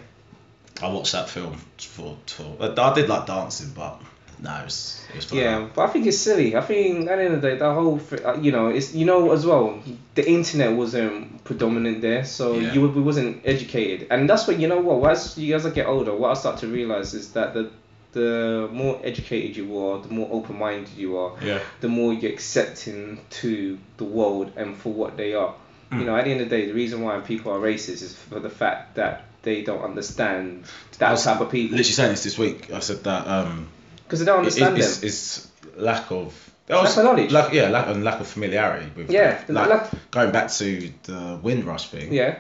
S1: I watched that film for for. uh, I did like dancing, but no, it was it was fun.
S2: Yeah, but I think it's silly. I think at the end of the day, that whole thi- uh, you know, it's you know as well, the internet wasn't predominant there, so
S1: Yeah.
S2: you we wasn't educated, and that's what you know what. As you guys get older, what I start to realize is that the the more educated you are, the more open minded you are,
S1: Yeah.
S2: the more you're accepting to the world and for what they are.
S1: Mm.
S2: You know, at the end of the day, the reason why people are racist is for the fact that they don't understand that
S1: was
S2: type of people
S1: Literally saying this this week, I said that um,
S2: because they don't
S1: it-
S2: understand them.
S1: it's, it's lack of
S2: Lack of knowledge.
S1: lack, yeah, lack and lack of familiarity with
S2: Yeah,
S1: like,
S2: lack-
S1: going back to the Windrush thing.
S2: yeah,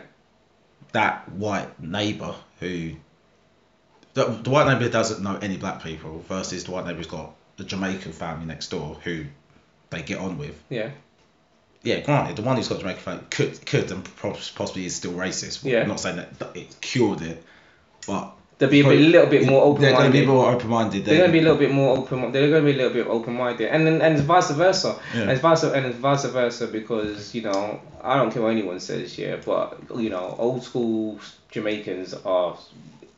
S1: that white neighbor who the, the white neighbor doesn't know any black people versus the white neighbor's got the Jamaican family next door who they get on with.
S2: yeah,
S1: Yeah, granted, the one who's got Jamaican family could could and poss- possibly is still racist.
S2: Yeah.
S1: I'm not saying that that it cured it, but
S2: they'll be a bit, little bit more open
S1: They're going to
S2: minded.
S1: be more open minded.
S2: They're gonna be a little bit more open. They're gonna be a little bit open minded, and then and vice versa,
S1: Yeah.
S2: and vice and it's vice versa because you know I don't care what anyone says, yeah, but you know old school Jamaicans are,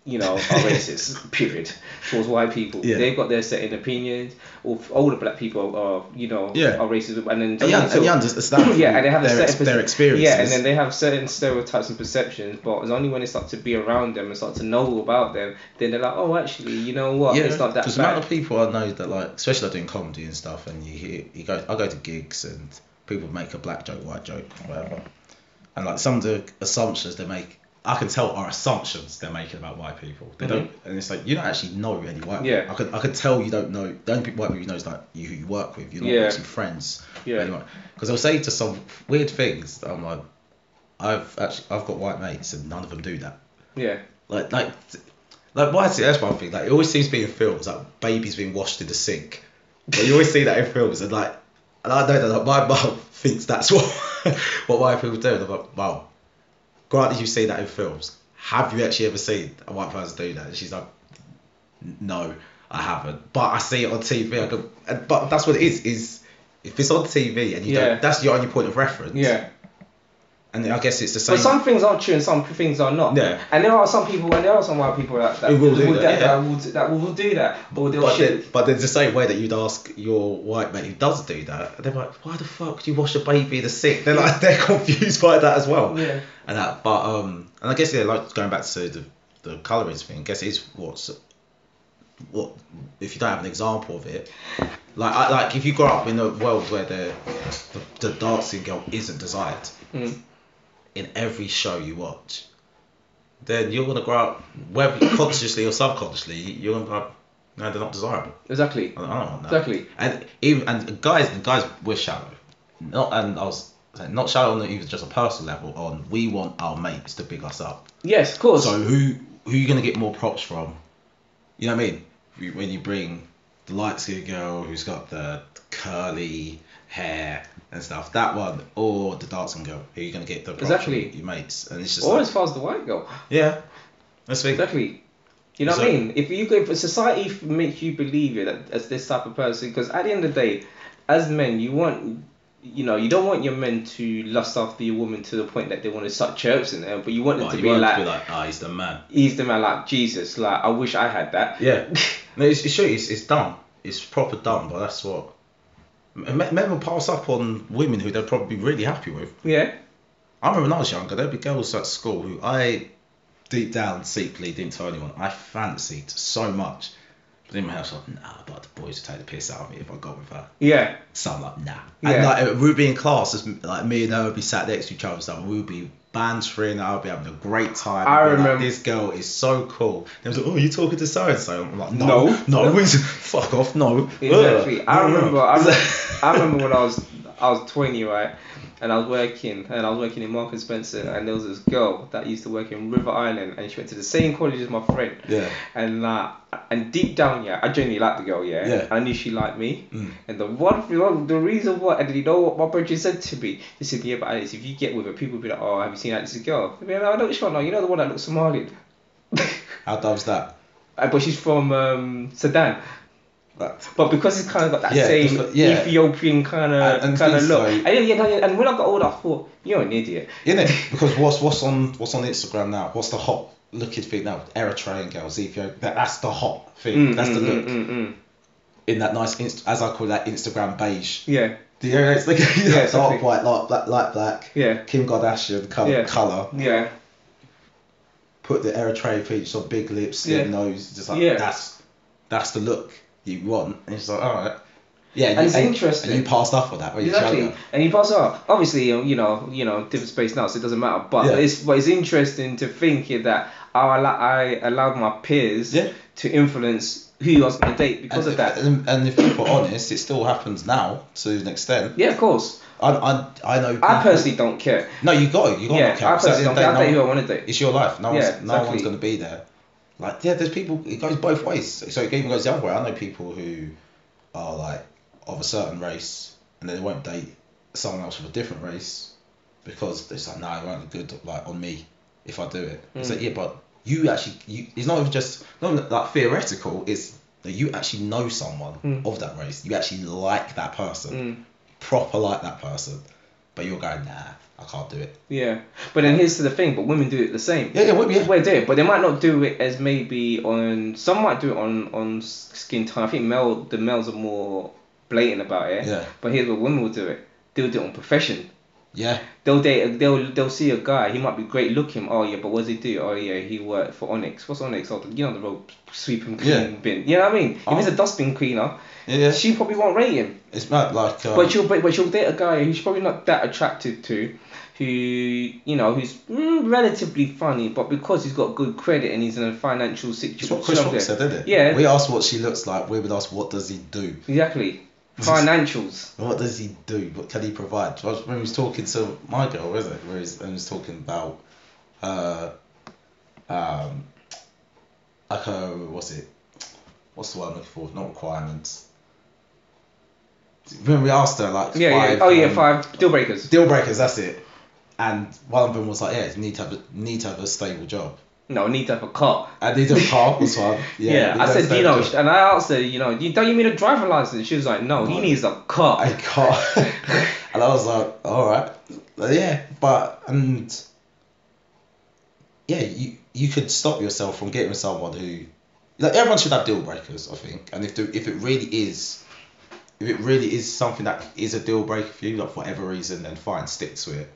S2: you know, are racist. period. Towards white people,
S1: Yeah.
S2: they've got their certain opinions. Or f- older black people are, you know,
S1: Yeah.
S2: are racist, and then
S1: And you, and you understand.
S2: yeah, and they have a
S1: their,
S2: certain
S1: ex-
S2: perce-
S1: their experiences.
S2: Yeah, and then they have certain stereotypes and perceptions, but it's only when they start to be around them and start to know about them, then they're like, oh, actually, you know what?
S1: yeah,
S2: it's not that
S1: because
S2: bad.
S1: amount of people I know that like, especially like doing comedy and stuff, and you hear, you go, I go to gigs and people make a black joke, white joke, whatever, and like some of the assumptions they make I can tell are assumptions they're making about white people. They don't, and it's like you don't actually know any white. people.
S2: Mm-hmm. Yeah.
S1: I could I could tell you don't know the only people, white people you know is like you who you work with. You're not
S2: Yeah.
S1: actually friends.
S2: Yeah.
S1: Because they'll say to some weird things. that I'm like, I've actually I've got white mates and none of them do that.
S2: Yeah.
S1: Like like. Like why is it? That's one thing. Like it always seems to be in films, like babies being washed in the sink. Like, you always see that in films, and like, and I know that like, my mum thinks that's what what white people do. And I'm like, wow. Granted, you see that in films. Have you actually ever seen a white person do that? And she's like, no, I haven't. But I see it on TV. I go, and, but that's what it is. Is if it's on TV and you
S2: Yeah.
S1: don't, that's your only point of reference.
S2: Yeah.
S1: And I guess it's the same.
S2: But some things are true and some things are not.
S1: Yeah.
S2: And there are some people and there are some white people that that
S1: Who will do
S2: would-
S1: that,
S2: that,
S1: yeah.
S2: will, do- that will do that. Or they'll
S1: But,
S2: shit.
S1: then, but then it's the same way that you'd ask your white mate who does do that, and they're like, why the fuck do you wash a baby in the sick? They're like, they're confused by that as well.
S2: Yeah.
S1: And that, but um, and I guess yeah, like going back to the the colorism thing, I guess it is what's what if you don't have an example of it. Like I, like if you grow up in a world where the the, the dancing girl isn't desired
S2: Mm.
S1: in every show you watch, then you're gonna grow up whether consciously or subconsciously, you're gonna be like, no, they're not desirable.
S2: Exactly.
S1: I don't, I don't want that.
S2: Exactly.
S1: And even and guys, and guys, we're shallow. Not and I was saying, not shallow on even just a personal level. On we want our mates to big us up.
S2: Yes, of course.
S1: So who who you gonna get more props from? You know what I mean? You- When you bring the light skinned girl who's got the curly hair and stuff, that one, or the dancing girl, who you gonna get the props
S2: Exactly.
S1: from your mates? And it's just
S2: Or
S1: like,
S2: as far as the white girl.
S1: yeah, that's big.
S2: Exactly. You know what I
S1: So-
S2: mean? If you go, if society f- makes you believe it that- as this type of person, because at the end of the day, as men, you want, you know, you don't want your men to lust after your woman to the point that they want to suck chirps in there, but you want them
S1: Like,
S2: to,
S1: you
S2: be
S1: want
S2: like,
S1: to be like, ah, he's the man.
S2: he's the man like Jesus, like I wish I had that.
S1: Yeah. No, it's, it's true. It's, it's dumb. It's proper dumb, but that's what. M- Men men will pass up on women who they'll probably be really happy with.
S2: Yeah.
S1: I remember when I was younger, there'd be girls at school who I, deep down, secretly didn't tell anyone, I fancied so much. But in my house, I was like, nah, but the boys would take the piss out of me if I got with her.
S2: Yeah.
S1: So I'm like, nah.
S2: Yeah.
S1: And like, we'd be in class, as, like me and her would be sat next to each other, and stuff. We'd be bantering. I'd be having a great time.
S2: I
S1: I'd be like,
S2: remember-
S1: this girl is so cool. They was like, oh, you talking to so and so? I'm like,
S2: No.
S1: no, no, fuck off, no.
S2: Exactly.
S1: Ugh.
S2: I remember. I
S1: It's
S2: remember,
S1: like-
S2: I remember when I was I was twenty, right, and I was working, and I was working in Mark and Spencer, and there was this girl that used to work in River Island, and she went to the same college as my friend.
S1: Yeah.
S2: And uh, and deep down, yeah, I genuinely liked the girl, yeah.
S1: Yeah.
S2: I knew she liked me.
S1: Mm.
S2: And the one, the one- the reason why, and you know what my brother said to me? He said, yeah, but Alex, if you get with her, people will be like, oh, have you seen Alex's girl? I mean, I know which one, like, you know the one that looks Somalian.
S1: How does that?
S2: Uh, but she's from um, Sudan.
S1: That-
S2: But because it's kind of got that
S1: Yeah,
S2: same
S1: just like- yeah.
S2: Ethiopian kind
S1: And-
S2: of
S1: and
S2: kind of
S1: things
S2: look.
S1: like-
S2: And, yeah, yeah, and when I got older, I thought, you're an idiot.
S1: In it because what's what's on what's on Instagram now? What's the hot looking thing now? Eritrean girls, Ethiopia. That, that's the hot thing.
S2: Mm,
S1: that's the
S2: mm,
S1: look
S2: mm, mm, mm.
S1: in that nice inst- as I call that Instagram beige.
S2: Yeah,
S1: The areas like you know,
S2: Yeah, exactly.
S1: dark white, light black, light black.
S2: Yeah.
S1: Kim Kardashian color,
S2: Yeah.
S1: color.
S2: yeah,
S1: Put the Eritrean features on big lips, slim
S2: Yeah.
S1: nose. Just like
S2: Yeah.
S1: that's that's the look you want. And it's like all right. Yeah,
S2: And
S1: you-
S2: it's interesting.
S1: And you passed off on that when you're
S2: exactly.
S1: younger.
S2: And you pass off. Obviously, you you know, you know, different space now, so it doesn't matter. But
S1: Yeah.
S2: it's but it's interesting to think here that I allow, I allowed my peers
S1: Yeah.
S2: to influence who I was going to date because
S1: and, uh,
S2: of that.
S1: And, and if people are honest, it still happens now to an extent.
S2: yeah, of course.
S1: I I, I know.
S2: I
S1: people-
S2: personally don't care.
S1: No, you got it. You got
S2: Yeah,
S1: to
S2: I
S1: care. Because
S2: personally
S1: at
S2: don't
S1: the
S2: care.
S1: end
S2: I
S1: of the
S2: date
S1: day,
S2: who I
S1: no-
S2: want to date.
S1: It's your life. No one's,
S2: Yeah,
S1: no one's
S2: exactly.
S1: going to be there. Like, yeah, there's people, it goes both ways. So it even goes the other way. I know people who are like of a certain race and then they won't date someone else of a different race because it's like, nah, it won't look good like on me if I do it. It's
S2: Mm.
S1: like, yeah, but you actually, you, it's not even just, not even, like theoretical, it's that you actually know someone
S2: Mm.
S1: of that race. You actually like that person,
S2: Mm.
S1: proper like that person, but you're going, nah, I can't do it.
S2: Yeah, but then here's the thing. But women do it the same.
S1: Yeah, yeah, women, yeah.
S2: Well, they do, but they might not do it as maybe on. Some might do it on on s- skin tone. I think male the males are more blatant about it.
S1: Yeah.
S2: But here's what women will do it. They'll do it on profession.
S1: Yeah.
S2: They'll date. They'll they'll see a guy. He might be great looking. Oh yeah, but what does he do? Oh yeah, he worked for Onyx. What's Onyx? Oh, you know the road sweeping clean
S1: Yeah.
S2: bin. You know what I mean? If
S1: Oh.
S2: it's a dustbin cleaner,
S1: Yeah, yeah.
S2: she probably won't rate him.
S1: It's mad, like. Um,
S2: But you'll but, but you'll date a guy who's probably not that attractive to, who you know who's mm, relatively funny, but because he's got good credit and he's in a financial
S1: It's
S2: situation.
S1: what Chris Rock said, isn't it?
S2: Yeah.
S1: We asked what she looks like. We would ask what does he do?
S2: Exactly. Financials.
S1: What does he do? What can he provide? I was, when he was talking to my girl, was it? Where he's, and he was talking about her, um, like her, what's it? What's the word I'm looking for? Not requirements. When we asked her, like,
S2: Yeah, yeah.
S1: five,
S2: Oh yeah,
S1: um,
S2: five deal breakers.
S1: deal breakers. That's it. And one of them was like, yeah, you need to have a need to have a stable job.
S2: No, I need to have a car.
S1: I need a car as well. Yeah,
S2: Yeah,
S1: need
S2: I
S1: a
S2: said,
S1: stable
S2: you know,
S1: job.
S2: and I asked her, you know, you, don't you mean a driver license? She was like, no, he
S1: No.
S2: needs a car.
S1: I got, and I was like, all right, yeah, but and yeah, you you could stop yourself from getting with someone who, like everyone should have deal breakers, I think, and if the, if it really is, if it really is something that is a deal breaker for you, like for whatever reason, then fine, stick to it,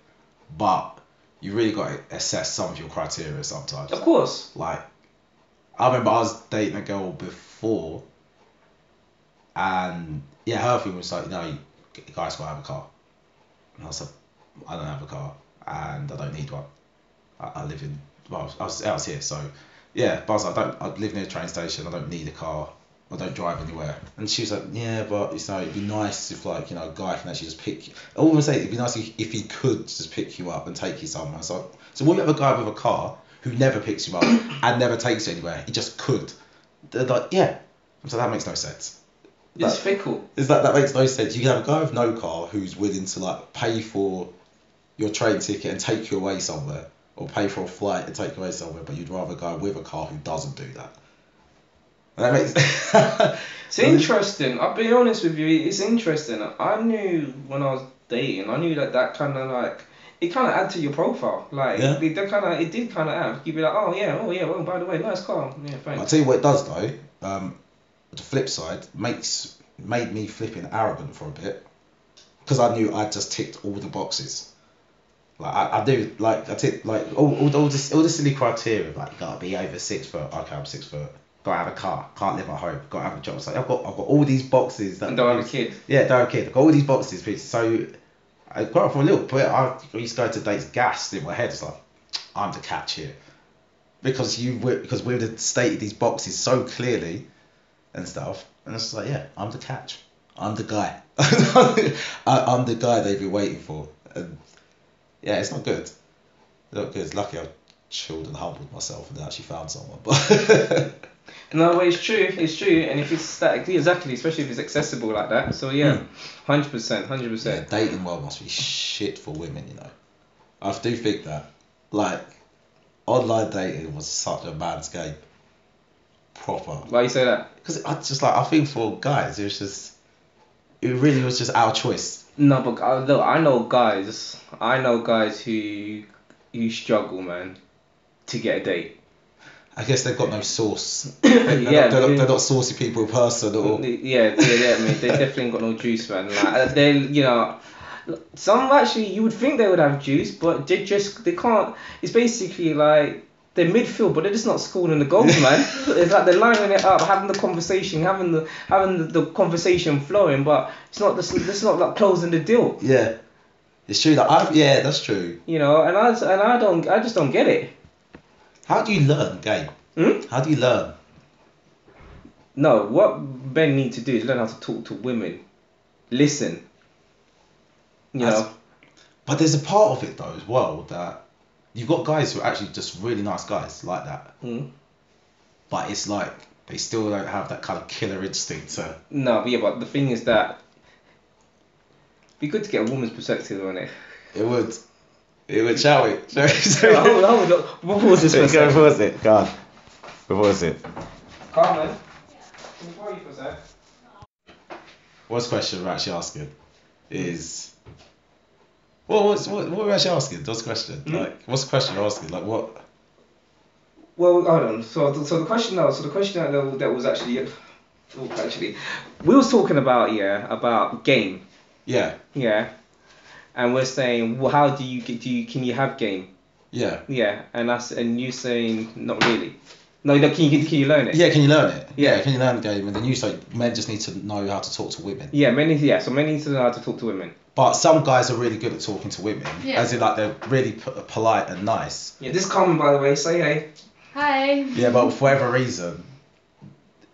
S1: but you really got to assess some of your criteria sometimes.
S2: Of course.
S1: Like, I remember I was dating a girl before, and yeah, her thing was like, no, you guys gotta have a car. And I was like, I don't have a car, and I don't need one. I, I live in, well, I was, I was here, so yeah, but I was like, I, don't, I live near a train station, I don't need a car. I don't drive anywhere, and she was like, "Yeah, but you know, it'd be nice if like you know a guy can actually just pick. You. I would say it'd be nice if if he could just pick you up and take you somewhere." So, so what if you have a guy with a car who never picks you up and never takes you anywhere? He just could. They're like, yeah. So that makes no sense.
S2: It's
S1: That-
S2: fickle.
S1: Is that that makes no sense? You can have a guy with no car who's willing to like pay for your train ticket and take you away somewhere, or pay for a flight and take you away somewhere, but you'd rather a guy with a car who doesn't do that. And that makes.
S2: It's interesting. I'll be honest with you. It's interesting. I knew when I was dating, I knew that that kind of like it kind of add to your profile. Like
S1: Yeah.
S2: it, that kind of it did kind of add. You'd be like, oh yeah, oh yeah. Well, by the way, nice car. Yeah,
S1: I'll
S2: thanks.
S1: tell you what it does though. Um, the flip side makes made me flipping arrogant for a bit because I knew I just ticked all the boxes. Like I, I do like I ticked like all, all, all this all the silly criteria like gotta be over six foot. Okay, I'm six foot. Gotta have a car. Can't live at home. Gotta have a job. It's like I've got I've got all these boxes that
S2: And don't have a kid.
S1: yeah, don't have a kid. I've got all these boxes. please. So I got from a little bit. I used to go to dates gassed in my head. It's like I'm the catch here because you would because we would have stated these boxes so clearly and stuff. And it's like, yeah, I'm the catch. I'm the guy. I, I'm the guy they've been waiting for. And yeah, it's not good. It's not good. It's lucky I chilled and humbled myself and actually found someone. But
S2: No, well, it's true. It's true. And if it's that exactly, especially if it's accessible like that. So
S1: Hmm.
S2: yeah, hundred percent, hundred
S1: yeah,
S2: percent.
S1: dating world must be shit for women, you know. I do think that. Like, online dating was such a man's game. Proper.
S2: Why you say that?
S1: Because I just like I think for guys it was just it really was just our choice.
S2: No, but uh, look, I know guys. I know guys who who struggle, man, to get a date.
S1: I guess they've got no source. They're,
S2: Yeah,
S1: not, they're,
S2: yeah.
S1: not, they're not saucy people in person or
S2: Yeah, yeah, yeah, I mean, they definitely ain't got no juice, man. Like uh, they, you know, some actually you would think they would have juice, but they just they can't. It's basically like. They're midfield, but they're just not schooling the goals, man. It's like they're lining it up, having the conversation, having the having the, the conversation flowing, but it's not this. It's not like closing the deal,
S1: yeah. It's true. Like I yeah, that's true.
S2: you know. And I and I don't, I just don't get it.
S1: How do you learn game?
S2: Hmm?
S1: How do you learn?
S2: No, what men need to do is learn how to talk to women, listen. You
S1: That's-
S2: know,
S1: But there's a part of it though as well that you've got guys who are actually just really nice guys like that,
S2: Mm.
S1: but it's like they still don't have that kind of killer instinct to
S2: no, but yeah, but the thing is that be good to get a woman's perspective on it.
S1: it would it would shall we? Shall we-
S2: Hold on, hold on, hold on. What was this? for a second?
S1: was it? God. What was it?
S2: Carmen, can you borrow you for a sec?
S1: What's the question we're actually asking is what what's what, what we're actually asking? What's the question?
S2: Hmm?
S1: Like what's the question we're asking? Like what
S2: Well, hold on. So, the- so the question now, so the question that, that was actually, oh, actually, we was talking about yeah about game,
S1: yeah,
S2: yeah, and we're saying, well, how do you get- do you can you have game?
S1: yeah.
S2: Yeah, and that's and you saying not really. No, no can you can you learn it?
S1: Yeah, can you learn it?
S2: Yeah.
S1: can you learn the game? And then you say men just need to know how to talk to women.
S2: Yeah, many yeah. So men need to know how to talk to women.
S1: But some guys are really good at talking to women,
S3: Yeah.
S1: as in like they're really p- polite and nice.
S2: Yeah, this comment, by the way, say hey.
S3: Hi.
S1: Yeah, but for whatever reason,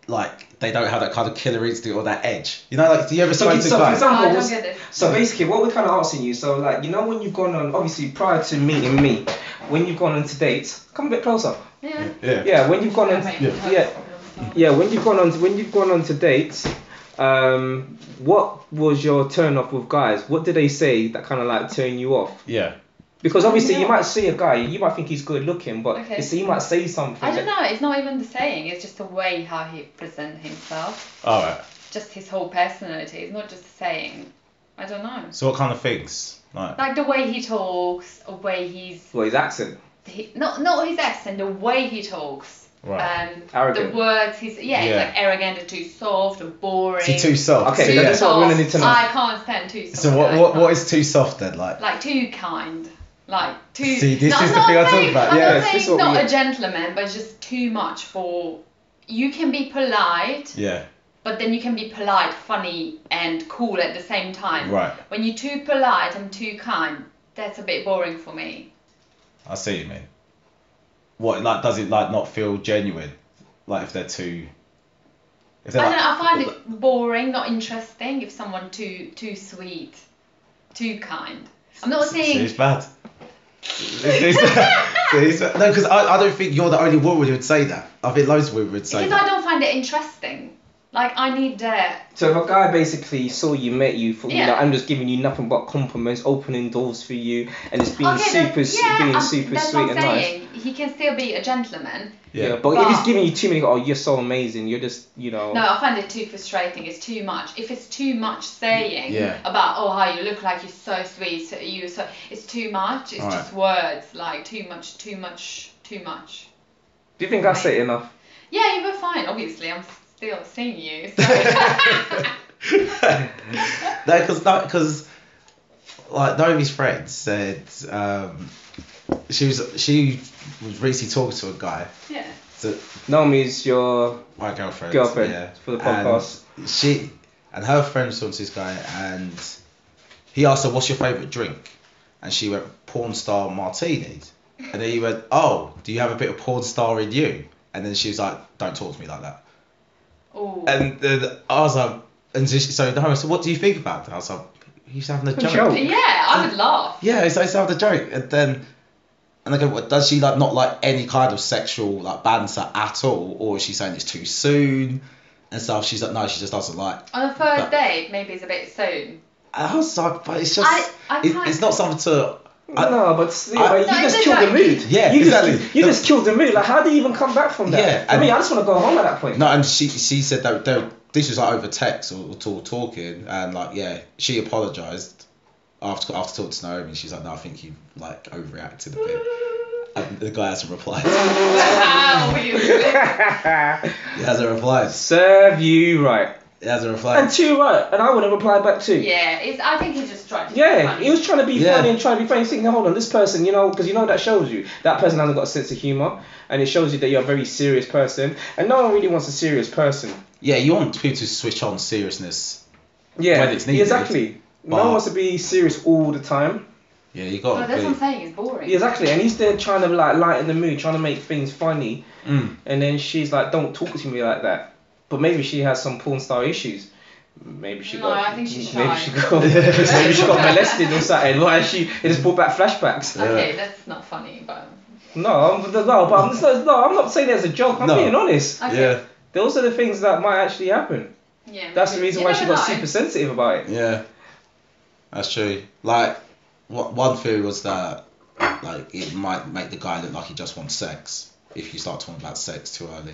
S1: like they don't have that kind of killer instinct or that edge. You know, like do you ever
S2: So
S1: spoke
S2: it's
S1: to
S2: something-
S1: guys?
S3: Oh, I
S2: What's-
S3: don't get this.
S2: So basically, what we're kind of asking you, so like, you know, when you've gone on, obviously prior to meeting me, when you've gone on to dates, come a bit closer.
S3: Yeah.
S1: Yeah.
S2: Yeah, when you've gone on,
S3: Okay.
S1: Yeah.
S2: yeah, when you've gone on, when you've gone on to dates, um, what was your turn off with guys? What did they say that kind of like turn you off?
S1: Yeah.
S2: Because obviously you
S3: Yeah.
S2: might see a guy, you might think he's good looking, but
S3: Okay.
S2: it's- he might say something.
S3: I don't know. It's not even the saying. It's just the way how he present himself.
S1: All right.
S3: Just his whole personality. It's not just the saying. I don't know.
S1: So what kind of things? Like.
S3: Like the way he talks, the way he's
S2: Well, his accent.
S3: he, not not his accent, the way he talks. Um,
S2: Arrogant.
S3: The words he's yeah, he's
S1: Yeah.
S3: like arrogant and too soft and boring.
S1: Is he too soft?
S2: Okay,
S3: Too
S2: that's what I wanna need to know.
S3: soft. I can't stand too soft.
S1: So what,
S3: I
S1: what
S3: can't.
S1: what is too soft then? Like.
S3: like too kind, like too.
S1: See, this
S3: no,
S1: is
S3: I'm
S1: the
S3: not
S1: thing I talk
S3: saying,
S1: about,
S3: I'm
S1: yeah,
S2: this
S3: not
S2: is what
S3: saying not
S2: we-
S3: a gentleman, but just too much for. You can be polite,
S1: Yeah.
S3: but then you can be polite, funny, and cool at the same time.
S1: Right.
S3: When you're too polite and too kind, that's a bit boring for me.
S1: I see what you mean. What like does it like not feel genuine? Like if they're too. If
S3: I don't know. I find it boring, not interesting. If someone too too sweet, too kind. I'm not
S1: See,
S3: saying
S1: it's bad. See, it's- see, it's bad. no, because I, I don't think you're the only woman who would say that. I think loads of women would say
S3: because
S1: that.
S3: I don't find it interesting. Like I need that.
S2: So if a guy basically saw you, met you, thought, you know,
S3: Yeah.
S2: I'm just giving you nothing but compliments, opening doors for you, and it's being
S3: that-
S2: super, s-
S3: yeah,
S2: being
S3: I'm-
S2: super
S3: that's
S2: sweet
S3: what
S2: and
S3: I'm
S2: nice.
S3: saying. He can still be a gentleman.
S2: Yeah.
S1: Yeah.
S2: but, if he's
S3: But-
S2: giving you too many, oh, you're so amazing. You're just, you know.
S3: No, I find it too frustrating. It's too much. If it's too much saying
S1: Yeah.
S3: about oh how you look like you're so sweet, so you so it's too much. It's
S1: Alright.
S3: just words like too much, too much, too much.
S2: Do you think I say it enough?
S3: Yeah, you were fine. Obviously, I'm still seeing you. So.
S1: No, because no, because like Naomi's friend said um, she was she was recently talking to a guy,
S3: yeah.
S1: so
S2: Naomi's your
S1: my girlfriend.
S2: girlfriend
S1: Yeah.
S2: for the
S1: And
S2: podcast.
S1: she and her friend was talking to this guy, and he asked her, "What's your favorite drink?" And she went, "Porn star martinis." And then he went, "Oh, do you have a bit of porn star in you?" And then she was like, "Don't talk to me like that."
S3: Oh.
S1: And then I was like, and so, she, so Naomi said, "What do you think about that?" I was like, "He's having a
S2: A
S1: joke."
S2: joke.
S3: yeah, I would laugh.
S1: Yeah, it's, it's having a joke, and then. And I go, well, does she like not like any kind of sexual like banter at all, or is she saying it's too soon and stuff? She's like, no, she just doesn't like
S3: On a first
S1: But-
S3: date, maybe it's a bit soon.
S1: I was like, but it's just,
S3: I- I
S1: it-
S3: can't-
S1: it's not something to. I-
S2: no, but see,
S1: I-
S2: but you
S3: No,
S2: just
S3: it's
S2: killed
S3: a
S2: the
S3: joke.
S2: mood.
S1: Yeah,
S2: you Just,
S1: exactly.
S2: you just killed the mood. Like, how do you even come back from that?
S1: Yeah,
S2: I
S1: and-
S2: mean, I just want to go home at that point.
S1: No, and she she said that they, this was like over text or, or talk- talking, and like yeah, she apologized after after talking to Naomi. She's like, no, I think you like overreacted a bit. And the guy hasn't replied. He
S3: Obviously.
S1: hasn't replied.
S2: Serve you right.
S1: He hasn't
S2: And
S1: replied.
S2: two right. And I would have replied back too.
S3: yeah, it's. I think he just tried to. be
S2: Yeah,
S3: funny.
S2: he was trying to be
S1: Yeah.
S2: funny and trying to be funny. He's thinking, hold on, this person, you know, because you know that shows you that person hasn't got a sense of humor, and it shows you that you're a very serious person, and no one really wants a serious person.
S1: Yeah, you want people to switch on seriousness.
S2: Yeah,
S1: When it's needed,
S2: exactly. No
S1: but-
S2: one wants to be serious all the time.
S1: Yeah, you
S3: Well,
S1: got
S3: that's what I'm
S1: to
S3: saying. It's boring.
S2: Exactly, and he's there trying to like lighten the mood, trying to make things funny,
S1: be. Mm.
S2: and then she's like, "Don't talk to me like that." But maybe she has some porn star issues. Maybe she
S3: No,
S2: got.
S3: I think she's
S2: Maybe
S3: shy.
S2: she got. maybe she got molested or something. Why is she? It just brought back flashbacks.
S3: Okay, that's not funny, but
S2: No, I'm, no, but I'm, no, no, I'm not saying there's a joke. I'm
S1: No.
S2: being honest.
S1: Yeah,
S3: okay.
S2: Those are the things that might actually happen.
S3: yeah. yeah
S2: That's the reason why she got super
S3: super.
S2: sensitive about it.
S1: yeah, that's true. Like, what one theory was that like it might make the guy look like he just wants sex if you start talking about sex too early.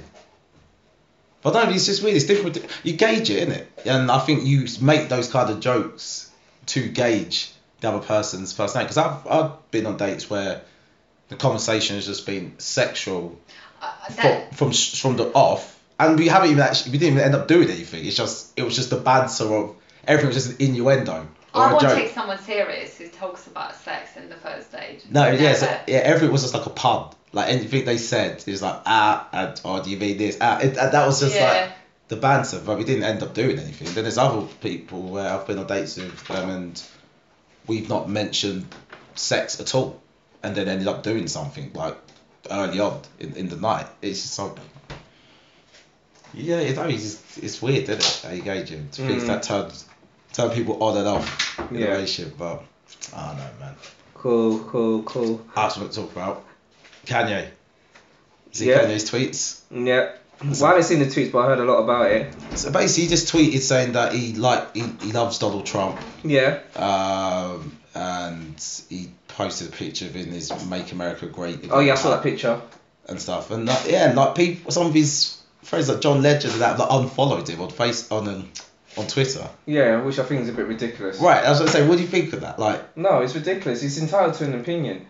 S1: But no, it's just weird. It's different. You gauge it, innit? And I think you make those kind of jokes to gauge the other person's personality. Because I've I've been on dates where the conversation has just been sexual
S3: Uh,
S1: from
S3: that,
S1: from s- from the off, and we haven't even actually we didn't even end up doing anything. It's just it was just the banter of everything was just an innuendo or
S3: I
S1: a
S3: won't
S1: joke.
S3: take someone serious who talks about sex in the first date.
S1: No, yeah, so,
S3: Never.
S1: yeah, everything was just like a pun. Like anything they said is like ah, and oh, do you mean this? Ah, it, and that was just like
S3: Yeah.
S1: the banter, but we didn't end up doing anything. Then there's other people where I've been on dates with them, and we've not mentioned sex at all, and then ended up doing something like early on in, in the night. It's just so. Yeah, it, I mean, it's, just- it's weird, isn't it? That you go, Jim, to things
S2: Mm.
S1: that turn turn people on and off in
S2: Yeah.
S1: a relationship. But I don't know, man.
S2: Cool, cool, cool.
S1: I just want to talk about Kanye. See
S2: Yeah.
S1: Kanye's tweets.
S2: Yeah. Well, I haven't seen the tweets, but I heard a lot about it.
S1: So basically, he just tweeted saying that he like he, he loves Donald Trump,
S2: Yeah.
S1: um, and he posted a picture of him in his "Make America Great" Again
S2: Oh yeah, I saw that picture.
S1: and stuff, and like, yeah, like people, some of his friends like John Legend and that like unfollowed him on face on um, on Twitter.
S2: Yeah, which I think is a bit ridiculous.
S1: Right, I was gonna say, what do you think of that? Like,
S2: No, it's ridiculous. He's entitled to an opinion.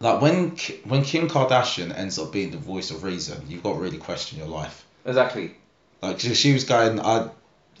S1: like when K- when Kim Kardashian ends up being the voice of reason, you've got to really question your life.
S2: Exactly.
S1: Like she she was going, I,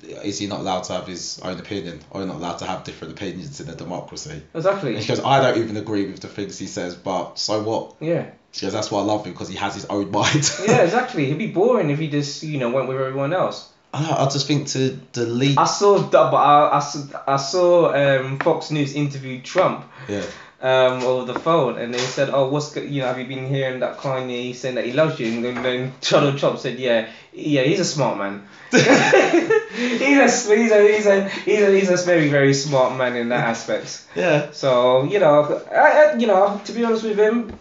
S1: is he not allowed to have his own opinion, or not allowed to have different opinions in a democracy?
S2: Exactly.
S1: And she goes, I don't even agree with the things he says, but so what?
S2: Yeah.
S1: She goes, that's why I love him because he has his own mind.
S2: Yeah, exactly. He'd be boring if he just, you know, went with everyone else.
S1: I, don't know, I just think to delete.
S2: I saw that, but I, I saw, I saw um, Fox News interviewed Trump
S1: Yeah.
S2: um, over the phone, and they said, "Oh, what's go- you know, have you been hearing that Kanye saying that he loves you?" And then, then Donald Trump said, "Yeah, yeah, he's a smart man. he's a s- he's a he's a he's a he's a very very smart man in that aspect."
S1: Yeah.
S2: So you know, I, I, you know, to be honest with him,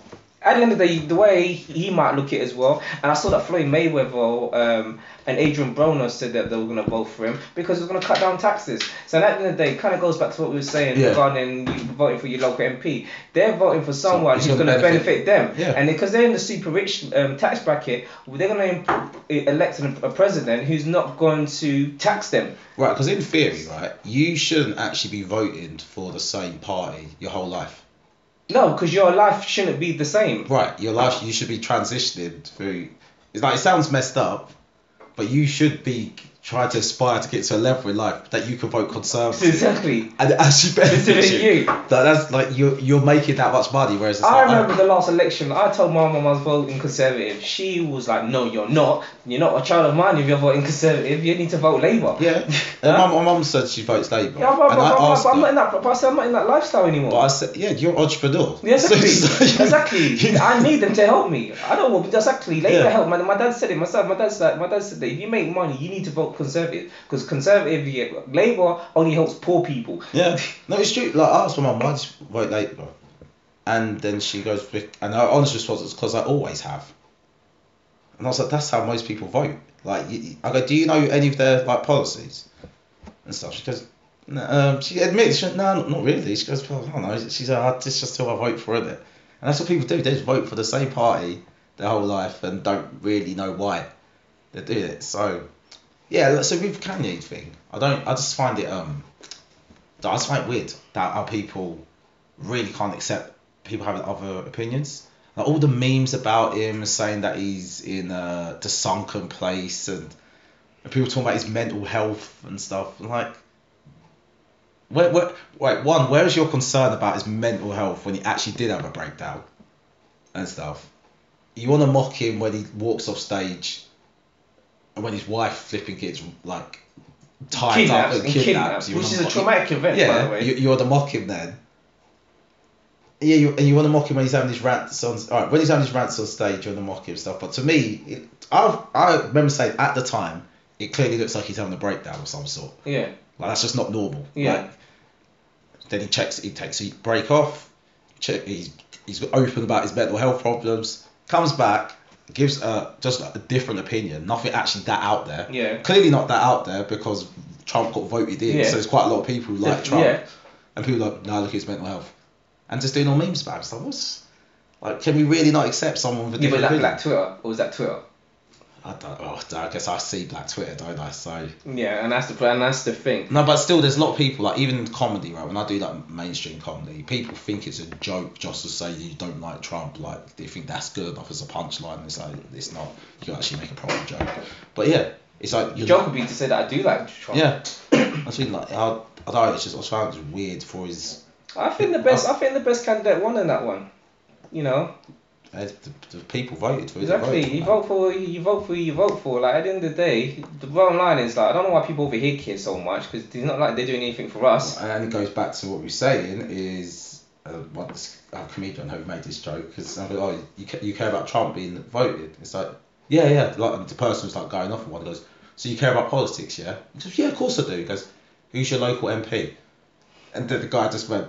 S2: at the end of the day, the way he might look at it as well. And I saw that Floyd Mayweather um, and Adrian Broner said that they were gonna vote for him because it was gonna cut down taxes. So at the end of the day, it kind of goes back to what we were saying
S1: Yeah.
S2: regarding you voting for your local MP. They're voting for someone
S1: it's
S2: who's
S1: gonna
S2: gonna benefit,
S1: benefit-
S2: them.
S1: Yeah.
S2: And because they're in the super rich um, tax bracket, they're gonna imp- eh, elect an- a president who's not going to tax them.
S1: Right, because in theory, right, you shouldn't actually be voting for the same party your whole life.
S2: No, because your life shouldn't be the same.
S1: Right, your life, you should be transitioning through. It's like, it sounds messed up, but you should be trying to aspire to get to a level in life that you can vote conservative.
S2: Exactly.
S1: And it actually benefits
S2: Specifically you.
S1: you. That, that's like you're, you're making that much money, whereas it's like,
S2: I remember the last election. I told my mum I was voting conservative. She was like, "No, you're not. You're not a child of mine. If you're voting conservative, you need to vote Labour."
S1: Yeah. And my, my mum said she votes Labour.
S2: Yeah, but,
S1: and
S2: but-
S1: I
S2: but-
S1: asked
S2: but I'm
S1: her,
S2: not in that. But I said I'm not in that lifestyle anymore.
S1: but I said, yeah, you're an entrepreneur.
S2: Yeah, exactly.
S1: So it's like-
S2: exactly. I need them to help me. I don't want exactly. Labour
S1: Yeah.
S2: help. My, my dad said it. My son, my dad said. My dad said that if you make money, you need to vote conservative because conservative yeah, Labour only helps poor people.
S1: Yeah. No, it's true. Like, I asked my mum, why do you vote Labour? And then she goes, "Bec- and her honest response was, because I always have. And I was like, that's how most people vote. Like, you- you- I go, do you know any of their, like, policies? And stuff. She goes, no, um, she admits, she goes, no, not really. She goes, well, I don't know. She's like, it's just who I vote for, is it? And that's what people do. They just vote for the same party their whole life and don't really know why they do it. So, yeah, so with Kanye thing, I don't, I just find it, um, I just find it weird that our people really can't accept people having other opinions. Like all the memes about him saying that he's in uh, the sunken place and and people talking about his mental health and stuff. I'm like, where, where, wait, one, where is your concern about his mental health when he actually did have a breakdown and stuff? You want to mock him when he walks off stage and when his wife flipping gets like tied
S2: Kidnaps
S1: up
S2: and
S1: and kidnapped,
S2: kidnaps,
S1: you
S2: which
S1: wanna
S2: is a
S1: mock-
S2: traumatic event, by
S1: yeah,
S2: the way.
S1: You, you want to mock him then. Yeah, you, and you want to mock him when he's having his rants on. All right, when he's having his rants on stage, you want to mock him and stuff. But to me, it, I I remember saying at the time, it clearly looks like he's having a breakdown of some sort.
S2: yeah.
S1: Like that's just not normal.
S2: Yeah.
S1: Like, then he checks. He takes a break off. Check. He's he's open about his mental health problems. Comes back. Gives uh just a different opinion. Nothing actually that out there.
S2: Yeah.
S1: Clearly not that out there because Trump got voted in.
S2: Yeah.
S1: So there's quite a lot of people who like
S2: Def-
S1: Trump.
S2: yeah.
S1: And people are like, nah, look at his mental health. And just doing all memes about it. It's like, what's like? Can we really not accept someone with a
S2: Yeah,
S1: different
S2: but that
S1: opinion?
S2: Black Twitter or was that Twitter?
S1: I don't. Oh, I guess I see black Twitter, don't I? So.
S2: Yeah, and that's the and that's the thing.
S1: No, but still, there's a lot of people like even in comedy, right? When I do like mainstream comedy, people think it's a joke just to say you don't like Trump. Like they think that's good enough as a punchline. It's like it's not. You can actually make a proper joke. But yeah, it's like
S2: The
S1: you
S2: joke would be to say that I do like Trump.
S1: Yeah, I was thinking like I, I don't know. It's just I found it weird for his.
S2: Oh. I think the best. I think the best candidate won in that one. You know,
S1: Uh, The, the people voted for it. they
S2: Exactly.
S1: voted
S2: You
S1: for
S2: vote for you vote for you vote for. Like at the end of the day, the bottom line is like I don't know why people over here care so much because it's not like they're doing anything for us.
S1: that. And it goes back to what we were saying is uh, once a comedian who made this joke because I'm like, oh, you, ca- you care about Trump being voted. It's like, yeah, yeah. Like the person was like going off on one. He goes, so you care about politics, yeah? He goes, yeah, of course I do. He goes, who's your local MP? And the, the guy just went,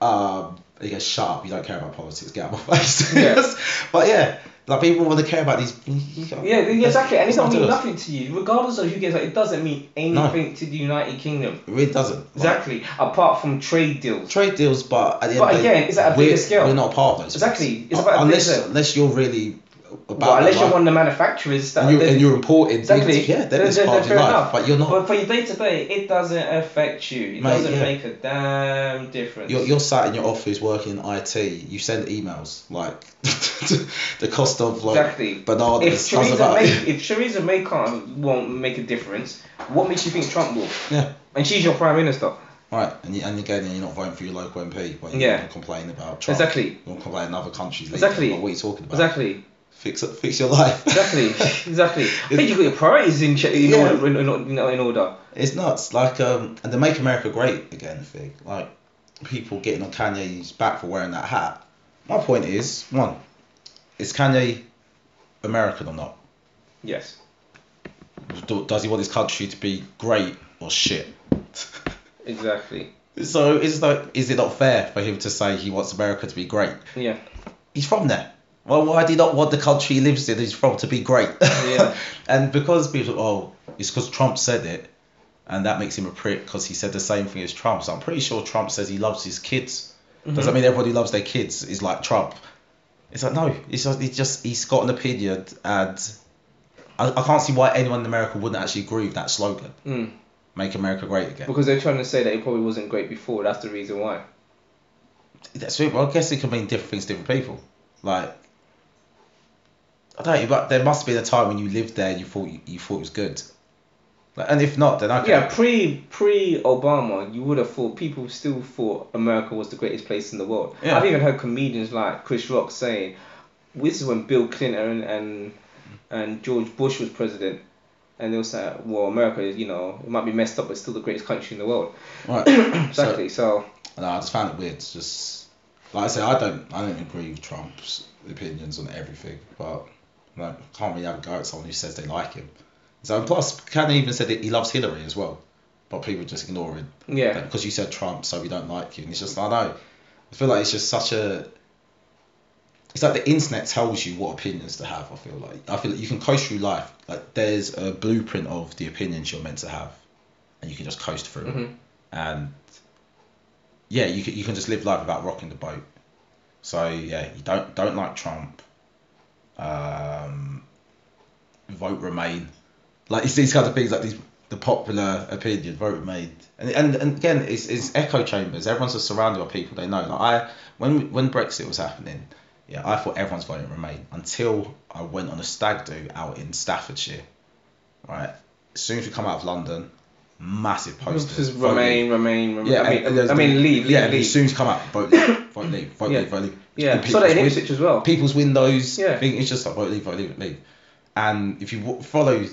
S1: um, he goes, shut up. You don't care about politics. Get out of my face.
S2: Yeah.
S1: but yeah, like people want to care about these.
S2: Yeah, exactly, and it's not mean
S1: Ridiculous.
S2: nothing to you, regardless of who gets. Like, it doesn't mean anything to the United Kingdom.
S1: It really doesn't. Like,
S2: Exactly, apart from trade deals.
S1: trade deals, but at the
S2: But
S1: end of the
S2: again, it's at a
S1: we're,
S2: bigger scale.
S1: We're not a part of those.
S2: Exactly,
S1: things.
S2: it's about a
S1: unless
S2: bigger-
S1: unless you're really about
S2: But unless
S1: it,
S2: you're
S1: right?
S2: one of the manufacturers that
S1: and you're,
S2: that-
S1: and you're importing
S2: exactly,
S1: things, yeah, then
S2: they're-
S1: it's
S2: they're-
S1: part of
S2: they're
S1: your
S2: fair
S1: life.
S2: enough.
S1: But you're not.
S2: But for your day to day, it doesn't affect you. It
S1: Mate,
S2: doesn't
S1: yeah.
S2: make a damn difference.
S1: You're, you're sat in your office working in IT. You send emails like the cost of like
S2: Exactly.
S1: bananas.
S2: if
S1: does
S2: Theresa
S1: about-
S2: May, if Theresa May can't won't make a difference, what makes you think Trump will?
S1: yeah,
S2: And she's your prime minister.
S1: right. And, you, and again, you're not voting for your local MP when
S2: Yeah.
S1: you complain about Trump.
S2: Exactly.
S1: You're complaining other countries.
S2: Exactly.
S1: What are you talking about?
S2: Exactly.
S1: Fix it. Fix your life.
S2: Exactly. exactly. I think you've got your priorities in check. In,
S1: Yeah.
S2: order, in, in, in order.
S1: It's nuts. Like um, and the Make America Great Again thing. Like people getting on Kanye's back for wearing that hat. My point is one, is Kanye American or not?
S2: Yes.
S1: Do- Does he want his country to be great or shit?
S2: Exactly.
S1: so it's like, is it not fair for him to say he wants America to be great?
S2: Yeah.
S1: He's from there. Well, why do you not want the country he lives in he's from to be great?
S2: Yeah.
S1: and because people, oh, it's because Trump said it, and that makes him a prick because he said the same thing as Trump. So I'm pretty sure Trump says he loves his kids.
S2: Mm-hmm.
S1: Does that mean everybody who loves their kids is like Trump? It's like no, it's just, it's just he's got an opinion, and I, I can't see why anyone in America wouldn't actually agree with that slogan.
S2: Mm.
S1: Make America great again.
S2: Because they're trying to say that it probably wasn't great before. That's the reason why.
S1: That's it. Well, I guess it can mean different things to different people. Like, I don't know, but there must have been a time when you lived there and you thought you, you thought it was good. Like, and if not, then okay.
S2: Yeah, pre pre Obama, you would have thought people still thought America was the greatest place in the world.
S1: Yeah.
S2: I've even heard comedians like Chris Rock saying, "This is when Bill Clinton and and George Bush was president." And they'll say, well, America, is, you know, it might be messed up, but it's still the greatest country in the world.
S1: Right.
S2: Exactly. So,
S1: And I just found it weird. It's just like I said, I don't, I don't agree with Trump's opinions on everything, but like, I can't really have a go at someone who says they like him. So and plus, Kanye even said that he loves Hillary as well, but people just ignore him.
S2: yeah.
S1: that because you said Trump, so we don't like you. And it's just, I know. I feel like it's just such a. It's like the internet tells you what opinions to have. I feel like I feel like you can coast through life. Like there's a blueprint of the opinions you're meant to have, and you can just coast through. it.
S2: Mhm.
S1: And yeah, you can, you can just live life without rocking the boat. So yeah, you don't don't like Trump. Um, vote Remain. Like it's these kind of things, like these the popular opinion, vote Remain, and and, and again, it's, it's echo chambers. Everyone's just surrounded by people they know. Like I, when when Brexit was happening, yeah, I thought everyone's voting Remain until I went on a stag do out in Staffordshire, right. As soon as we come out of London, massive posters.
S2: Just
S1: vote Leave.
S2: remain, remain, remain.
S1: Yeah,
S2: I mean,
S1: and there's
S2: I mean,
S1: the-
S2: leave, leave,
S1: yeah, as
S2: leave.
S1: soon as come out, vote leave, vote leave, vote
S2: Yeah.
S1: leave, vote leave.
S2: Yeah,
S1: In
S2: so that in
S1: people's
S2: Ipswich as well.
S1: people's windows.
S2: Yeah.
S1: thing, it's just like vote leave, vote leave, leave. And if you w- follow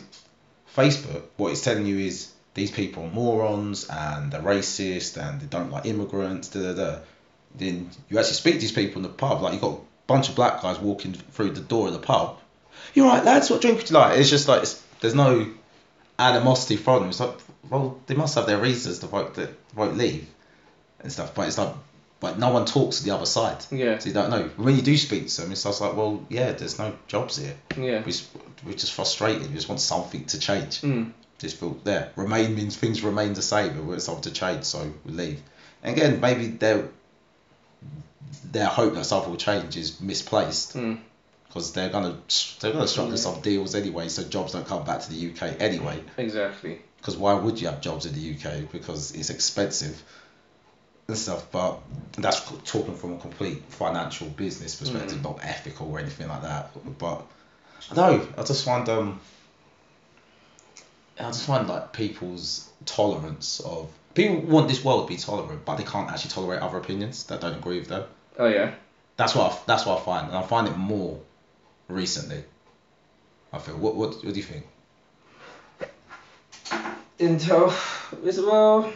S1: Facebook, what it's telling you is these people are morons and they're racist and they don't like immigrants. Da da da. Then you actually speak to these people in the pub. Like you got a bunch of black guys walking through the door of the pub. You're right, lads. What drink would you like? It's just like it's, there's no animosity from them. It's like well, they must have their reasons to vote to vote leave and stuff. But it's like but no one talks to the other side.
S2: Yeah.
S1: So you don't know. When you do speak to them, it's just like, well, yeah, there's no jobs here.
S2: Yeah.
S1: We're just, we're just frustrated. We just want something to change.
S2: Mm.
S1: Just feel there. Remain means things remain the same. We want something to change, so we leave. And again, maybe their their hope that something will change is misplaced
S2: Mm.
S1: because they're gonna they're gonna struggle with some deals anyway, so jobs don't come back to the UK anyway.
S2: Exactly.
S1: Because why would you have jobs in the UK? Because it's expensive and stuff. But that's c- talking from a complete financial business perspective, not ethical or anything like that. But I don't know. I just find um, I just find like people's tolerance of people want this world to be tolerant, but they can't actually tolerate other opinions that don't agree with them.
S2: Oh yeah.
S1: That's what I, that's what I find, and I find it more recently. I feel. What what what do you think?
S2: Intel is well.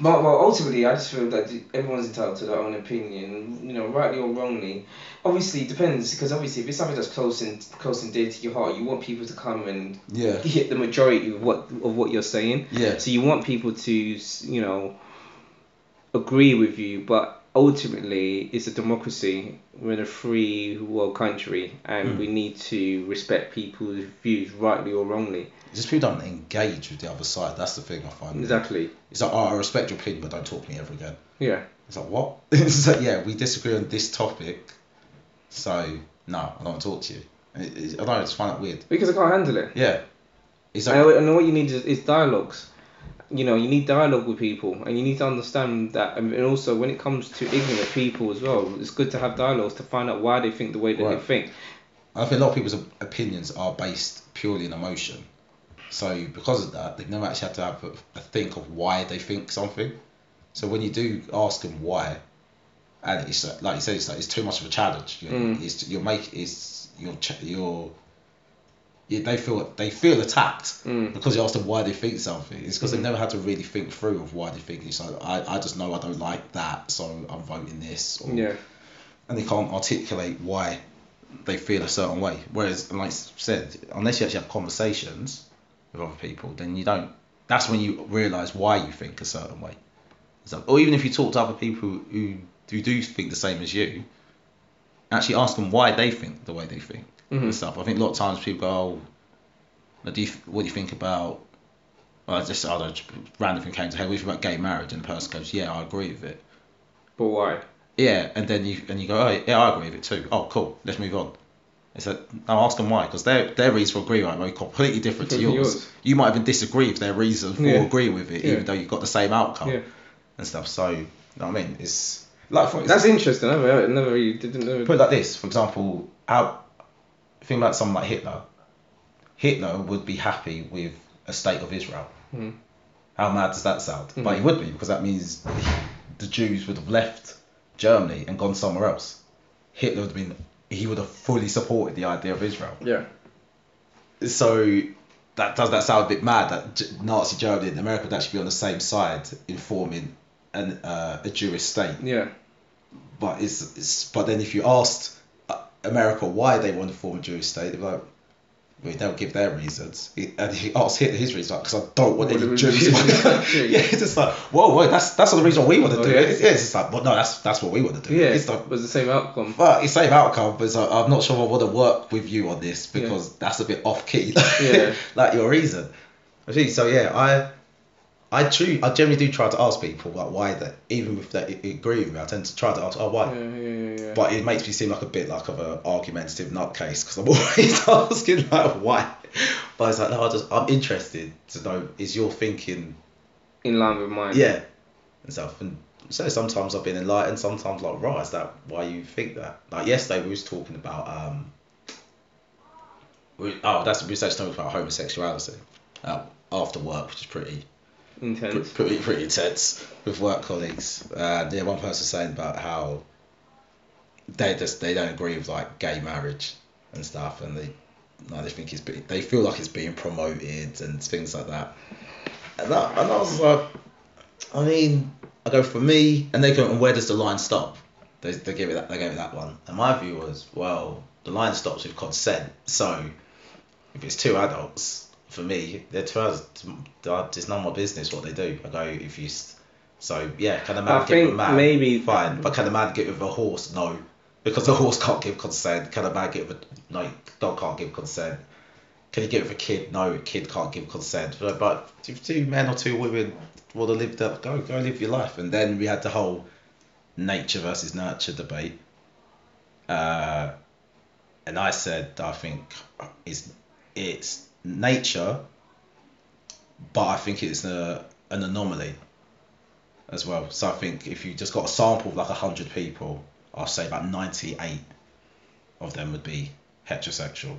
S2: But well, ultimately, I just feel that everyone's entitled to their own opinion, you know, rightly or wrongly. Obviously, it depends because obviously, if it's something that's close and close and dear to your heart, you want people to come and
S1: Yeah.
S2: hit the majority of what of what you're saying.
S1: Yeah.
S2: So you want people to, you know, agree with you, but ultimately, it's a democracy. We're in a free world country, and
S1: Mm.
S2: we need to respect people's views, rightly or wrongly.
S1: Just people don't engage with the other side. That's the thing I find.
S2: Exactly.
S1: It's like, oh, I respect your opinion, but don't talk to me ever again.
S2: Yeah.
S1: It's like, what? it's like, yeah, we disagree on this topic, so no, I don't want to talk to you. It, it, I don't know, I just find that weird.
S2: Because I can't handle it.
S1: Yeah. It's like,
S2: And, and what you need is, is dialogues. You know, you need dialogue with people, and you need to understand that. And and also, when it comes to ignorant people as well, it's good to have dialogues to find out why they think the way that
S1: Right.
S2: they think.
S1: I think a lot of people's opinions are based purely on emotion. So because of that, they've never actually had to have a, a think of why they think something. So when you do ask them why, and it's like, like you said, it's like it's too much of a challenge. You know?
S2: Mm.
S1: It's you're make it's your ch- your you- they feel they feel attacked
S2: Mm.
S1: because you ask them why they think something. It's because they've never had to really think through of why they think it. So I, I just know I don't like that, so I'm voting this. Or,
S2: Yeah.
S1: and they can't articulate why they feel a certain way. Whereas, like I said, unless you actually have conversations with other people, then you don't. That's when you realise why you think a certain way. So, or even if you talk to other people who, who do think the same as you, actually ask them why they think the way they think
S2: Mhm.
S1: and stuff. I think a lot of times people go, oh, do you, what do you think about, well, I just, I don't know, random thing came to head, what do you think about gay marriage? And the person goes, yeah, I agree with it.
S2: But why?
S1: Yeah, and then you and you go, oh yeah, I agree with it too. Oh cool, let's move on. It's like, no, ask them why, because their their reason for agreeing might be completely different to
S2: Different to
S1: yours.
S2: yours.
S1: You might even disagree with their reason for
S2: Yeah.
S1: agreeing with it,
S2: Yeah.
S1: even though you've got the same outcome
S2: Yeah.
S1: and stuff. So, you know what I mean? It's like for
S2: That's
S1: it's,
S2: interesting. I never, I never really didn't know.
S1: put it like this. For example, how think about someone like Hitler. Hitler would be happy with a state of Israel.
S2: Mhm.
S1: How mad does that sound? But he would be because that means the Jews would have left Germany and gone somewhere else. Hitler would have been he would have fully supported the idea of Israel.
S2: Yeah.
S1: So that does that sound a bit mad that J- Nazi Germany and America would actually be on the same side in forming an, uh, a Jewish state.
S2: Yeah.
S1: But it's, it's but then if you asked uh, America why they want to form a Jewish state, they'd be like, well, they'll give their reasons. He- And he asked Hitler his reasons, like, because I don't want
S2: Well,
S1: any
S2: the
S1: Jews. in my
S2: Jews-
S1: country." yeah, it's just like, whoa, whoa, that's that's not the reason we want to do
S2: Okay.
S1: it. It's, yeah, it's just like, well, no, that's that's what we want to do.
S2: Yeah.
S1: It's like,
S2: It was the same outcome.
S1: well, it's same outcome, but it's like, I'm not sure I want to work with you on this because that's a bit off key.
S2: Yeah.
S1: like your reason. I see. So yeah, I. I tru- I generally do try to ask people like why that even if they agree with me I tend to try to ask oh why
S2: Yeah, yeah, yeah, yeah.
S1: but it makes me seem like a bit like of an argumentative nutcase because I'm always asking like why. But it's like no, I just I'm interested to know is your thinking
S2: in line with mine.
S1: yeah and stuff. And so sometimes I've been enlightened, sometimes like right, is that why you think that? Like yesterday we was talking about um. We, oh, that's we was actually talking about homosexuality uh, after work, which is pretty pre-
S2: Intense.
S1: pretty pretty intense with work colleagues. Uh, yeah, one person saying about how they just they don't agree with like gay marriage and stuff, and they no they think it's be, they feel like it's being promoted and things like that. And that and I was uh, like, I mean, I go for me, and they go, and where does the line stop? They they gave it that they gave it that one, and my view was well the line stops with consent, so if it's two adults, for me, they're two adults. uh, It's none of my business what they do. I go if you. s- So yeah, can a man
S2: I
S1: get
S2: think
S1: with a man?
S2: maybe-
S1: fine, but can a man get with a horse? No, because a horse can't give consent. Can a man get with a no? Dog can't give consent. Can you get with a kid? No, a kid can't give consent. But, but if two men or two women want to live that, go go live your life. And then we had the whole nature versus nurture debate. Uh, and I said I think it's it's nature, but I think it's a, an anomaly as well. So I think if you just got a sample of like hundred people, I'll say about ninety eight of them would be heterosexual,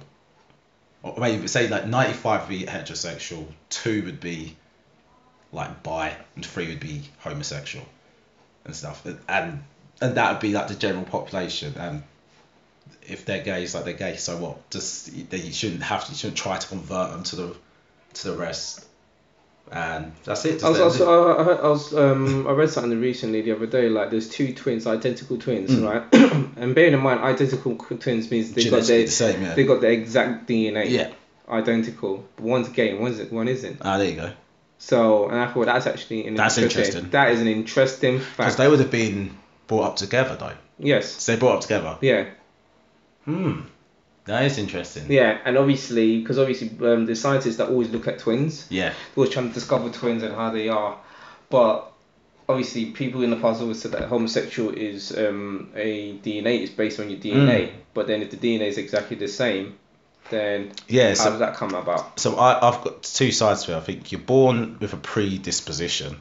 S1: or maybe say like ninety five would be heterosexual, two would be like bi, and three would be homosexual and stuff. And and that would be like the general population and if they're gay it's like they're gay so what just they you shouldn't have to you shouldn't try to convert them to the to the rest and that's it
S2: I was,
S1: just
S2: I was,
S1: let 'em
S2: I, I heard- I was um, I read something recently the other day. Like, there's two twins, identical twins,
S1: Mm.
S2: right? and bearing in mind, identical qu- twins means
S1: do
S2: they
S1: it.
S2: got
S1: Genetically
S2: their
S1: the same yeah
S2: they got the exact DNA,
S1: yeah
S2: identical. But one's gay, and one's one isn't.
S1: ah there you go
S2: So, and I thought that's actually an
S1: That's interesting.
S2: That is an interesting
S1: because
S2: fact.
S1: they would have been brought up together though
S2: yes.
S1: so they brought up together
S2: Yeah.
S1: hmm that is interesting
S2: Yeah, and obviously, because obviously, um, the scientists that always look at twins,
S1: yeah
S2: always trying to discover twins and how they are, but obviously, people in the past always said that homosexual is um, a DNA is based on your DNA,
S1: Hmm.
S2: but then if the DNA is exactly the same, then
S1: yeah
S2: how
S1: so
S2: does that come about?
S1: so I, I've got two sides to it. I think you're born with a predisposition,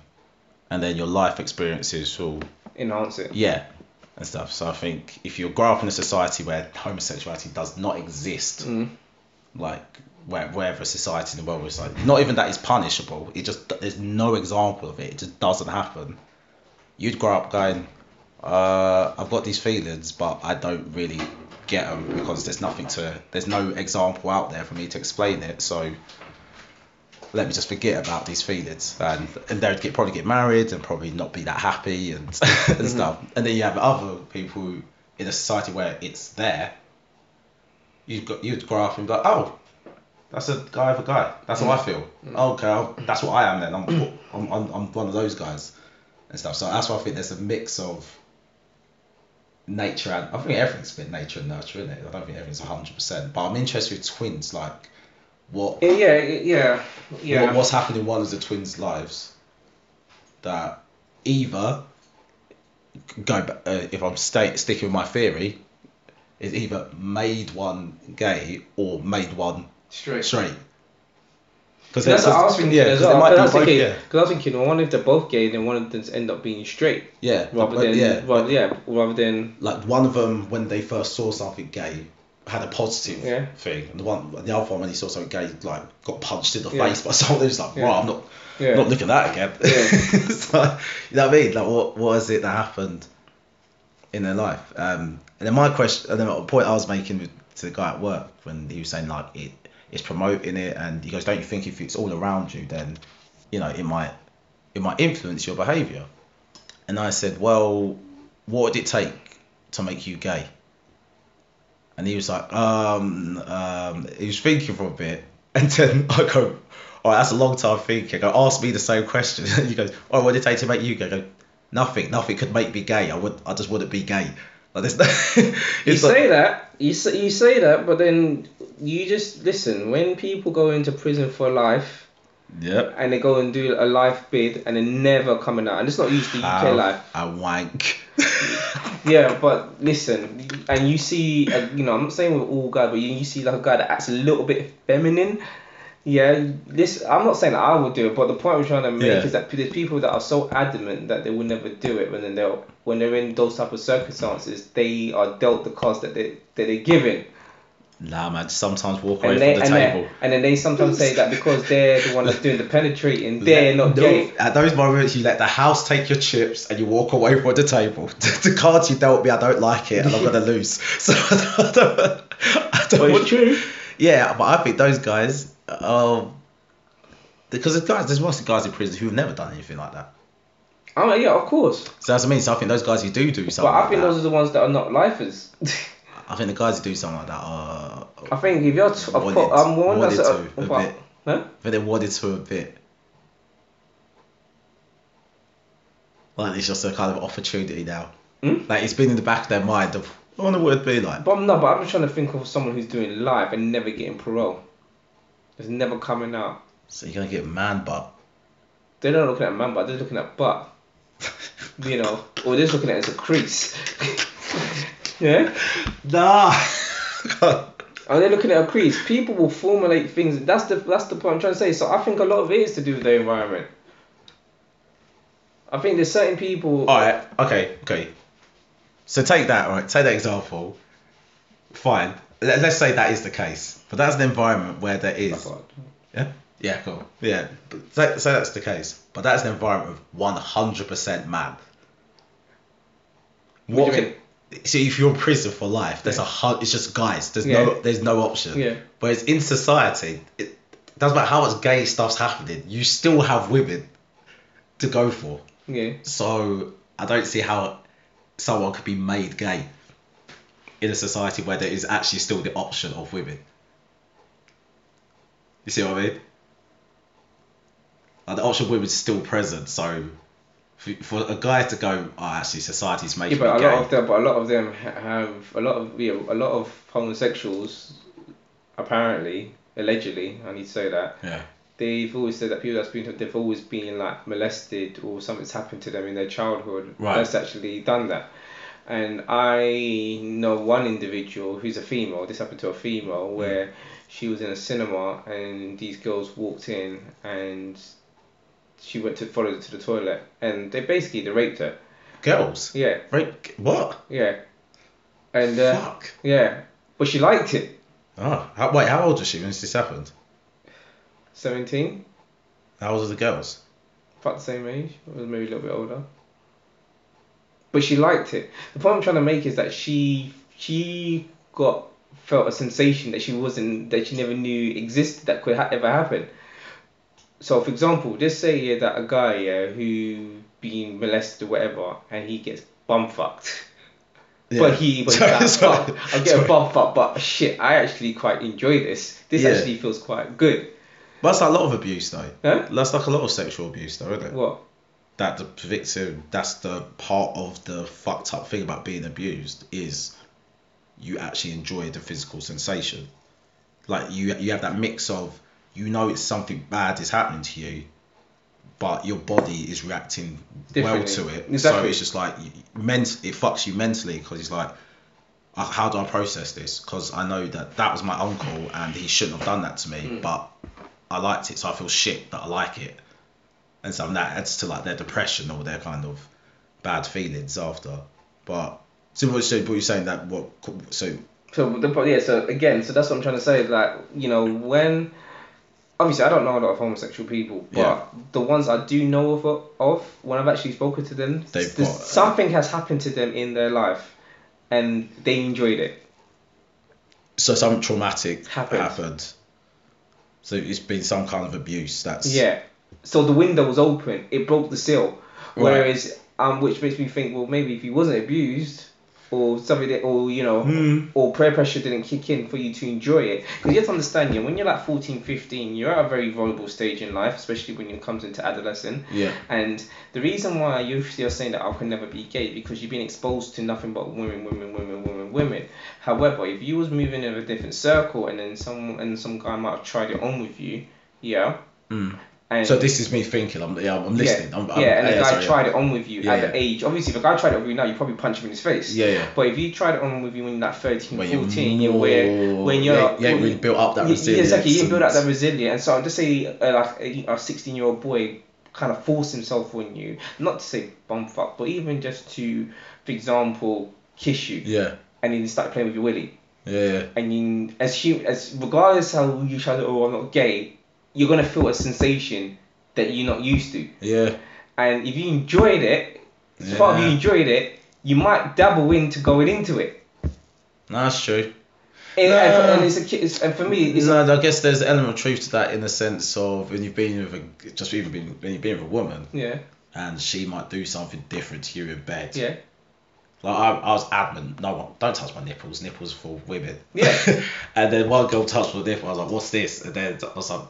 S1: and then your life experiences will,
S2: Enhance it.
S1: yeah, and stuff. So I think if you grow up in a society where homosexuality does not exist,
S2: Mm.
S1: like where, wherever society in the world was like, not even that is punishable. It just there's no example of it. It just doesn't happen. You'd grow up going, uh, I've got these feelings, but I don't really get them because there's nothing to, there's no example out there for me to explain it. So let me just forget about these feelings, and and they'd get probably get married and probably not be that happy and and stuff. And then you have other people who, in a society where it's there. You'd got you'd grow up and be like, oh, that's a guy of a guy. That's how I feel. Oh, Okay, I'll, that's what I am then. I'm, I'm I'm I'm one of those guys and stuff. So that's why I think there's a mix of nature and I think everything's a bit nature and nurture, isn't it? I don't think everything's hundred percent. But I'm interested with twins, like what
S2: Yeah, yeah, yeah, yeah.
S1: what, what's happened in one of the twins' lives that either go ba- uh, if I'm stay, sticking with my theory is either made one gay or made one
S2: Straight.
S1: straight. Because
S2: That's what I was thinking as well. Because I, was thinking,
S1: yeah,
S2: 'cause I was thinking, well, what if they're both gay, then one of them end up being straight,
S1: yeah,
S2: rather
S1: but-
S2: than,
S1: yeah,
S2: rather, yeah, rather than,
S1: like one of them when they first saw something gay had a positive
S2: Yeah.
S1: thing, and the one the other one when he saw something gay like got punched in the
S2: Yeah.
S1: face by someone who's like,
S2: Yeah.
S1: wow, I'm not
S2: yeah.
S1: not looking at that again.
S2: Yeah.
S1: It's like, you know what I mean? Like, what what is it that happened in their life? Um, and then my question, and then the point I was making with, to the guy at work when he was saying like it, it's promoting it, and he goes, don't you think if it's all around you, then you know it might it might influence your behaviour? And I said, well, what would it take to make you gay? And he was like, um, um, he was thinking for a bit. And then I go, all right, that's a long time thinking. I go, ask me the same question. And he goes, all right, what did it take to make you gay? I go, nothing, nothing could make me gay. I would, I just wouldn't be gay. Like there's no,
S2: You
S1: it's
S2: say
S1: like,
S2: that, you say, you say that, but then you just listen. When people go into prison for life
S1: yep.
S2: and they go and do a life bid and they're never coming out, and it's not usually UK
S1: Have
S2: life.
S1: a wank.
S2: Yeah, but listen, and you see, uh, you know, I'm not saying we're all guys, but you, you see like a guy that acts a little bit feminine. Yeah, this I'm not saying that I would do it, but the point I'm trying to make
S1: Yeah.
S2: is that there's people that are so adamant that they will never do it, when then they're when they're in those type of circumstances, they are dealt the cards that they that they're given.
S1: Nah, man, just sometimes walk away
S2: and they,
S1: from the
S2: and,
S1: table.
S2: they, and then they sometimes say that because they're the one that's doing the penetrating, they're
S1: Let-
S2: not
S1: no,
S2: gay.
S1: At those moments, you let the house take your chips and you walk away from the table. the cards you dealt me, I don't like it, and I'm gonna lose. So I don't. I don't
S2: But
S1: want-
S2: it's true.
S1: Yeah, but I think those guys, um, because there's guys, there's lots of guys in prison who've never done anything like that.
S2: I'm like, yeah, of course.
S1: So that's what I mean. So I think those guys who do do something,
S2: But I
S1: like
S2: think
S1: that,
S2: those are the ones that are not lifers.
S1: I think the guys who do something like that are.
S2: I think if you're, t- of
S1: Wanted-
S2: course, I'm one
S1: wanted
S2: that's a,
S1: to, a
S2: but-
S1: bit.
S2: huh?
S1: I think they're wadded to a bit. Like it's just a kind of opportunity now.
S2: Hmm?
S1: Like it's been in the back of their mind of, I wonder what it'd be like.
S2: But I'm not. But I'm just trying to think of someone who's doing life and never getting parole. It's never coming out.
S1: So you're gonna get man butt.
S2: They're not looking at man, but they're looking at butt. You know, or they're just looking at it as a crease. yeah.
S1: Nah.
S2: Are they looking at a crease? People will formulate things. That's the that's the point I'm trying to say. So I think a lot of it is to do with the environment. I think there's certain people.
S1: All right. Okay. Okay. So take that. Right. Take that example. Fine. Let, let's say that is the case, but that's an environment where there is. Yeah. Yeah. Cool. Yeah. But say, say that's the case, but that's an environment of 100% man. What
S2: do you
S1: can, so if you're in prison for life, there's a hun- it's just guys. There's
S2: Yeah.
S1: no there's no option.
S2: Yeah.
S1: Whereas in society, it doesn't matter how much gay stuff's happening, you still have women to go for.
S2: Yeah.
S1: So I don't see how someone could be made gay in a society where there is actually still the option of women. You see what I mean? Like the option of women is still present, so for, for a guy to go, oh, actually, society's making
S2: Yeah, but a
S1: me
S2: lot
S1: gay.
S2: of them, but a lot of them ha- have a lot of yeah, a lot of homosexuals, apparently, allegedly, I need to say that
S1: yeah.
S2: they've always said that people that's been they've always been like molested or something's happened to them in their childhood
S1: Right.
S2: that's actually done that. And I know one individual who's a female. This happened to a female
S1: Mm.
S2: where she was in a cinema and these girls walked in and she went to follow them to the toilet and they basically they raped her.
S1: Girls?
S2: Yeah.
S1: Right? What?
S2: Yeah. And uh,
S1: Fuck.
S2: yeah, but she liked it.
S1: Oh, how, wait, how old was she when this happened?
S2: Seventeen,
S1: How old are the girls?
S2: about the same age, or maybe a little bit older. But she liked it. The point I'm trying to make is that she she got felt a sensation that she wasn't that she never knew existed that could ha- ever happen. So, for example, just say yeah, that a guy yeah, who been molested or whatever, and he gets bum fucked. But he was
S1: Sorry,
S2: that
S1: sorry,
S2: I get
S1: sorry.
S2: a bump up, but shit, I actually quite enjoy this. This
S1: Yeah.
S2: actually feels quite good.
S1: But that's like a lot of abuse, though.
S2: Huh?
S1: That's like a lot of sexual abuse, though, isn't it?
S2: What?
S1: that the victim that's the part of the fucked up thing about being abused is you actually enjoy the physical sensation like you you have that mix of you know it's something bad is happening to you but your body is reacting well to
S2: Differently.
S1: it so
S2: Exactly.
S1: it's just like you- ment- it fucks you mentally because it's like "Uh, how do i process this because i know that that was my uncle and he shouldn't have done that to me
S2: Hmm.
S1: but i liked it so i feel shit that i like it and so that adds to like their depression or their kind of bad feelings after. But so what, so what you're saying that what so
S2: So the po- yeah, so again, so that's what I'm trying to say. Like you know, when obviously I don't know a lot of homosexual people, but
S1: Yeah.
S2: the ones I do know of, of when I've actually spoken to them,
S1: They've
S2: there's-
S1: got- uh,
S2: something has happened to them in their life, and they enjoyed it.
S1: so something traumatic happened.
S2: Happened.
S1: So it's been some kind of abuse. That's
S2: Yeah. So the window was open. It broke the seal.
S1: Right.
S2: Whereas, um, which makes me think, well, maybe if he wasn't abused, or something that, or you know,
S1: Hmm.
S2: or prayer pressure didn't kick in for you to enjoy it. Because you have to understand, yeah, when you're like 14, 15, you're at a very vulnerable stage in life, especially when it comes into adolescence.
S1: Yeah.
S2: And the reason why you- you're saying that I can never be gay because you've been exposed to nothing but women, women, women, women, women. However, if you was moving in a different circle and then some and some guy might have tried it on with you, yeah.
S1: Mm.
S2: And
S1: So this is me thinking. I'm yeah. I'm listening.
S2: Hmm. yeah,
S1: I'm, I'm,
S2: yeah, and the guy
S1: sorry,
S2: tried it on with you
S1: Yeah,
S2: at the
S1: yeah.
S2: age. Obviously, if a guy tried it on with you now, you probably punch him in his face.
S1: Yeah, yeah.
S2: But if you tried it on with you when you're like 13,
S1: When you're
S2: 14, you're where,
S1: more-
S2: when you're.
S1: yeah, yeah, when you built up that
S2: Yeah, Yeah, exactly, you
S1: resilience
S2: build up
S1: and-
S2: that resilience. So I'm just saying, uh, like a- a 16 year old boy kind of forced himself on you, not to say bum fuck, but even just to, for example, kiss you.
S1: Yeah.
S2: And then start playing with your willy.
S1: Yeah. Yeah.
S2: And you, as hum as regardless how you try to, oh, I'm not gay, you're going to feel a sensation that you're not used to
S1: Yeah.
S2: and if you enjoyed it, as far as you
S1: Yeah.
S2: enjoyed it, you might dabble into going into it.
S1: No, that's true.
S2: And,
S1: No.
S2: and, and it's a ki- it's, and for me, it's
S1: No, I guess there's an element of truth to that in the sense of when you've been with a, just even been when you've been with a woman
S2: yeah,
S1: and she might do something different to you in bed.
S2: yeah,
S1: Like I, I was adamant, no one, don't touch my nipples. Nipples are for women.
S2: Yeah.
S1: and then one girl touched my nipple. I was like, what's this? And then I was like,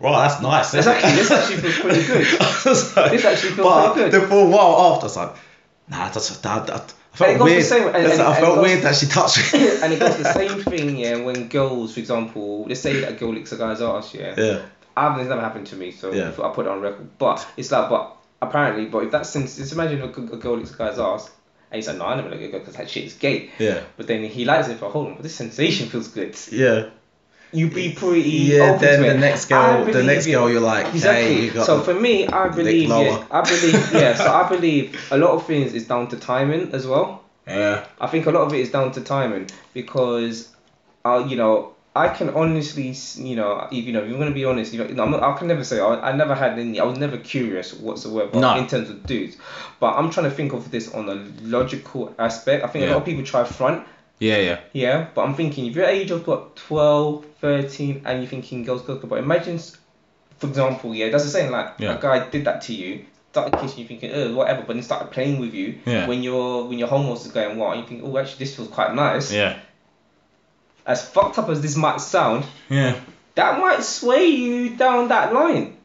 S1: right, that's nice.
S2: That's
S1: isn't it?"
S2: actually- this actually feels pretty good.
S1: I was like-
S2: This actually feels
S1: but
S2: pretty good.
S1: Then for a while after, I was like, nah, that's that. that I
S2: And
S1: felt
S2: it goes the
S1: weird.
S2: same- and-
S1: That's-
S2: and-
S1: I
S2: and it
S1: felt
S2: goes-
S1: weird that she touched me.
S2: and it goes the same thing. Yeah, when girls, for example, let's say that a girl licks a guy's ass. Yeah,
S1: Yeah.
S2: I've it's never happened to me, so
S1: Yeah.
S2: I put it on record. But it's like, but apparently, but if that's since just imagine if a, g- a girl licks a guy's ass, and he's like, no, I never lick a girl because that shit is gay.
S1: Yeah.
S2: But then he likes it for hold on, but this sensation feels good.
S1: Yeah.
S2: you be pretty
S1: Yeah.
S2: open
S1: Then
S2: to
S1: the
S2: it.
S1: next
S2: I
S1: girl, the
S2: believe
S1: next
S2: you.
S1: girl, you're like,
S2: Exactly.
S1: hey, you got.
S2: so for me, I believe, yeah,
S1: lower.
S2: I believe, yeah. So I believe a lot of things is down to timing as well.
S1: yeah.
S2: I think a lot of it is down to timing because, uh, you know, I can honestly, s- you know, if you know, if you're gonna be honest, you know, I'm not, I can never say I, I never had any. I was never curious whatsoever
S1: No.
S2: in terms of dudes. But I'm trying to think of this on a logical aspect. I think a
S1: Yeah.
S2: lot of people try front,
S1: Yeah, yeah.
S2: yeah. But I'm thinking if you're at age of what 12, 13, and you're thinking girls, girls, girls, but imagine, s- for example, yeah, that's the same. Like
S1: Yeah.
S2: a guy did that to you, started kissing you, thinking, oh, whatever, but then started playing with you.
S1: Yeah.
S2: When your when your hormones is going wild, you think, oh, actually, this feels quite nice.
S1: Yeah.
S2: As fucked up as this might sound
S1: Yeah.
S2: that might sway you down that line.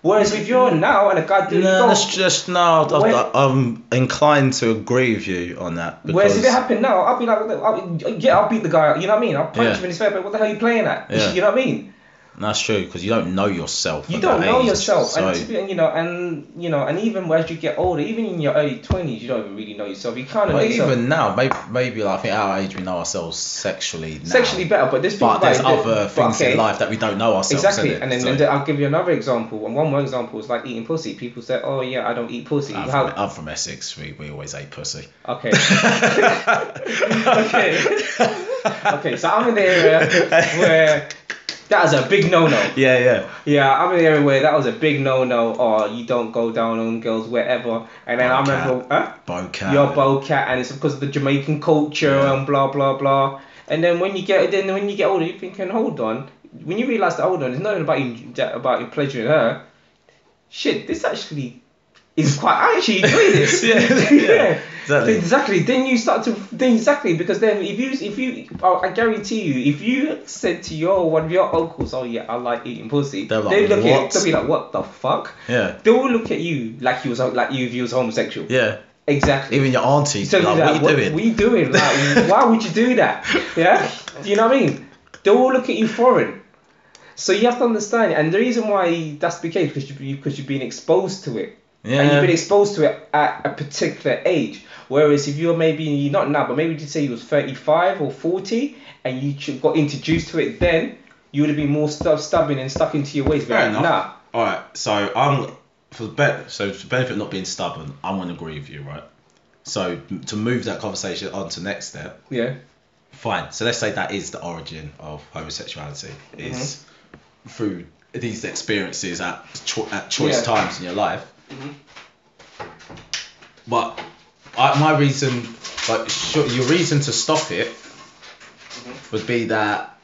S2: Whereas if you're now and a guy doing
S1: No,
S2: no,
S1: that's just no. I-
S2: Where-
S1: I- I'm inclined to agree with you on that
S2: Whereas
S1: because
S2: if it happened now, I'd be like, I'll, yeah, I'll beat the guy. You know what I mean? I'll punch
S1: Yeah.
S2: him in his face. But what the hell are you playing at?
S1: Yeah.
S2: You know what I mean?
S1: that's true because you don't know yourself.
S2: You
S1: at
S2: don't
S1: that
S2: know
S1: age,
S2: yourself, and,
S1: so-
S2: to be, and you know, and you know, and even as you get older, even in your early twenties, you don't even really know yourself. You kind of know
S1: But
S2: yourself
S1: even now, maybe, maybe like, I think at our age we know ourselves sexually now.
S2: sexually better, but this
S1: but there's
S2: like,
S1: other
S2: but
S1: things
S2: okay,
S1: in life that we don't know ourselves.
S2: Exactly,
S1: innit?
S2: and then,
S1: So-
S2: and then I'll give you another example. And one more example is like eating pussy. People say, "Oh yeah, I don't eat pussy."
S1: I'm,
S2: How-
S1: from, I'm from Essex. We, we always ate pussy.
S2: Okay. okay. Okay, so I'm in the area where that is a big no no.
S1: Yeah, yeah.
S2: Yeah, I'm in the area where that was a big no no. Or you don't go down on girls, wherever. And then I
S1: Bobcat.
S2: remember, huh?
S1: Bocat.
S2: You're a bowcat, and it's because of the Jamaican culture
S1: Yeah.
S2: and blah blah blah. And then when you get then when you get older, you're thinking, hold on. When you realise that hold on, it's not about you that- about you pleasuring her. Shit, this actually is quite. I actually enjoy this.
S1: Yeah, yeah, exactly.
S2: Exactly. Then you start to then exactly because then if you if you oh, I guarantee you if you said to your one of your uncles, oh yeah, I like eating pussy,
S1: They're like,
S2: they look at
S1: "What?"
S2: they'll be like, what the fuck?
S1: Yeah.
S2: They will look at you like you was like you if you was homosexual.
S1: Yeah.
S2: Exactly.
S1: Even your auntie.
S2: So
S1: like,
S2: like,
S1: what are you doing?
S2: What you doing? Like, why would you do that? Yeah. Do you know what I mean? They all look at you foreign. So you have to understand, and the reason why that's the case because you because you've been exposed to it, and
S1: Yeah.
S2: you've been exposed to it at a particular age. Whereas if you're maybe not now, but maybe just say you was thirty five or forty, and you ch- got introduced to it then, you would have been more stu- stubborn and stuck into your ways.
S1: Fair
S2: Like,
S1: enough.
S2: Nah.
S1: All right. So I'm for the be- so for the benefit of not being stubborn. I'm gonna agree with you, right? So to move that conversation on to next step,
S2: Yeah.
S1: fine. So let's say that is the origin of homosexuality is through these experiences at cho- at choice
S2: Yeah.
S1: times in your life. But I, my reason, like sure, your reason to stop it,
S2: Mm-hmm.
S1: would be that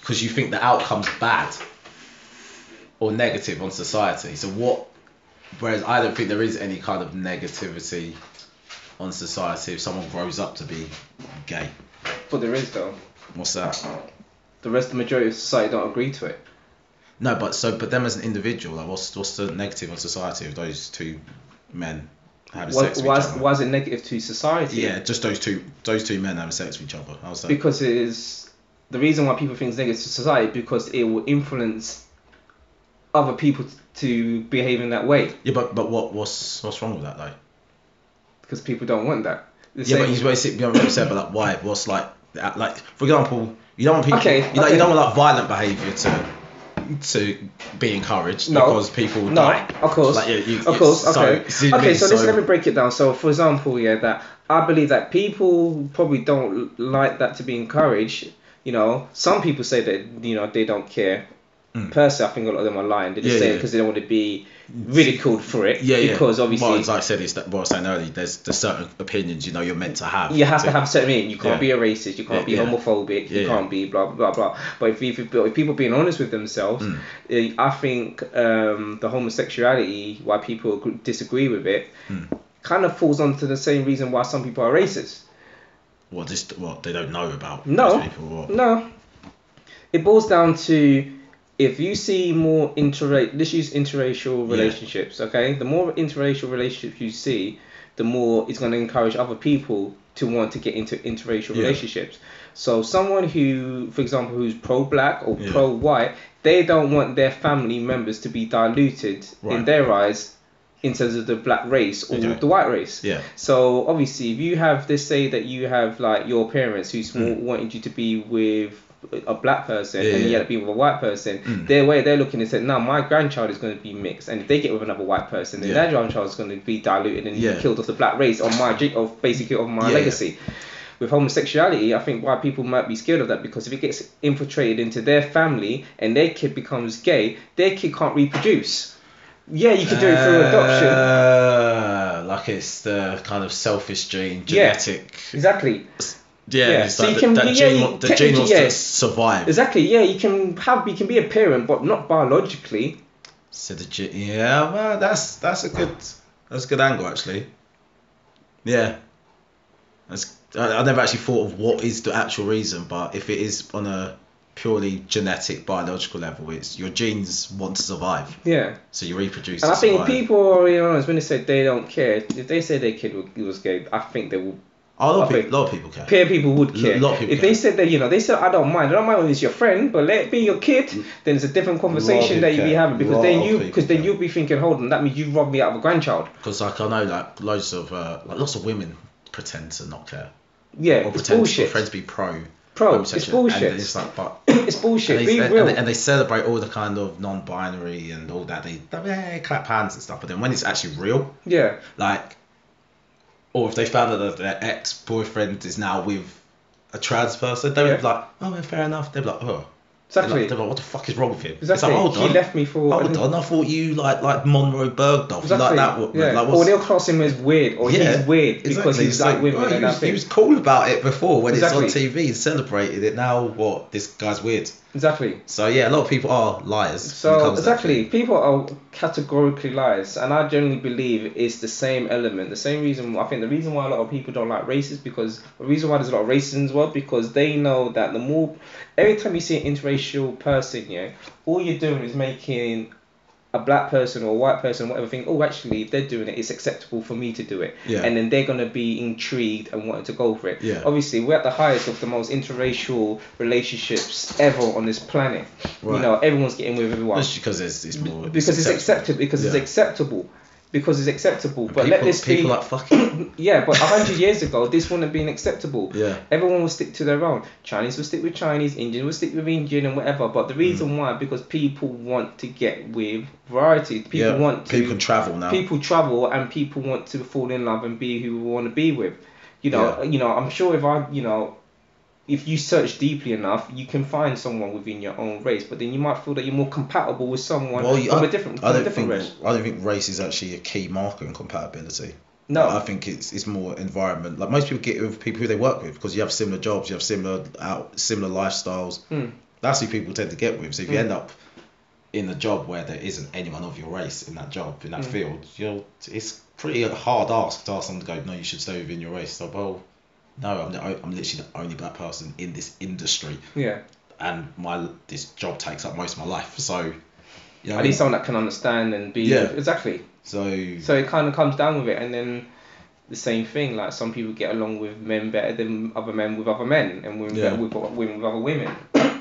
S1: because you think the outcome's bad or negative on society. So what? Whereas I don't think there is any kind of negativity on society if someone grows up to be gay.
S2: But there is though.
S1: What's that?
S2: The rest, the majority of society don't agree to it.
S1: No, but so but them as an individual, like what's what's the negative on society of those two men having
S2: Why,
S1: sex with
S2: why,
S1: each
S2: is,
S1: other?
S2: why is it negative to society?
S1: yeah, just those two those two men having sex with each other. How's that?
S2: because it is the reason why people think it's negative to society because it will influence other people t- to behave in that way
S1: yeah, but but what what's what's wrong with that though?
S2: because people don't want that. The
S1: Yeah, but
S2: same-
S1: he's basically you know what I'm saying, but like why? What's like that- like for example, you don't want people
S2: Okay,
S1: you, like,
S2: okay.
S1: you don't want like violent behaviour to to be encouraged
S2: No.
S1: because people
S2: no,
S1: die.
S2: of course,
S1: Like, yeah, you-
S2: of course,
S1: so-
S2: okay,
S1: see what I
S2: okay.
S1: mean?
S2: So, listen, let me break it down. So, for example, yeah, that I believe that people probably don't l- like that to be encouraged. You know, some people say that you know they don't care. Personally, I think a lot of them are lying. They just
S1: Mm. Yeah,
S2: say
S1: yeah.
S2: because they don't want to be ridiculed for it.
S1: yeah, yeah.
S2: Because obviously,
S1: well, as I said, it's that what I was saying earlier. There's there's certain opinions you know you're meant to have.
S2: you have to have certain meaning. You can't
S1: Yeah.
S2: be a racist. You can't
S1: Yeah,
S2: be
S1: yeah.
S2: homophobic.
S1: Yeah,
S2: you
S1: yeah.
S2: can't be blah blah blah. But if, if, if people being honest with themselves,
S1: Mm.
S2: eh, I think um, the homosexuality why people agree- disagree with it
S1: Mm.
S2: kind of falls onto the same reason why some people are racist.
S1: What just what they don't know about
S2: No.
S1: those people. Or,
S2: No. It boils down to if you see more interracial, let's use interracial
S1: Yeah.
S2: relationships, okay? The more interracial relationships you see, the more it's going to encourage other people to want to get into interracial
S1: Yeah.
S2: relationships. So, someone who, for example, who's pro black or
S1: Yeah.
S2: pro white, they don't want their family members to be diluted in
S1: Right.
S2: their eyes in terms of the black race or
S1: Okay.
S2: the white race.
S1: Yeah.
S2: So obviously, if you have this, say that you have like your parents who sm- wanted you to be with a black person
S1: Hmm. Yeah,
S2: and you
S1: yeah.
S2: had to be with a white person,
S1: Mm.
S2: their way they're looking and saying, "No, my grandchild is going to be mixed," and if they get with another white person, then
S1: Yeah.
S2: their grandchild is going to be diluted and
S1: Yeah.
S2: killed off the black race on my ge- of basically of my
S1: Yeah, yeah.
S2: legacy. With homosexuality, I think why people might be scared of that because if it gets infiltrated into their family and their kid becomes gay, their kid can't reproduce. Yeah, you could do it through adoption.
S1: Uh, like it's the kind of selfish gene,
S2: Yeah.
S1: genetic.
S2: Exactly.
S1: Yeah,
S2: Yeah,
S1: it's
S2: so
S1: like
S2: you
S1: the-
S2: can-
S1: that,
S2: yeah,
S1: gene,
S2: you-
S1: wa- the gene
S2: technically,
S1: wants to
S2: yeah.
S1: survive.
S2: Exactly. Yeah, you can have you can be a parent, but not biologically.
S1: So the ge- yeah, well, that's that's a good that's a good angle actually. Yeah, that's I, I never actually thought of what is the actual reason, but if it is on a purely genetic biological level, it's your genes want to survive,
S2: Yeah.
S1: so you reproduce.
S2: And I
S1: to
S2: think
S1: survive.
S2: people are, you know, when they said they don't care, if they say their kid was- was gay, I think they will
S1: a lot of
S2: I
S1: people,
S2: think-
S1: lot of people care.
S2: Peer people would
S1: L-
S2: care.
S1: lot of people
S2: if they
S1: care.
S2: said that, you know, they said, I don't mind. I don't mind when it's your friend, but let it be your kid, then it's a different conversation that you'd be
S1: people
S2: having
S1: care.
S2: because
S1: Mm. Lot
S2: then
S1: of
S2: you,
S1: people
S2: because then
S1: care.
S2: you'll be thinking, hold on, that means you robbed me out of a grandchild.
S1: Because like I know, like loads of uh, like lots of women pretend to not care
S2: Yeah,
S1: or
S2: it's
S1: pretend, or
S2: bullshit.
S1: pretend to be pro.
S2: Pro, it's
S1: homosexual,
S2: bullshit.
S1: And it's like, but
S2: it's bullshit.
S1: And
S2: be
S1: they, and,
S2: real.
S1: they, and they celebrate all the kind of non-binary and all that. They, they clap hands and stuff. But then when it's actually real,
S2: yeah,
S1: like, or if they found out that their ex-boyfriend is now with a trans person, they would
S2: Yeah.
S1: be like, oh, well, fair enough. They'd be like, oh. They're
S2: exactly.
S1: like, they're like, what the fuck is wrong with him?
S2: Exactly.
S1: It's like, hold
S2: he
S1: on.
S2: left me for.
S1: Hold on, I thought you like like Monroe Bergdorf,
S2: Exactly.
S1: like that. What,
S2: yeah.
S1: like,
S2: or they'll class him as weird, or
S1: Yeah,
S2: he's weird because
S1: exactly.
S2: he's
S1: It's
S2: like women.
S1: well,
S2: and
S1: he, was,
S2: that
S1: he
S2: thing.
S1: was cool about it before when it's on
S2: Exactly.
S1: TV and celebrated it. Now what? This guy's weird.
S2: Exactly.
S1: So yeah, a lot of people are liars. when it
S2: So
S1: comes to that
S2: exactly,
S1: thing.
S2: people are categorically liars, and I generally believe it's the same element, the same reason. I think the reason why a lot of people don't like races because the reason why there's a lot of racism in the world because they know that the more every time you see an interracial person, yeah, all you're doing is making a black person or a white person, whatever, think, oh, actually, if they're doing it, it's acceptable for me to do it,
S1: Yeah.
S2: and then they're gonna be intrigued and wanting to go for it.
S1: Yeah.
S2: Obviously, we're at the highest of the most interracial relationships ever on this planet.
S1: Right.
S2: You know, everyone's getting with everyone
S1: That's because it's, it's more
S2: because it's acceptable because
S1: Yeah.
S2: it's acceptable because it's acceptable but
S1: people,
S2: let this
S1: people
S2: be
S1: like fucking
S2: yeah but 100 years ago this wouldn't have been acceptable
S1: yeah
S2: everyone will stick to their own chinese will stick with chinese indian will stick with indian and whatever but the reason
S1: Mm.
S2: why because people want to get with variety people
S1: yeah.
S2: want to
S1: people travel now
S2: people travel and people want to fall in love and be who we want to be with you know
S1: Yeah.
S2: you know i'm sure if i you know if you search deeply enough you can find someone within your own race but then you might feel that you're more compatible with someone
S1: well you-
S2: from
S1: I,
S2: a different
S1: I
S2: from a
S1: don't
S2: different
S1: think
S2: race
S1: I don't think race is actually a key marker in compatibility
S2: no
S1: I think it's it's more environment like most people get with people who they work with because you have similar jobs you have similar out similar lifestyles
S2: Hmm.
S1: that's who people tend to get with so if you
S2: Mm.
S1: end up in a job where there isn't anyone of your race in that job in that
S2: Mm.
S1: field you'll it's pretty hard ask to ask someone to go no you should stay within your race so well no I'm, the, o- I'm literally the only black person in this industry
S2: yeah
S1: and my this job takes up most of my life so you know what
S2: i
S1: I
S2: need
S1: mean?
S2: someone that can understand and be
S1: Yeah.
S2: exactly
S1: so
S2: so it kind of comes down with it and then the same thing like some people get along with men better than other men with other men and women
S1: Yeah.
S2: better with women with other women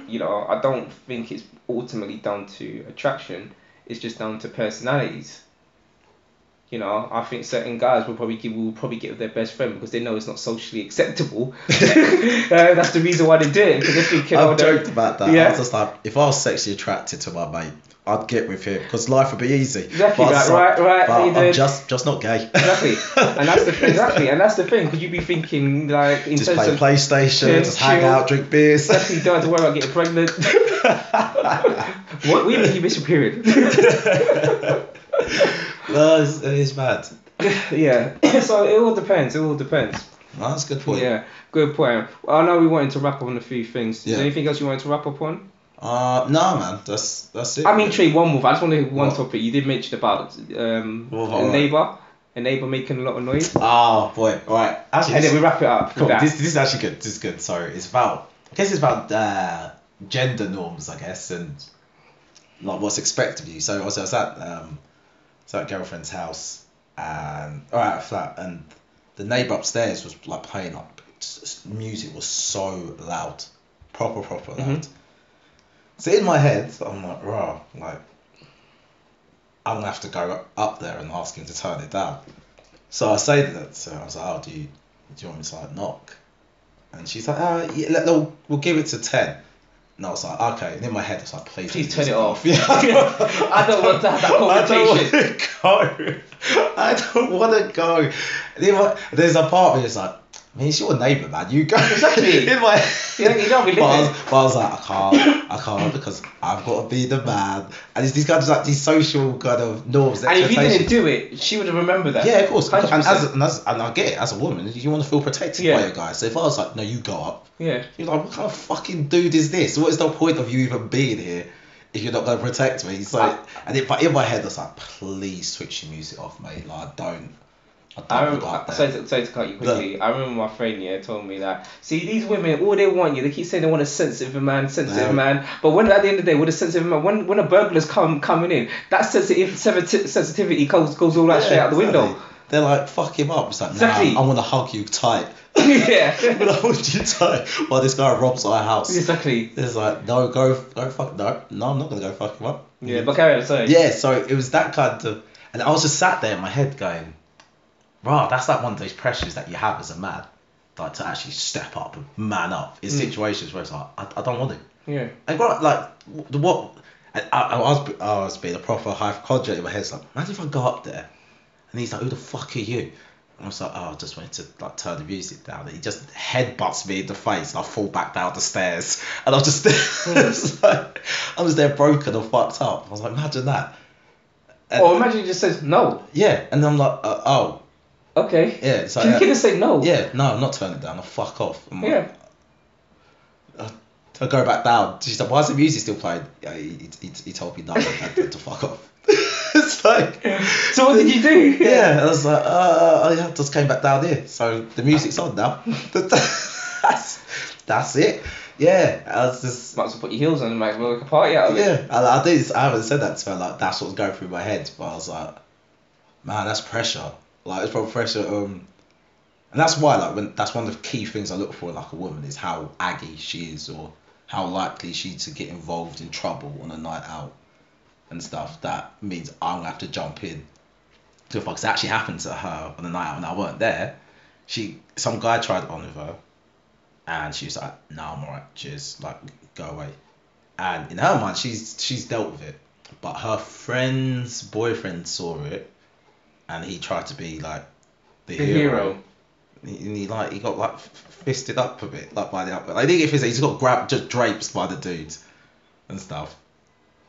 S2: you know i don't think it's ultimately down to attraction it's just down to personalities you know i think certain guys will probably give will probably get with their best friend because they know it's not socially acceptable Uh, that's the reason why they do it because they think you know,
S1: I've
S2: they're-
S1: joked about that. I
S2: Yeah.
S1: was just like, if I was sexually attracted to my mate, I'd get with him because life would be easy.
S2: Exactly,
S1: But
S2: right,
S1: it's
S2: right, right,
S1: but
S2: you
S1: I'm
S2: did.
S1: just just not gay.
S2: exactly and that's the exactly and that's the thing because you'd be thinking like in
S1: just
S2: terms
S1: play
S2: of
S1: PlayStation,
S2: chill,
S1: just hang
S2: chill.
S1: out, drink beers.
S2: Definitely don't have to worry about getting pregnant. what? We you miss your period.
S1: no, it's, it is mad.
S2: yeah. so it all depends. It all depends.
S1: No, that's a good point.
S2: Yeah. Good point. Well, I know we wanted to wrap up on a few things. Is
S1: Yeah.
S2: there anything else you wanted to wrap up on?
S1: Uh, no, man, that's that's it.
S2: I'm intrigued. One move. I just want to hear one
S1: What?
S2: topic. You did mention about um
S1: Well,
S2: a
S1: alright.
S2: neighbor, a neighbor making a lot of noise,
S1: Oh boy, all right. Actually,
S2: and
S1: this-
S2: then we wrap it up. with
S1: Cool.
S2: that.
S1: This, this is actually good. This is good. Sorry, it's about. I guess it's about uh, gender norms, I guess, and like what's expected of you. So also, I was at um, I was at girlfriend's house and or at a flat, and the neighbor upstairs was like playing like s- s- music was so loud, proper proper loud.
S2: Mhm.
S1: So in my head, I'm like, rah, like I'm gonna have to go up there and ask him to turn it down. So I say that. So I was like, oh, do you do you want me to like knock? And she's like, uh, yeah, let, we'll, we'll give it to 10. And I was like, okay. And in my head, it's like, please,
S2: Please
S1: turn
S2: turn it off.
S1: Yeah.
S2: I don't want to have that conversation.
S1: I don't want to go. I don't want to go. And in my, there's a part of me that's like, I mean, it's your neighbour, man. You go
S2: Exactly.
S1: in my.
S2: You don't- you don't be
S1: but I was,
S2: living.
S1: but I was like, I can't, I can't because I've got to be the man. And it's these kind of like these social kind of norms.
S2: And if you
S1: expectations.
S2: didn't do it, she would have remembered that.
S1: Yeah, of course. And,
S2: 100%.
S1: as, and, as, and I get it, as a woman, you want to feel protected
S2: Yeah.
S1: by your guy. So if I was like, no, you go up,
S2: yeah.
S1: you're like, what kind of fucking dude is this? What is the point of you even being here if you're not going to protect me? It's like, and it, but in my head, I was like, please switch your music off, mate. Like, I don't. I don't
S2: Oh, I
S1: look like
S2: remember,
S1: that.
S2: sorry, to- sorry to cut you quickly. I remember my friend yeah told me that. See, these women, all they want you. They keep saying they want a sensitive man, sensitive
S1: No.
S2: man. But when at the end of the day, with a sensitive man, when when a burglar's come coming in, that sensitive sensiti- sensitivity goes goes all that
S1: Yeah,
S2: shit out the window.
S1: exactly. They're like, fuck him up. It's like,
S2: Exactly.
S1: nah, I want to hug you tight. I
S2: yeah.
S1: want to hold you tight while this guy robs our house.
S2: exactly.
S1: It's like, no, go, go fuck, no, no, I'm not going to go fuck him up.
S2: Yeah. But carry on. Sorry.
S1: Yeah, so it was that kind of, and I was just sat there in my head going, "Wow, that's like one of those pressures that you have as a man, like to actually step up and man up in
S2: Mm.
S1: situations where it's like, I, I don't want to."
S2: Yeah.
S1: And what, like, the what? And I, I was, I was being a proper hypochondriac in my head. It's like, imagine if I go up there, and he's like, "Who the fuck are you?" And I was like, "Oh, I just wanted to like turn the music down." And he just headbutts me in the face, and I fall back down the stairs, and I'm just, it's
S2: Hmm.
S1: like, I'm just there broken and fucked up. I was like, imagine that. And-
S2: Or Oh, imagine he just says no.
S1: yeah, and I'm like, uh, oh,
S2: Okay.
S1: yeah, so
S2: Can you
S1: yeah,
S2: can just say no?
S1: yeah, no, I'm not turning it down. I'll fuck off. I'm like,
S2: Yeah.
S1: I go back down. She's like, why is the music still playing? Yeah, he, he- he, he told me no, I had to fuck off. it's like,
S2: So what did you do?
S1: yeah, and I was like, uh, I just came back down here, so the music's on now. that's, that's it. Yeah, I was just.
S2: Might as well put your heels on and make make a party out of it.
S1: Yeah, I, I did. I haven't said that to her. Like that's what was going through my head, but I was like, man, that's pressure. Like it's probably pressure. Um, and that's why like when that's one of the key things I look for in like a woman is how aggy she is or how likely she to get involved in trouble on a night out and stuff. That means I'm gonna have to jump in. So if it actually happened to her on the night out and I weren't there, she some guy tried it on with her, and she was like, no, I'm alright, cheers, like go away and in her mind she's she's dealt with it but her friend's boyfriend saw it and he tried to be like the,
S2: The
S1: hero,
S2: hero.
S1: And he- and he like he got like f- fisted up a bit like by the up like he didn't get fisted he's got grabbed just drapes by the dudes and stuff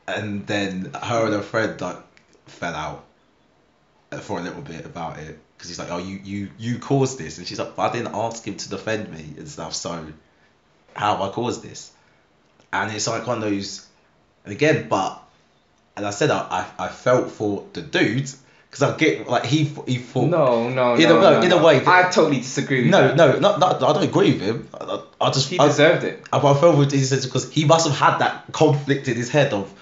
S1: and then her and her friend like fell out for a little bit about it because he's like oh you you you caused this and she's like but I didn't ask him to defend me and stuff so how have I caused this and it's like one of those and again but and I said I, I, I felt for the dude because I get like he he thought
S2: No, no,
S1: In a
S2: no,
S1: way-
S2: no,
S1: in a
S2: no.
S1: way-
S2: I totally disagree with
S1: no
S2: that.
S1: no not, not I don't agree with him I, I- I just
S2: He
S1: I,
S2: deserved it.
S1: I, I felt with his because he must have had that conflict in his head of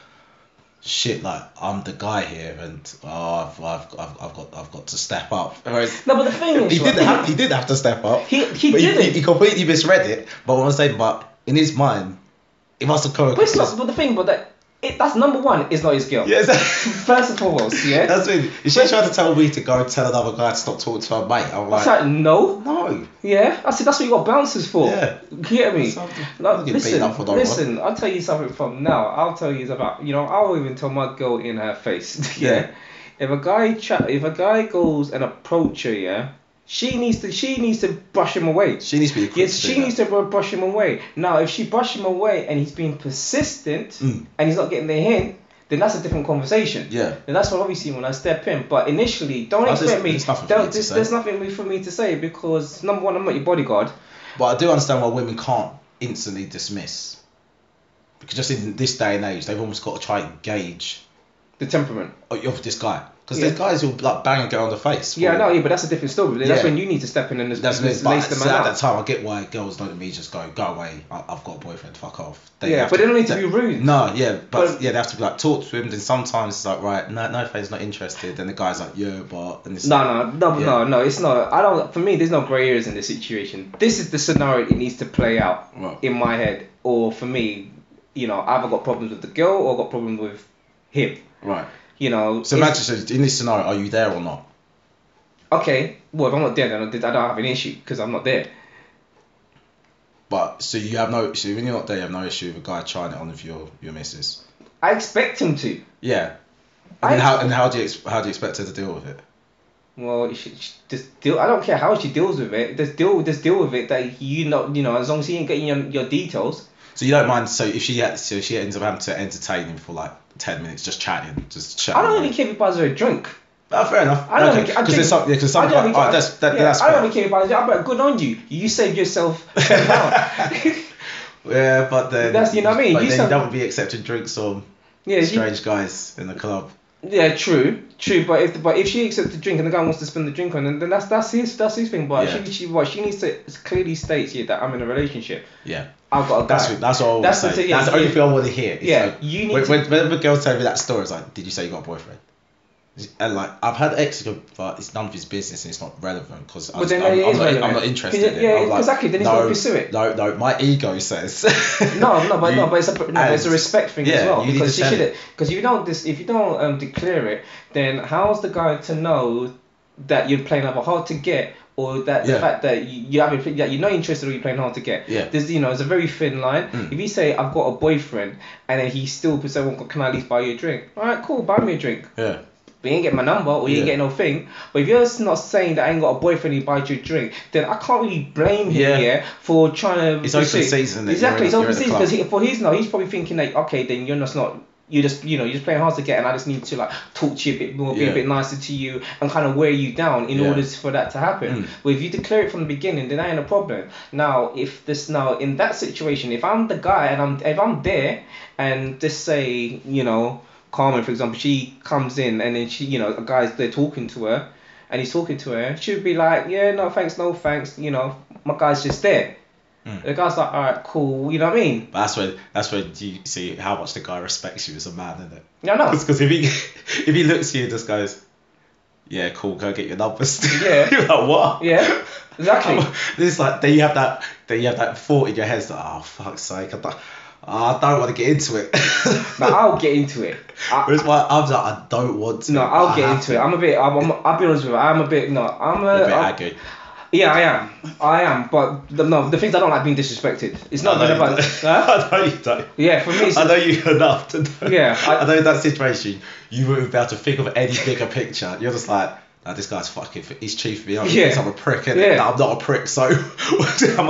S1: shit like I'm the guy here and oh, I've, I've, I've, I've got I've got to step up whereas
S2: No, but the thing is,
S1: he didn't
S2: right,
S1: have he did have to step up
S2: He- he
S1: but he,
S2: didn't.
S1: he completely misread it but what I'm saying but in his mind it must have come
S2: But it's not. But the thing, but that it, that's number one. It's not his girl.
S1: yeah, exactly.
S2: First and foremost, yeah.
S1: That's me. If she tried to tell me to go and tell another guy to stop talking to her mate, I'm
S2: I was
S1: like,
S2: like, no.
S1: no.
S2: Yeah. I said that's what you got bouncers for.
S1: Yeah.
S2: You get me?
S1: Something-
S2: Like,
S1: you get
S2: listen,
S1: beat up for that
S2: listen. I'll tell you something from now. I'll tell you about. You know, I'll even tell my girl in her face. Yeah.
S1: Yeah.
S2: If a guy chat, if a guy goes and approach her, yeah, she needs to. She needs to brush him away.
S1: She needs to be a
S2: Yes, she needs to br- brush him away. Now, if she brush him away and he's being persistent
S1: Mm.
S2: and he's not getting the hint, then that's a different conversation.
S1: Yeah.
S2: And that's what obviously when I step in. But initially, don't
S1: Well,
S2: expect
S1: there's-
S2: me.
S1: there's nothing for
S2: don't,
S1: me to
S2: there's,
S1: say.
S2: there's nothing for me to say because number one, I'm not your bodyguard.
S1: But I do understand why women can't instantly dismiss. Because just in this day and age, they've almost got to try and gauge
S2: The temperament.
S1: of this guy. Because
S2: Yeah.
S1: there's guys who like bang a girl on the face. for-
S2: Yeah, no, yeah, but that's a different story. That's
S1: Oh. Yeah.
S2: when you need to step in and just,
S1: That's what it
S2: just
S1: is. But
S2: lace the
S1: so
S2: man
S1: at that
S2: up.
S1: time, I get why girls don't immediately just go, go away. I, I've got a boyfriend. Fuck off.
S2: Yeah,
S1: have
S2: but they don't need to be rude.
S1: No, yeah, but,
S2: But-
S1: yeah, they have to be like talk to him. Then sometimes it's like, right, no, no, if he's not interested. Then the guy's like, yeah, but and it's
S2: No, no, no,
S1: Yeah.
S2: no, no. It's not. I don't. For me, there's no grey areas in this situation. This is the scenario it needs to play out
S1: Right.
S2: in my head, or for me, you know, I've got problems with the girl or got problems with him.
S1: right.
S2: You know.
S1: So
S2: it's-
S1: imagine so in this scenario, are you there or not?
S2: Okay. Well, if I'm not there, then I did- I don't have an issue because I'm not there.
S1: But so you have no so when you're not there, you have no issue with a guy trying it on with your your missus.
S2: I expect him to.
S1: Yeah. And
S2: I-
S1: then how and how do you ex- how do you expect her to deal with it?
S2: Well, she, she just deal. I don't care how she deals with it. Just deal. Just deal with it. That you know, you know, as long as you ain't getting your, your details.
S1: So you don't mind. So if she had, so she ends up having to entertain him for like ten minutes, just chatting, just chatting.
S2: I don't even care if he buys her a drink.
S1: Oh, fair enough.
S2: I don't think- I
S1: Because
S2: think-
S1: there's some. Yeah, because some.
S2: I don't
S1: Like,
S2: think-
S1: oh, that's that,
S2: yeah,
S1: that's
S2: I
S1: fair.
S2: don't care about it. I bet good on you. You saved yourself. ten pound.
S1: Yeah, but then.
S2: That's- you know what I mean?
S1: But
S2: You
S1: then
S2: some-
S1: that would be accepting drinks from
S2: yeah, you-
S1: strange guys in the club.
S2: Yeah, true, true. But if but if she accepts the drink and the guy wants to spend the drink on, then then that's that's his that's his thing. But
S1: Yeah.
S2: she she what she needs to clearly state here that I'm in a relationship.
S1: Yeah,
S2: I've got a guy.
S1: that's what, that's all.
S2: That's
S1: That's
S2: the
S1: the
S2: thing, yeah,
S1: That's the only
S2: you-
S1: thing I want to hear. It's
S2: yeah,
S1: like,
S2: you need
S1: when,
S2: to-
S1: when, whenever girls tell me that story, it's like, did you say you got a boyfriend? And like, I've had ex, but it's none of his business and it's not relevant because I'm,
S2: But then
S1: I'm,
S2: it is
S1: I'm, not, I'm
S2: relevant.
S1: not interested.
S2: Yeah,
S1: in it.
S2: yeah,
S1: I'm like,
S2: exactly, then he's
S1: no,
S2: gonna pursue it."
S1: No, no, my ego says.
S2: No, no, but no, but it's a no, but it's a
S1: and-
S2: respect thing as
S1: yeah,
S2: well
S1: you need to
S2: because she
S1: send
S2: should
S1: it.
S2: because if you don't this if you don't um, declare it, then how's the guy to know that you're playing either hard to get or that the
S1: Yeah.
S2: fact that you, you haven't that you're not interested or you're playing hard to get.
S1: Yeah.
S2: There's you know it's a very thin line.
S1: Mm.
S2: If you say I've got a boyfriend and then he still puts well, can I at least buy you a drink? All right, cool, buy me a drink.
S1: Yeah.
S2: But you ain't get my number or you ain't
S1: Yeah.
S2: get no thing. But if you're not saying that I ain't got a boyfriend who buys you a drink, then I can't really blame him
S1: Yeah.
S2: here for trying to.
S1: It's open
S2: pursue-
S1: season, that you're in-
S2: Exactly, it's open
S1: you're in the
S2: season
S1: club.
S2: because he, for his no, he's probably thinking like, okay, then you're just not. You just you know you're just playing hard to get, and I just need to like talk to you a bit more, be a
S1: Yeah.
S2: bit nicer to you, and kind of wear you down in
S1: Yeah.
S2: order for that to
S1: Mm.
S2: happen. Well, if you declare it from the beginning, then that ain't a problem. Now, if this now in that situation, if I'm the guy and I'm if I'm there and just say you know Carmen for example, she comes in and then she you know a guy's they're talking to her, and he's talking to her, she'd be like yeah no thanks no thanks you know my guy's just there.
S1: Hmm.
S2: The guy's like all right cool you know what I mean.
S1: But that's when that's when you see how much the guy respects you as a man, isn't it?
S2: Yeah, no.
S1: Because if he if he looks at you and just goes, yeah, cool, go get your numbers.
S2: Yeah.
S1: You're like what?
S2: Yeah, exactly.
S1: This is like then you have that then you have that thought in your head that oh fuck's sake, I don't, I don't want to get into it.
S2: but I'll get into it. I,
S1: Whereas my I'm like I don't want to.
S2: no,
S1: but I
S2: I'll get
S1: have
S2: into it.
S1: to."
S2: I'm a bit. I'm, I'm, I'll be honest with you. I'm a bit. No, I'm a.
S1: You're a bit
S2: I'm-
S1: aggy.
S2: yeah, I am. I am. But the, no, the things I don't like being disrespected. It's not
S1: I know you
S2: good about.
S1: don't.
S2: Huh?
S1: I know you don't.
S2: Yeah, for me. It's,
S1: I know you enough to know.
S2: Yeah, I-
S1: I, know in that situation, you wouldn't be able to think of any bigger picture. You're just like, nah, this guy's fucking, he's chief me up.
S2: Yeah.
S1: Yeah. I'm a prick, and
S2: Yeah.
S1: I'm not a prick, so. am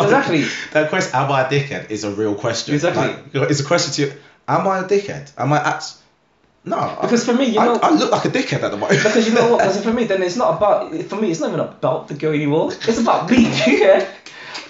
S1: I-
S2: Exactly.
S1: that question, am I a dickhead, is a real question.
S2: Exactly.
S1: Like, you know, it's a question to you, am I a dickhead? Am I act. No.
S2: Because
S1: I,
S2: for me, you
S1: I,
S2: know-
S1: I look like a dickhead at the moment.
S2: Because you know what? Because for me, then it's not about. For me, it's not even about the girl anymore. It's about me. yeah.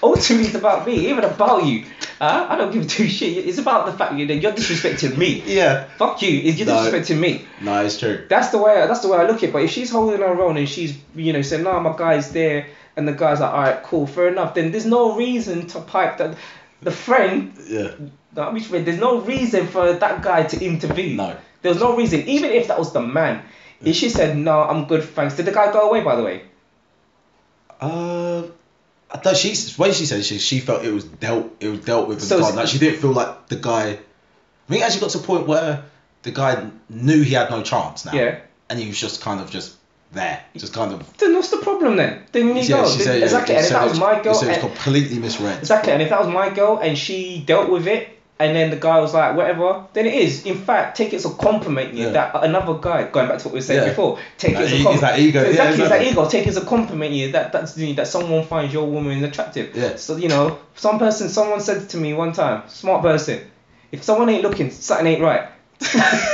S2: Ultimately, it's about me. Even about you. Huh? I don't give two shit. It's about the fact that you're disrespecting me.
S1: yeah.
S2: Fuck you. You're
S1: No.
S2: disrespecting me.
S1: No, it's true.
S2: That's the way. That's the way I look at it. But if she's holding her own and she's, you know, saying, "No, my guy's there," and the guy's like, "All right, cool, fair enough," then there's no reason to pipe that. The friend,
S1: Yeah.
S2: no, I mean, friend, there's no reason for that guy to intervene.
S1: No.
S2: There was no reason, even if that was the man. If she said, "No, I'm good, thanks," did the guy go away? By the way.
S1: Uh, I thought she when she said she she felt it was dealt it was dealt with and
S2: So
S1: gone.
S2: it's-
S1: Like she didn't feel like the guy. I mean, it actually got to a point where the guy knew he had no chance now.
S2: Yeah.
S1: And he was just kind of just there, just kind of.
S2: Then what's the problem then? Then you go. Then-
S1: yeah,
S2: exactly. And if
S1: said
S2: that
S1: it
S2: was my
S1: you
S2: girl.
S1: said it was
S2: and-
S1: completely misread.
S2: Exactly, and if that was my girl and she dealt with it, and then the guy was like, whatever, then it is. In fact, take it as a compliment you
S1: Yeah.
S2: that another guy, going back to what we were saying
S1: Yeah.
S2: before, take
S1: That
S2: it as a
S1: e-
S2: compliment.
S1: is that ego, yeah,
S2: Exactly, it's that
S1: exactly.
S2: ego. Take it as a compliment you that that's you know, that someone finds your woman attractive.
S1: Yeah.
S2: So you know, some person, someone said to me one time, smart person, if someone ain't looking, something ain't right.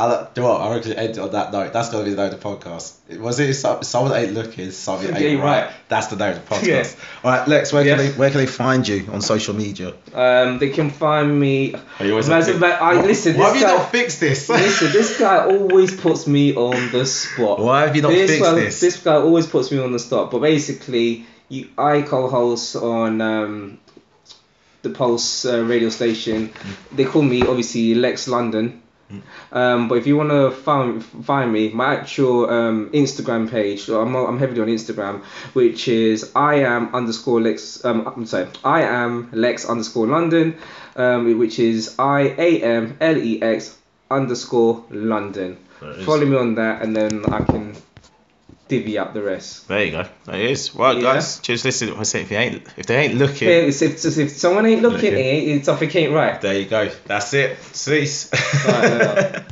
S1: I, do you know what? I reckon it ended on that note. That's gonna be the name of the podcast. Was it some, someone ain't looking, something
S2: Yeah,
S1: ain't
S2: you're
S1: right.
S2: right.
S1: That's the name of the
S2: Yeah.
S1: podcast. All right, Lex, where
S2: Yes.
S1: can they where can they find you on social media?
S2: Um, they can find me.
S1: Are Oh, you always
S2: Man,
S1: looking?
S2: but I listen.
S1: Why have
S2: this
S1: you
S2: guy,
S1: not fixed this?
S2: Listen, this guy always puts me on the spot.
S1: Why have you not fixed
S2: guy,
S1: this?
S2: guy always puts me on the spot. But basically, you, I co-host on um, the Pulse uh, radio station.
S1: Mm.
S2: They call me obviously Lex London. Um, but if you want to find find me, my actual um, Instagram page, so I'm, I'm heavily on Instagram, which is I am underscore Lex. Um, I'm sorry, I am Lex underscore London, um, which is I A M L E X underscore London.
S1: There it is.
S2: Follow me on that, and then I can divvy up the rest.
S1: There you go. There it is. Right,
S2: Yeah.
S1: guys. Just listen. I said if you ain't, if they ain't looking,
S2: Yeah, it's- it's- if someone ain't looking,
S1: Looking.
S2: eh, it's something ain't right.
S1: there you go. That's it. Cease.
S2: Right, yeah.